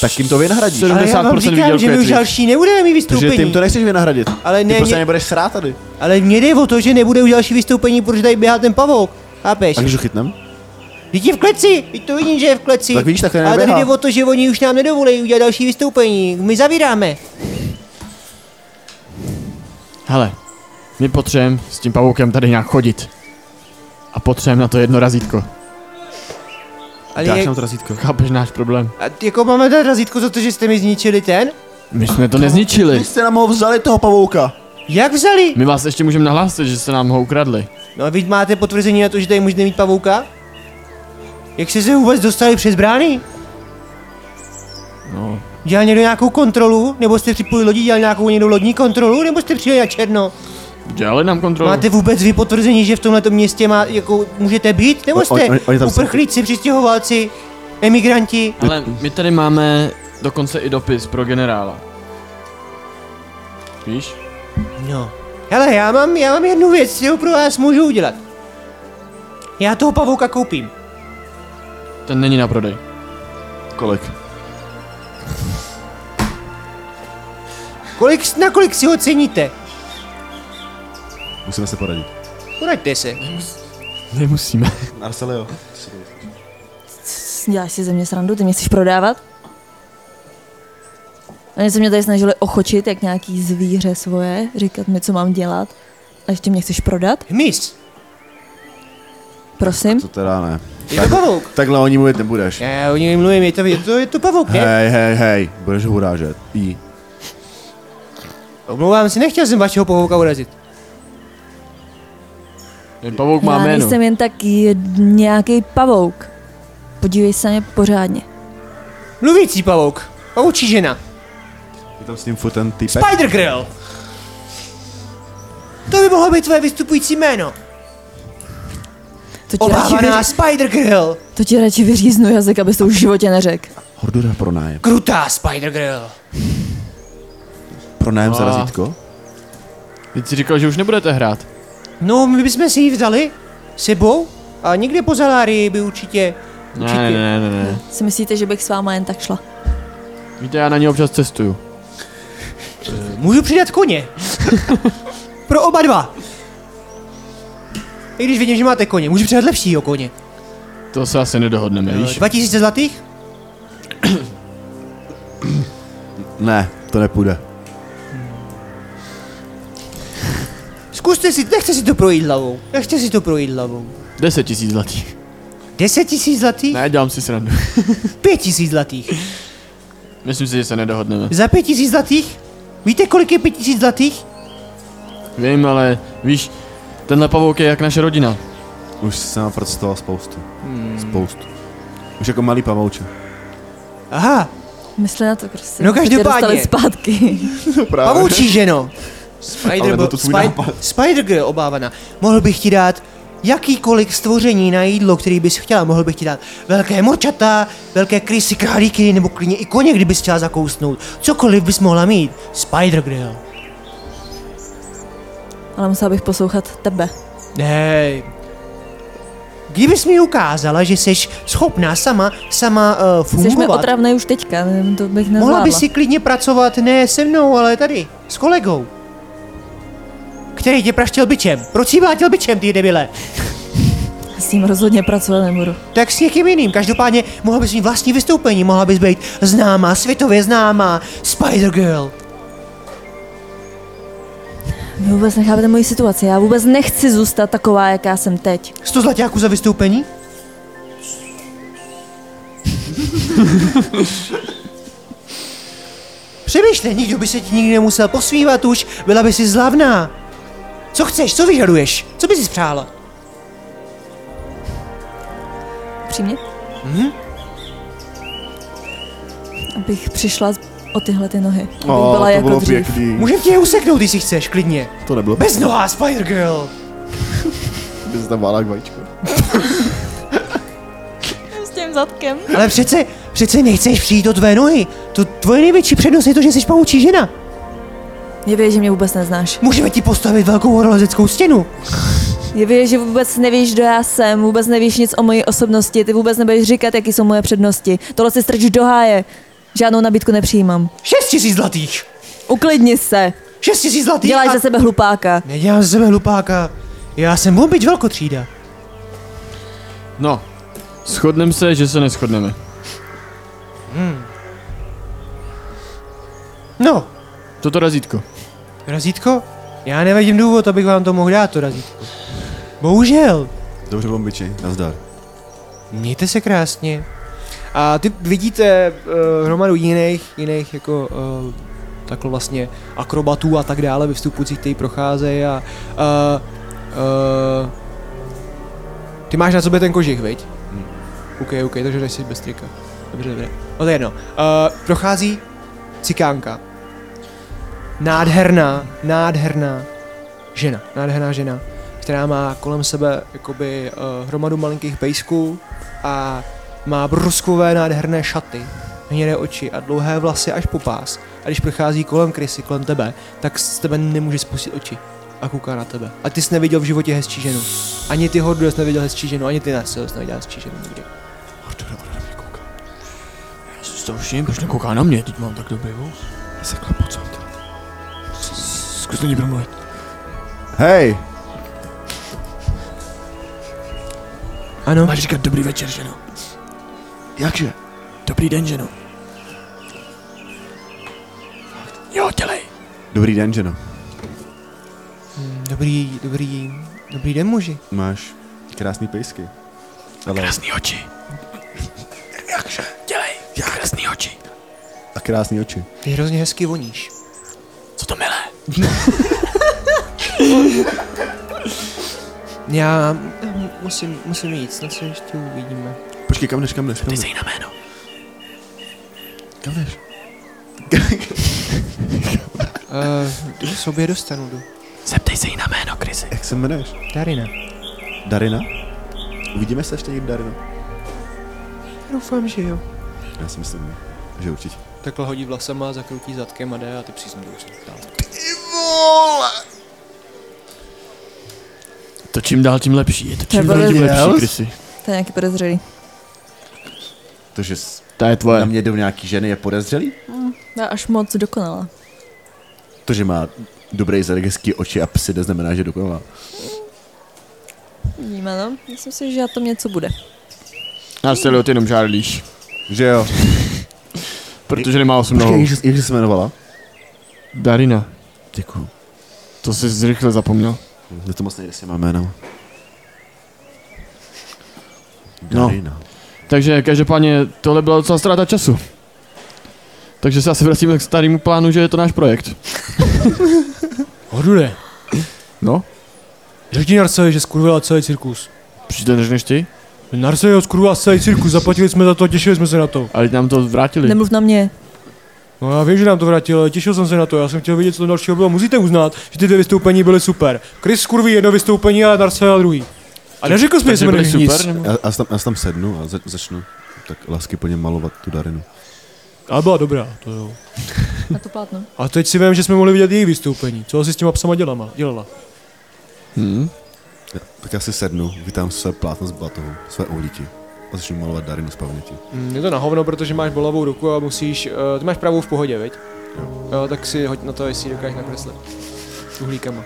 tak jim to vynahradíš. Sedm- Ale já vám 70% říkám, výdělku že je my už dřív. další nebudeme mít Protože ty jim vystoupení. to nechceš vynahradit. Ale ty ne, prostě ne- nebudeš srát tady. Ale mě jde o to, že nebude už další vystoupení, protože tady běhá ten pavouk. Chápeš? A když ho chytnem? Teď je v kleci, teď to vidím, že je v kleci. Tak vidíš, tak to Ale tady neběhá. jde o to, že oni už nám nedovolí udělat další vystoupení. My zavíráme. Hele, my potřebujeme s tím pavoukem tady nějak chodit. A potřebujeme na to jedno razítko. Ale Dáš jak, nám to razítko. Chápeš náš problém? a t- jako máme tady razítko za to, že jste mi zničili ten? My jsme to nezničili. Vy jste nám ho vzali toho pavouka. Jak vzali? My vás ještě můžeme nahlásit, že jste nám ho ukradli. No a vy máte potvrzení na to, že tady můžete mít pavouka? Jak jste se vůbec dostali přes brány? No, Dělal někdo nějakou kontrolu? Nebo jste připojili lodí, dělal nějakou někdo lodní kontrolu? Nebo jste přijeli na černo? dělali nám No. kontrolu. Máte vůbec vy potvrzení, že v tomhle městě má, jako, můžete být? Nebo O- jste oni- oni- oni tam jsou. uprchlíci, přistěhovalci, emigranti? Ale my tady máme dokonce i dopis pro generála. Víš? No. Hele, já mám, já mám jednu věc, kterou pro vás můžu udělat. Já toho pavouka koupím. Ten není na prodej. Kolik? Kolik, na kolik si ho ceníte? Musíme se poradit. Poraďte se. Nemusíme. Arcele, jo. Děláš si ze mě srandu, ty mě chceš prodávat? Oni se mě tady snažili ochočit, jak nějaký zvíře svoje, říkat mi, co mám dělat. A ještě mě chceš prodat? Hmyz, Prosím? To teda ne. je to pavouk. Takhle o ní mluvit nebudeš. Já o něm mluvím, je to, je to, je to pavouk, ne? Hej, hej, hej, budeš ho urážet. Jí. Omlouvám se, nechtěl jsem vašeho pavouka urazit. Ten pavouk má Já jméno. nejsem jen tak jed- nějaký pavouk. Podívej se na mě pořádně. Mluvící pavouk. Pavoučí žena. Je tam s ním furt ten týpek. Spider Grill. To by mohlo být tvoje vystupující jméno. To ti, radši, Obávaná vyři- Spider Grill. to ti radši vyříznu jazyk, abys to už v životě neřekl. Hordura pro nájem. Krutá Spider Grill. Pro nájem A. za razítko? Teď si říkal, že už nebudete hrát. No, my bychom si ji vzali sebou a někde po Zalárii by určitě... určitě. Ne, ne, ne, ne. Si myslíte, že bych s váma jen tak šla? Víte, já na ně občas cestuju. Můžu přidat koně. Pro oba dva. I když vidím, že máte koně, můžu přidat lepšího koně. To se asi nedohodneme, víš? 2000 zlatých? Ne, to nepůjde. Zkuste si, nechte si to projít hlavou. Nechte si to projít hlavou. 10 tisíc zlatých. 10 tisíc zlatých? Ne, dělám si srandu. 5 tisíc zlatých. Myslím si, že se nedohodneme. Za 5 tisíc zlatých? Víte, kolik je 5 tisíc zlatých? Vím, ale víš, tenhle pavouk je jak naše rodina. Už jsem napracoval spoustu. Hmm. Spoustu. Už jako malý pavouče. Aha, Mysli na to prostě. No co tě každopádně. dostali zpátky. pavoučí no. ženo. Ale Spider, byl bo, to tvůj spy, nápad. Spider Girl obávaná. Mohl bych ti dát jakýkoliv stvoření na jídlo, který bys chtěla. Mohl bych ti dát velké morčata, velké krysy, králíky nebo klidně i koně, kdybys chtěla zakousnout. Cokoliv bys mohla mít. Spider Girl. Ale musela bych poslouchat tebe. Nej. Kdybys mi ukázala, že jsi schopná sama, sama uh, Jsi mi fungovat, otravnej už teďka, nevím, to bych nezvládla. mohla bys si klidně pracovat ne se mnou, ale tady, s kolegou. Který tě praštil bičem? Proč jsi vlátil bičem, ty debile? S ním rozhodně pracovat nebudu. Tak s někým jiným. Každopádně mohla bys mít vlastní vystoupení, mohla bys být známá, světově známá Spider Girl. Vy vůbec nechápete moji situaci, já vůbec nechci zůstat taková, jaká jsem teď. 100 zlatáků za vystoupení? Přemýšlej, nikdo by se ti nikdy nemusel posmívat už, byla by si zlavná. Co chceš, co vyžaduješ, co by si přála? Přímě? Mhm. Abych přišla o tyhle ty nohy. Abych byla jako dřív. Můžem tě je useknout, když si chceš, klidně. To nebylo Bez nohá, Spider Girl. by se tam vála k vajíčku. S tím zadkem. Ale přece, přece nechceš přijít o tvé nohy. To tvoje největší přednost je to, že jsi pavoučí žena. Je vědět, že mě vůbec neznáš. Můžeme ti postavit velkou horolezeckou stěnu. Je vědět, že vůbec nevíš, kdo já jsem, vůbec nevíš nic o mojí osobnosti, ty vůbec nebudeš říkat, jaký jsou moje přednosti. Tohle si strč do háje. Žádnou nabídku nepřijímám. 6 tisíc zlatých. Uklidni se. 6 tisíc zlatých. Děláš a- ze sebe hlupáka. Nedělám z sebe hlupáka. Já jsem bombič velkotřída. No, shodneme se, že se neschodneme. No, Toto razítko. razítko? Já nevidím důvod, abych vám to mohl dát, to razítko. Bohužel. Dobře, bombiči, nazdar. Mějte se krásně. A ty vidíte uh, hromadu jiných, jiných jako uh, takhle vlastně akrobatů a tak dále, vystupujících, kteří procházejí a uh, uh, ty máš na sobě ten kožich, viď? Hmm. OK, OK, takže jdeš si bez trika. Dobře, dobře. No to je jedno. Uh, prochází cikánka. Nádherná, nádherná žena, nádherná žena, která má kolem sebe jakoby uh, hromadu malinkých pejsků a má bruskové nádherné šaty, hnědé oči a dlouhé vlasy až po pás. A když prochází kolem krysy, kolem tebe, tak z tebe nemůže spustit oči a kouká na tebe. A ty jsi neviděl v životě hezčí ženu. Ani ty Hordu jsi neviděl hezčí ženu, ani ty nás jsi neviděl hezčí ženu nikdy. Strašně, proč nekouká na mě, teď mám tak dobrý vůz. Já se klepu, co mám dělat? Zkus to někdo mluvit. Hej! Ano, Máš říkat dobrý večer, ženo. Jakže? Dobrý den, ženo. Jo, dělej. Dobrý den, ženo. dobrý, dobrý, dobrý den muži. Máš krásný pejsky. Ale Krásný oči. Jakže? Dělej. Krásný oči. a krásný oči. Ty hrozně hezky voníš. Co to milé? Já mm, musím, musím jít, snad se ještě uvidíme. Počkej, kam jdeš, kam jdeš, kam jdeš? na jméno. Kam jdeš? Uh, k sobě dostanu, jdu. Zeptej se jí na jméno, Krysy. Jak se jmenuješ? Darina. Darina? Uvidíme se ještě někdy, Darina? Doufám, že jo. Já si myslím, že určitě. Takhle hodí vlasama, zakrutí zadkem a jde a ty přízně jdou dál. To čím dál tím lepší, je to čím Nebyl dál tím jsi? lepší, Krysy. To je nějaký podezřelý. To, že s- Ta je tvoje. na mě jdou nějaký ženy, je podezřelý? Já až moc dokonala. To, že má dobrý zadek, hezký oči a psy, neznamená, že je dokonalá. Víme, no. Myslím si, že na tom něco bude. Já střelil jenom žárlíš, Že jo. no. protože nemá 8 Počkej, nohou. jak, se- jak se jmenovala? Darina, Děkuju. to jsi rychle zapomněl. Mně to moc nejde s těma jménama. No. Darina. Takže každopádně tohle byla docela ztráta času. Takže se asi vracíme k starému plánu, že je to náš projekt. Hodude, No, řekni Narseji, že skurvila celý cirkus. přijde než ty, Narseji ho skurvila celý cirkus, zaplatili jsme za to, těšili jsme se na to. ale nám to vrátili. Nemluv na mě. No já vím, že nám to vrátil, ale těšil jsem se na to, já jsem chtěl vidět, co tam dalšího bylo. Musíte uznat, že ty dvě vystoupení byly super. Chris skurví jedno vystoupení a Narseja druhý. A neřekl jsme, že Takže jsme byli neměli nic. super, nebo? Já, já, si tam, já si tam sednu a za, začnu tak lásky po něm malovat tu Darinu. Ale byla dobrá, to jo. Na to plátno. A teď si vím, že jsme mohli vidět její vystoupení. Co si s těma psama dělala? dělala? Hm. Já, tak já si sednu, vytám své plátno z batohu, své ohlíky a začnu malovat Darinu z paměti. Mm, je to na hovno, protože máš bolavou ruku a musíš... Uh, ty máš pravou v pohodě, viď? Jo, tak si hoď na to, jestli ji dokážeš nakreslit. S uhlíkama.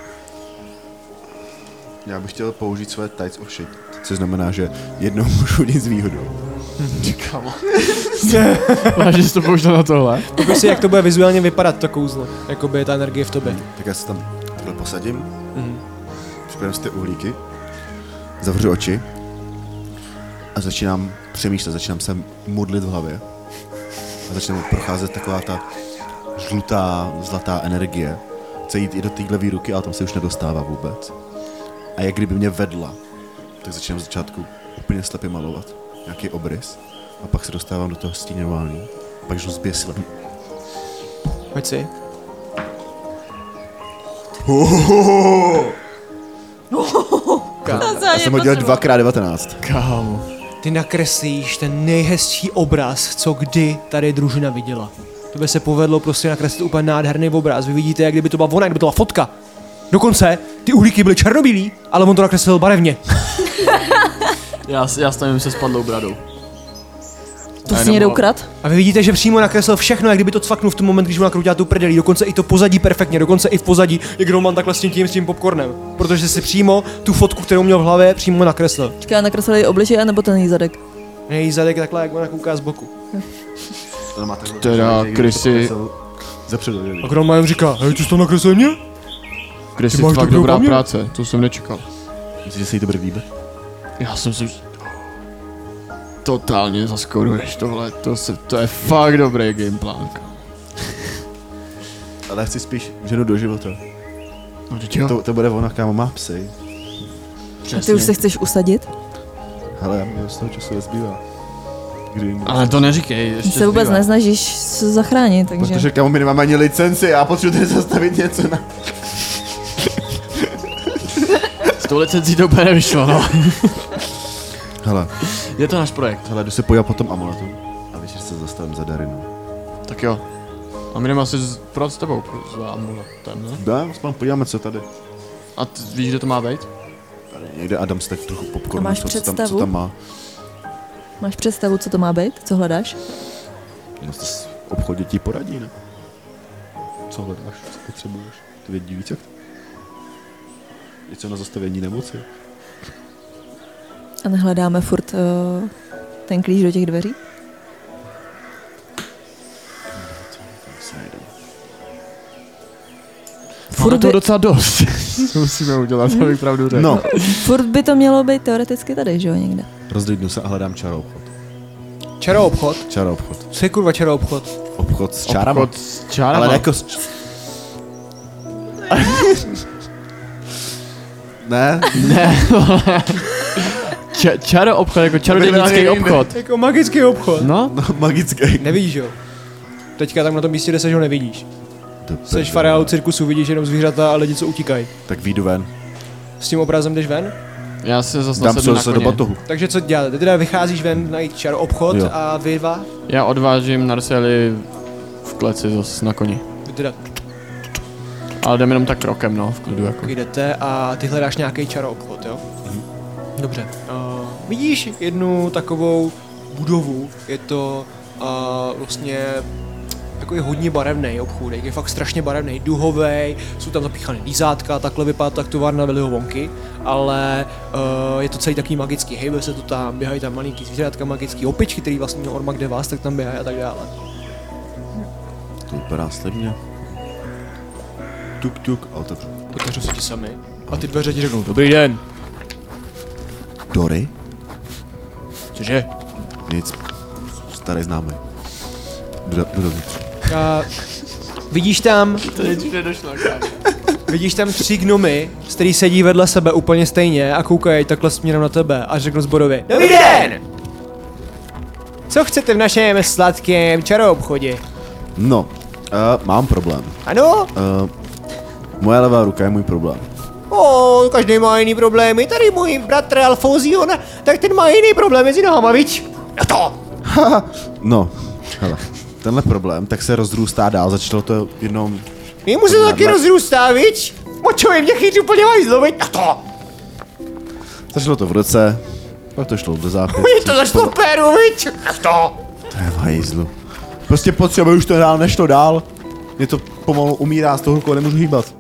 Já bych chtěl použít své tights of shit. Což znamená, že jednou můžu nic s výhodou. Vážně jsi to použil na tohle. Popiš Jako si, jak to bude vizuálně vypadat, to kouzlo. Jakoby ta energie v tobě. Tak já se tam takhle posadím, mm-hmm. připravím si ty uhlíky, zavřu oči a začínám přemýšlet, začínám se modlit v hlavě a začínám procházet taková ta žlutá, zlatá energie. Chce jít i do téhle výruky, ale tam se už nedostává vůbec. A jak kdyby mě vedla, tak začínám z začátku úplně slepě malovat nějaký obrys a pak se dostávám do toho stíňování. Pak žlu zběsila. Hoď si. To Já jsem ho dělal dvakrát 19. Kámo. Ty nakreslíš ten nejhezčí obraz, co kdy tady družina viděla. Tobě se povedlo prostě nakreslit úplně nádherný obraz. Vy vidíte, jak kdyby to byla ona, jak kdyby to byla fotka. Dokonce ty uhlíky byly černobílý, ale on to nakreslil barevně. Já, já stavím se spadlou bradou. To A si jenom někdo ho- ukrad? A vy vidíte, že přímo nakreslil všechno, jak kdyby to cvaknul v tom moment, když mu nakroutila tu prdelí. Dokonce i to pozadí perfektně, dokonce i v pozadí, jak Roman takhle s tím, tím, s tím popcornem. Protože si přímo tu fotku, kterou měl v hlavě, přímo nakreslil. Čeká, nakreslili obličej, anebo ten jí zadek? Její zadek takhle, jak ona kouká z boku. Teda, Krysy, Zapředu. jo. A Roman říká, hej, co jsi to nakreslil mě? Krysy, Ty máš fakt dobrou dobrá paměť. práce, to jsem nečekal. Myslíš, že se jí to bude líbit? Já jsem si... Totálně zaskoruješ tohle, to, se, to je fakt dobrý gameplán. kámo. Ale já chci spíš ženu do života. No teď jo, To, to bude ona, kámo, má psy. A ty už se chceš usadit? Hele, mě z toho času nezbývá. Kdy jinde. Ale to neříkej, ještě Ty se vůbec zbývá. nesnažíš se zachránit, takže... Protože kámo, my nemáme ani licenci, já potřebuji tady zastavit něco na... S tou licencí to úplně nevyšlo, no. Hele, Je to náš projekt. hele, jdu se pojat po tom amuletu a večer se zastavím za Darinu. Tak jo. A my jdeme asi z, proč s tebou, proč s amuletem, ne? Dá, aspoň podíváme, co tady. A ty víš, kde to má být? Tady někde Adam si tak trochu popcorn, A máš co, co, tam, co představu? tam má. Máš představu, co to má být? Co hledáš? No to s- v obchodě ti poradí, ne? Co hledáš, co potřebuješ? Ty vědí víc, jak... Něco na zastavení nemoci. A nehledáme furt uh, ten klíč do těch dveří? Se nejde. Máme Furt to by, docela dost. To musíme udělat, abych pravdu řekl. No, furt by to mělo být teoreticky tady, že jo, někde. rozlídnu se a hledám čaro obchod. Čero obchod. Čaro obchod. Co je kurva čero obchod? Obchod s čárama. Obchod s čárama. Ale ne jako s... č- ne, Ne, vole. Ča- čaro obchod, jako čarodějnický Byl by obchod. Jako magický obchod. No, no, magický. Nevidíš ho. Teďka tam na tom místě, kde seš ho nevidíš. Dobře, Seš fareál cirkusu, vidíš jenom zvířata a lidi, co utíkají. Tak výjdu ven. S tím obrazem jdeš ven? já se zase Dám se nasednu na zase do koně. batohu. Takže co děláte? Ty teda vycházíš ven najít čar obchod Jo. a vy dva, Já odvážím Narseli v kleci zase na koni. vy teda Ale jdem jenom tak krokem, no, v klidu jako. jdete a ty hledáš nějaký čar obchod, jo? Dobře. Uh, vidíš jednu takovou budovu, je to uh, vlastně jako je hodně barevný obchůdek, je fakt strašně barevný, duhový, jsou tam zapíchané lízátka, takhle vypadá tak továrna Willyho Wonky, ale uh, je to celý takový magický, hejbe se to tam, běhají tam malinký zvířátka, magický opičky, který vlastně měl Orma kde vás, tak tam běhají a tak dále. To vypadá slibně. Tuk, tuk, ale to... Otevřu si ti sami a ty dveře ti řeknou, Dobrý den. Dory? Cože? Nic. Starý známý. Jdu, jdu dovnitř. A vidíš tam, To je ti nedošlo, vidíš tam tři gnomy, z který sedí vedle sebe úplně stejně a koukají takhle směrem na tebe a řeknu zborovi. Dobrý den! Co chcete v našem sladkém čaroobchodě? No, uh, mám problém. Ano? Uh, moje levá ruka je můj problém. O, každý má jiný problémy. Tady můj bratr Alfozion, tak ten má jiný problém mezi nohama, viď? Na to! No, hele, tenhle problém tak se rozrůstá dál, začalo to jednou... Jemu se to taky Na- rozrůstá, viď? Močový mě chytí úplně mají zlobit, na to! Začalo to v ruce, pak to šlo do zápětí. Mě to začalo péru, viď? Na to! To je v hajzlu. Prostě potřebuji, už to dál nešlo dál. Mě to pomalu umírá, z toho rukou nemůžu hýbat.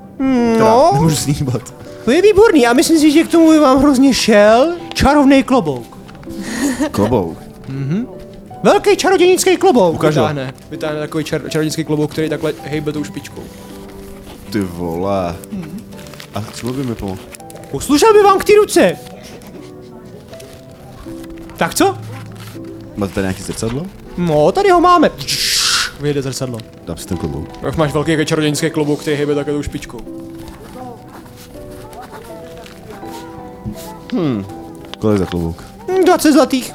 No. Nemůžu s ní hýbat. To je výborný a myslím si, že k tomu by vám hrozně šel čarovný klobouk. Klobouk. Velký čarodějnický klobouk. Ukaž ho. Vytáhne, vytáhne takový čar, čarodějnický klobouk, který takhle hejbe tou špičkou. Ty vole. A co by mi pomohl? Poslušel by vám k ty ruce. Tak co? Máte tady nějaký zrcadlo? No, tady ho máme. Vyjde zrcadlo. Dám si ten klobouk. Tak máš velký jako čarodějnický klobouk, který hejbe takovou špičkou. Kolik za klobouk? 20 Hm, zlatých.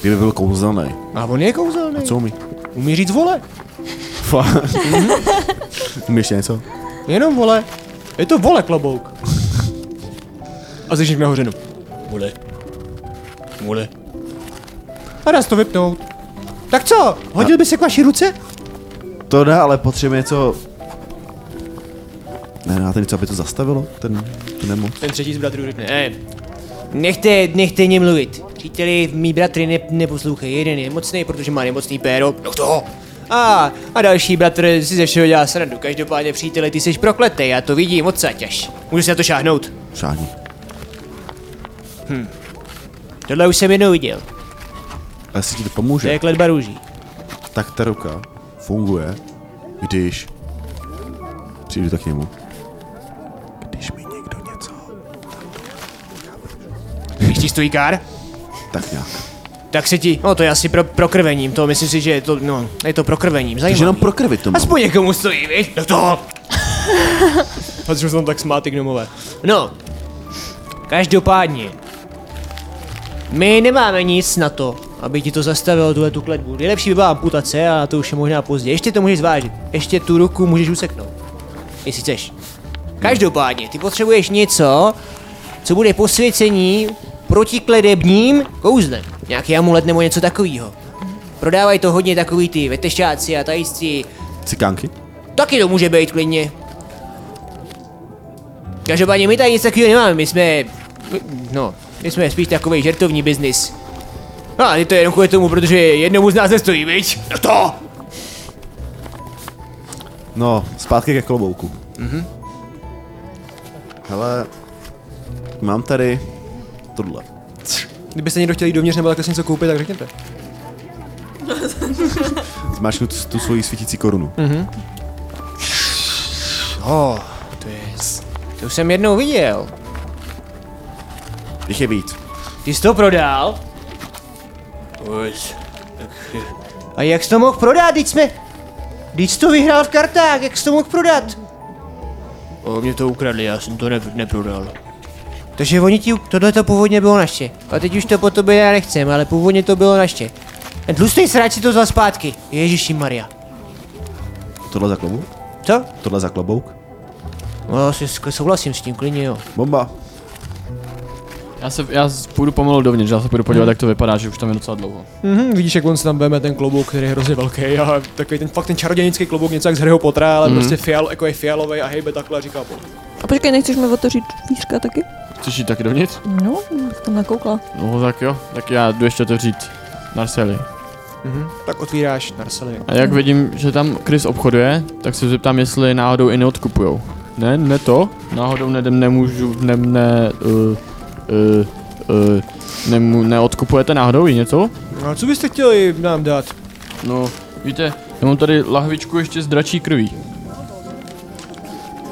Kdyby byl kouzelný. A on je kouzelný. Co umí? Umí říct vole. Fakt. Umíš ještě něco? Jenom vole. Je to vole klobouk. A zjištěk na hořinu. Vole. Vole. A dá se to vypnout. Tak co? Hodil by se k vaší ruce? To ne, ale potřebujeme něco... Ne, ne, ten něco, aby to zastavilo, ten, ten nemoc. Ten třetí z bratrů řekne, "Eh, ne. Nechte, nechte mě mluvit. Příteli, mý bratry ne, neposlouchají. Jeden je mocný, protože má nemocný péro. No to. A, a další bratr si ze všeho dělá srandu. Každopádně, příteli, ty jsi prokletý, já to vidím odsaď až. Můžu si na to šáhnout. Šání. Tohle už jsem jednou viděl. A jestli ti to To pomůže, je kletba růží. tak ta ruka funguje, když přijdu tak k němu. Když mi někdo něco, Když ti stojí kár, tak nějak. tak se ti... No to je asi pro, prokrvením, to myslím si, že je to... No, je to prokrvením, zajímavé. Takže jenom pro krvi to mám. Aspoň někomu stojí, víš? No to! Patřil jsem tak smáty gnomové. No, každopádně. My nemáme nic na to, aby ti to zastavilo tuhle tu kletbu. Nejlepší by byla amputace, a to už je možná pozdě. Ještě to můžeš zvážit. Ještě tu ruku můžeš useknout. Jestli chceš. Každopádně, ty potřebuješ něco, co bude posvěcení protikledebním kouzlem. Nějaký amulet nebo něco takového. Prodávají to hodně takový ty vetešáci a tajistí, Cikánky? Taky to může být klidně. Každopádně my tady nic takového nemáme, my jsme... my- No, my jsme spíš takový žertovní biznis. A je to jenom kvůli tomu, protože jednomu z nás nestojí, viď? No to! No, zpátky ke klobouku. Mhm. Hele, mám tady tohle. Kdybyste někdo chtěl jít dovnitř nebo takhle si něco koupit, tak řekněte. Zmáčknu tu, tu svoji svítící korunu. Mhm. Oh, to je... To už jsem jednou viděl. Jich je víc. Ty jsi to prodal? Pojď. A jak jsi to mohl prodat, teď jsme... Když jsi to vyhrál v kartách, jak jsi to mohl prodat? O, mě to ukradli, já jsem to ne- neprodal. Takže oni ti, tohle to původně bylo naště. A teď už to po tobě já nechcem, ale původně to bylo naště. Ten tlustý sráč si to vzal zpátky. Ježíši Maria. Tohle za klobouk? Co? Tohle za klobouk? No, si sk- souhlasím s tím, klidně jo. Bomba. Já se, já s- půjdu pomalu dovnitř, já se půjdu podívat, jak to vypadá, že už tam je docela dlouho. Mhm, vidíš, jak on si tam veme ten klobouk, který je hrozně velký a takový ten fakt ten čarodějnický klobouk, něco jak z Harryho Pottera, ale mm. Mhm. prostě fial, jako je fialový a hejbe takhle a říká pol. A počkej, nechceš mi otevřít dvířka taky? Chceš jít taky dovnitř? No, bych tam nakoukla. No tak jo, tak já jdu ještě otevřít Narceli. Mhm. Tak otvíráš Narsely. A jak vidím, že tam Chris obchoduje, tak se zeptám, jestli náhodou i neodkupujou. Ne, ne to. Náhodou ne, nemůžu, ne, ne, uh, uh, uh, nemu, neodkupujete náhodou i něco? No, co byste chtěli nám dát? No, víte, já mám tady lahvičku ještě z dračí krví.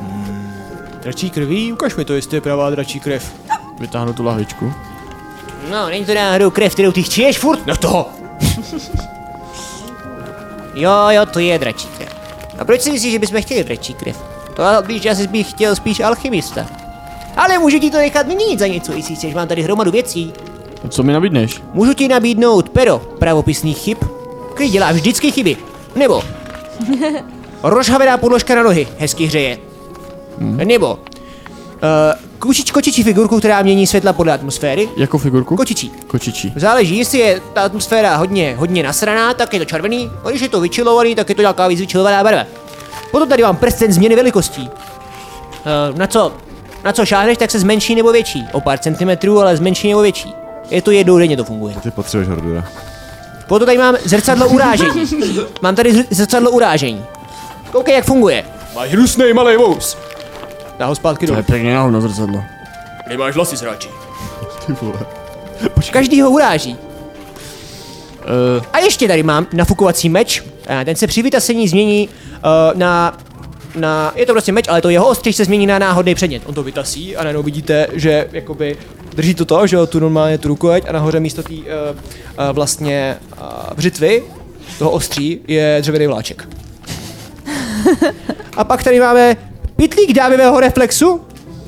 Hmm, Dračí krví? Ukaž mi to, jestli je pravá dračí krev. Vytáhnu tu lahvičku. No, není to náhodou krev, kterou ty chčíješ furt? No to! Jo, jo, to je dračí krev. A proč si myslíš, že bychom chtěli dračí krev? To já víš, že asi bych chtěl spíš alchymista. Ale můžu ti to nechat vyměnit za něco, jestli chceš, mám tady hromadu věcí. A co mi nabídneš? Můžu ti nabídnout pero pravopisných chyb, který dělá vždycky chyby. Nebo rozhavená podložka na nohy, hezky hřeje. Nebo uh, kučič kočičí figurku, která mění světla podle atmosféry. Jakou figurku? Kočičí. Kočičí. Záleží, jestli je ta atmosféra hodně, hodně nasraná, tak je to červený, a když je to vyčilovaný, tak je to nějaká víc vyčilovaná barva. Potom tady mám prsten změny velikostí. Eh, Na co, na co šáhneš, tak se zmenší nebo větší. O pár centimetrů, ale zmenší nebo větší. Je to jednou denně to funguje. Ty potřebuješ hordura. Potom tady mám zrcadlo urážení. Mám tady zr- zrcadlo urážení. Koukej, jak funguje. Máš hnusnej malý vous! Dá ho zpátky To dolů. je pěkně na hovno zrcadlo. Nemáš vlasy zračí. Ty vole. Každý ho uráží. Eh. Uh, A ještě tady mám nafukovací meč. Eh, Ten se při vytasení změní uh, na, na... Je to prostě meč, ale to jeho ostří se změní na náhodný předmět. On to vytasí a najednou vidíte, že jakoby drží to to, že jo, tu normálně tu rukojeť a nahoře místo té uh, uh, vlastně uh, břitvy, toho ostří, je dřevěný vláček. A pak tady máme pitlík dávivého reflexu.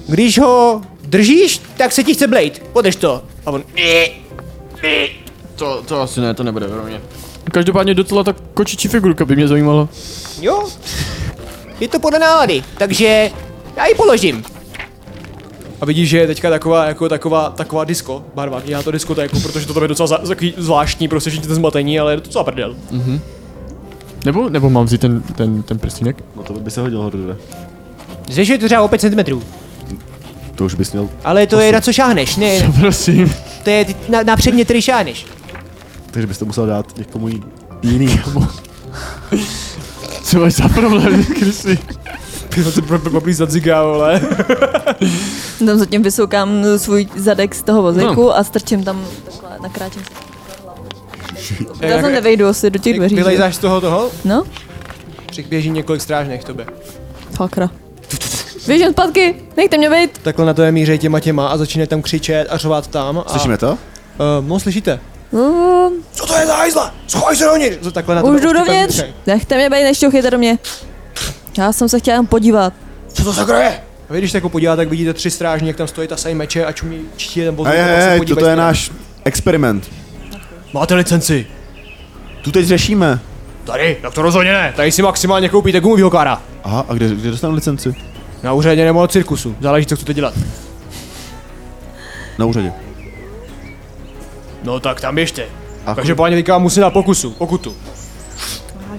Když ho držíš, tak se ti chce blade. Podeš to. A on to, to asi ne, to nebude pro mě. Každopádně docela ta kočičí figurka by mě zajímala. Jo? Je to podle nálady, takže já ji položím. A vidíš, že je teďka taková, jako taková, taková disco barva. Já to disco jako, protože to tam je docela za, takový zvláštní, prostě že to zmatení, ale je to docela prdel. Nebo, nebo mám vzít ten, ten, ten prstínek? No to by se hodil hordura. Zvyšuje to třeba o 5 cm. To už bys měl. Ale to je na co šáhneš, ne, Prosím. to je ty- na, na předmět, který šáhneš. Takže bys to musel dát někomu jin- jiný. Co máš za problém, Krysy? Ty poblízat ziga, vole. Tam zatím vysoukám svůj zadek z toho vozíku No. a strčím tam takhle, nakráčím se. Já tam nevejdu asi do těch dveří. že? Vylejzáš z toho toho, No, přiběží několik strážných k tobě. fakra. Běžím zpátky, nechte mě být. Takhle na to je mířej těma těma a začínají tam křičet a řovat tam. A, Slyšíme to? Uh, no, slyšíte. No, Co to je za hajzla? Schoj se dovnitř! To Takhle na tebe už jdu ostupem dovnitř. křičej. Nechte mě být, nešťouchejte do mě. Já jsem se chtěla jen podívat. Co to sakra je? A vy, když se jako podíváte, tak vidíte tři strážní, jak tam stojí ta sej meče a čumí čtí ten vozík. Hej, a pak se hej, hej, podívají toto je směrem. náš experiment. Máte licenci? Tu teď řešíme. No Tady, tak to rozhodně ne. Tady si maximálně koupíte gumovýho kára. Aha, a kde, kde dostanu licenci? Na úřadě nebo na cirkusu. Záleží, co chcete dělat. Na úřadě. No tak tam běžte. A Takže páně říká, musí na pokusu, pokutu.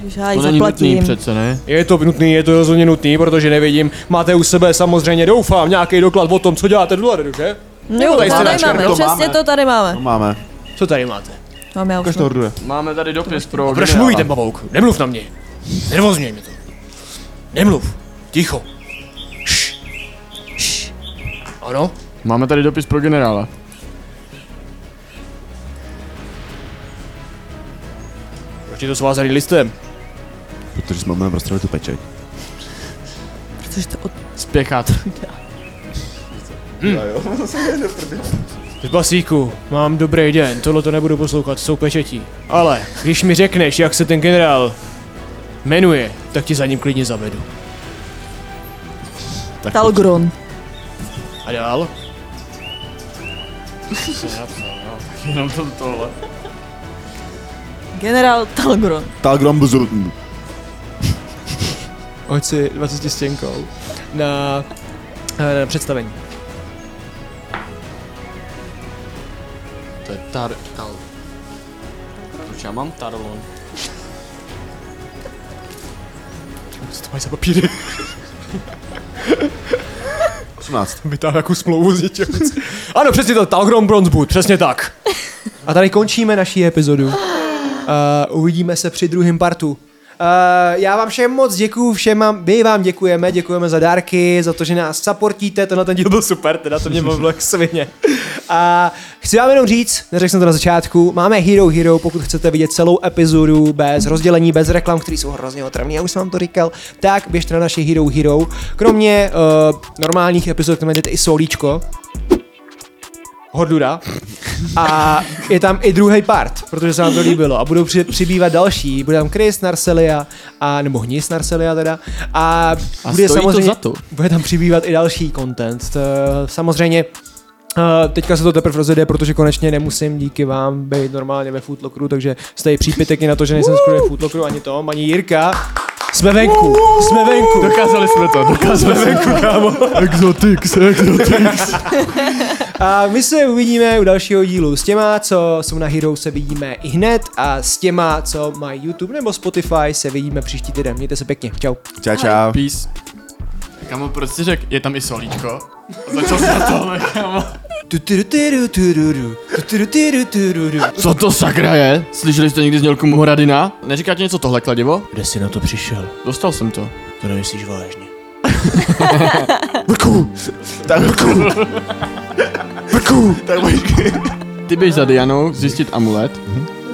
Ježiš, já ji To není nutný zaplatím. přece, ne? Je to nutný, je to rozhodně nutný, protože nevidím. Máte u sebe samozřejmě, doufám, nějaký doklad o tom, co děláte do Laredu, že? Jo, tady to jste na tady černo, máme, No. to přesně máme. to tady to máme. máme. Co tady máte? Mám já už. Ukaž to no. hordura. Máme tady dopis pro Proč mluví ten pavouk? Nemluv na mě. Nervozně mě to. Nemluv. Ticho. Šš. Šš. Ano? Máme tady dopis pro generála. Proč je to svázaný listem? Protože jsme máme prostě tu pečeť. Protože to od... Spěchat. Hm. Basíku, mám dobrý den, tohle to nebudu poslouchat, jsou pečetí. Ale, když mi řekneš, jak se ten generál jmenuje, tak ti za ním klidně zavedu. Tak Talgron. A dál? Jenom to tohle. Generál Talgron. Talgrom Bzrutn. Hoď si 20 stěnkou na, eh, na představení. To je tar... Tal... Proč já mám Tarlon? Co to mají za papíry? 18. Vytáhne jako smlouvu z něčeho. ano, přesně to, Talgrom Bronzewood, přesně tak. A tady končíme naši epizodu. Uh, Uh, uvidíme se při druhém partu. Uh, já vám všem moc děkuju, všem vám, my vám děkujeme, děkujeme za dárky, za to, že nás supportíte, tenhle ten díl byl super, teda to mě bavilo jak svině. A chci vám jenom říct, neřekl jsem to na začátku, máme Hero Hero, pokud chcete vidět celou epizodu bez rozdělení, bez reklam, které jsou hrozně otravný, já už jsem vám to říkal, tak běžte na naše Hero Hero. Kromě uh, normálních epizod, tam najdete i solíčko, Hordura. A je tam i druhý part, protože se nám to líbilo. A budou při, přibývat další. Bude tam Chris Narselia, a, nebo Hnis Narselia teda. A, A bude stojí to samozřejmě, za to. Bude tam přibývat i další content. To, samozřejmě eh, teďka se to teprve rozjede, protože konečně nemusím díky vám být normálně ve Footlockeru, takže jste i přípitek na to, že nejsem skoro ve Footlockeru, ani Tom, ani Jirka. Jsme venku, jsme venku. Dokázali jsme to, dokázali jsme to. Exotix, exotix. A my se uvidíme u dalšího dílu. S těma, co jsou na Hero, se vidíme i hned a s těma, co mají YouTube nebo Spotify, se vidíme příští týden. Mějte se pěkně. Čau. Čau, čau. Peace. Kamo, proč jsi řekl, je tam i solíčko? A Začal jsi na tohle, kamo. Co to sakra je? Slyšeli jste někdy znělku Moradina? Neříká ti něco tohle kladivo? Kde jsi na to přišel? Dostal jsem to. To nemyslíš vážně. Ty běž za Dianou zjistit amulet.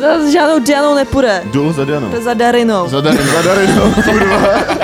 Za žádnou Dianou nepůjde. Důl za Dianou. Za Darinou. Za Dianou. Za Darinou.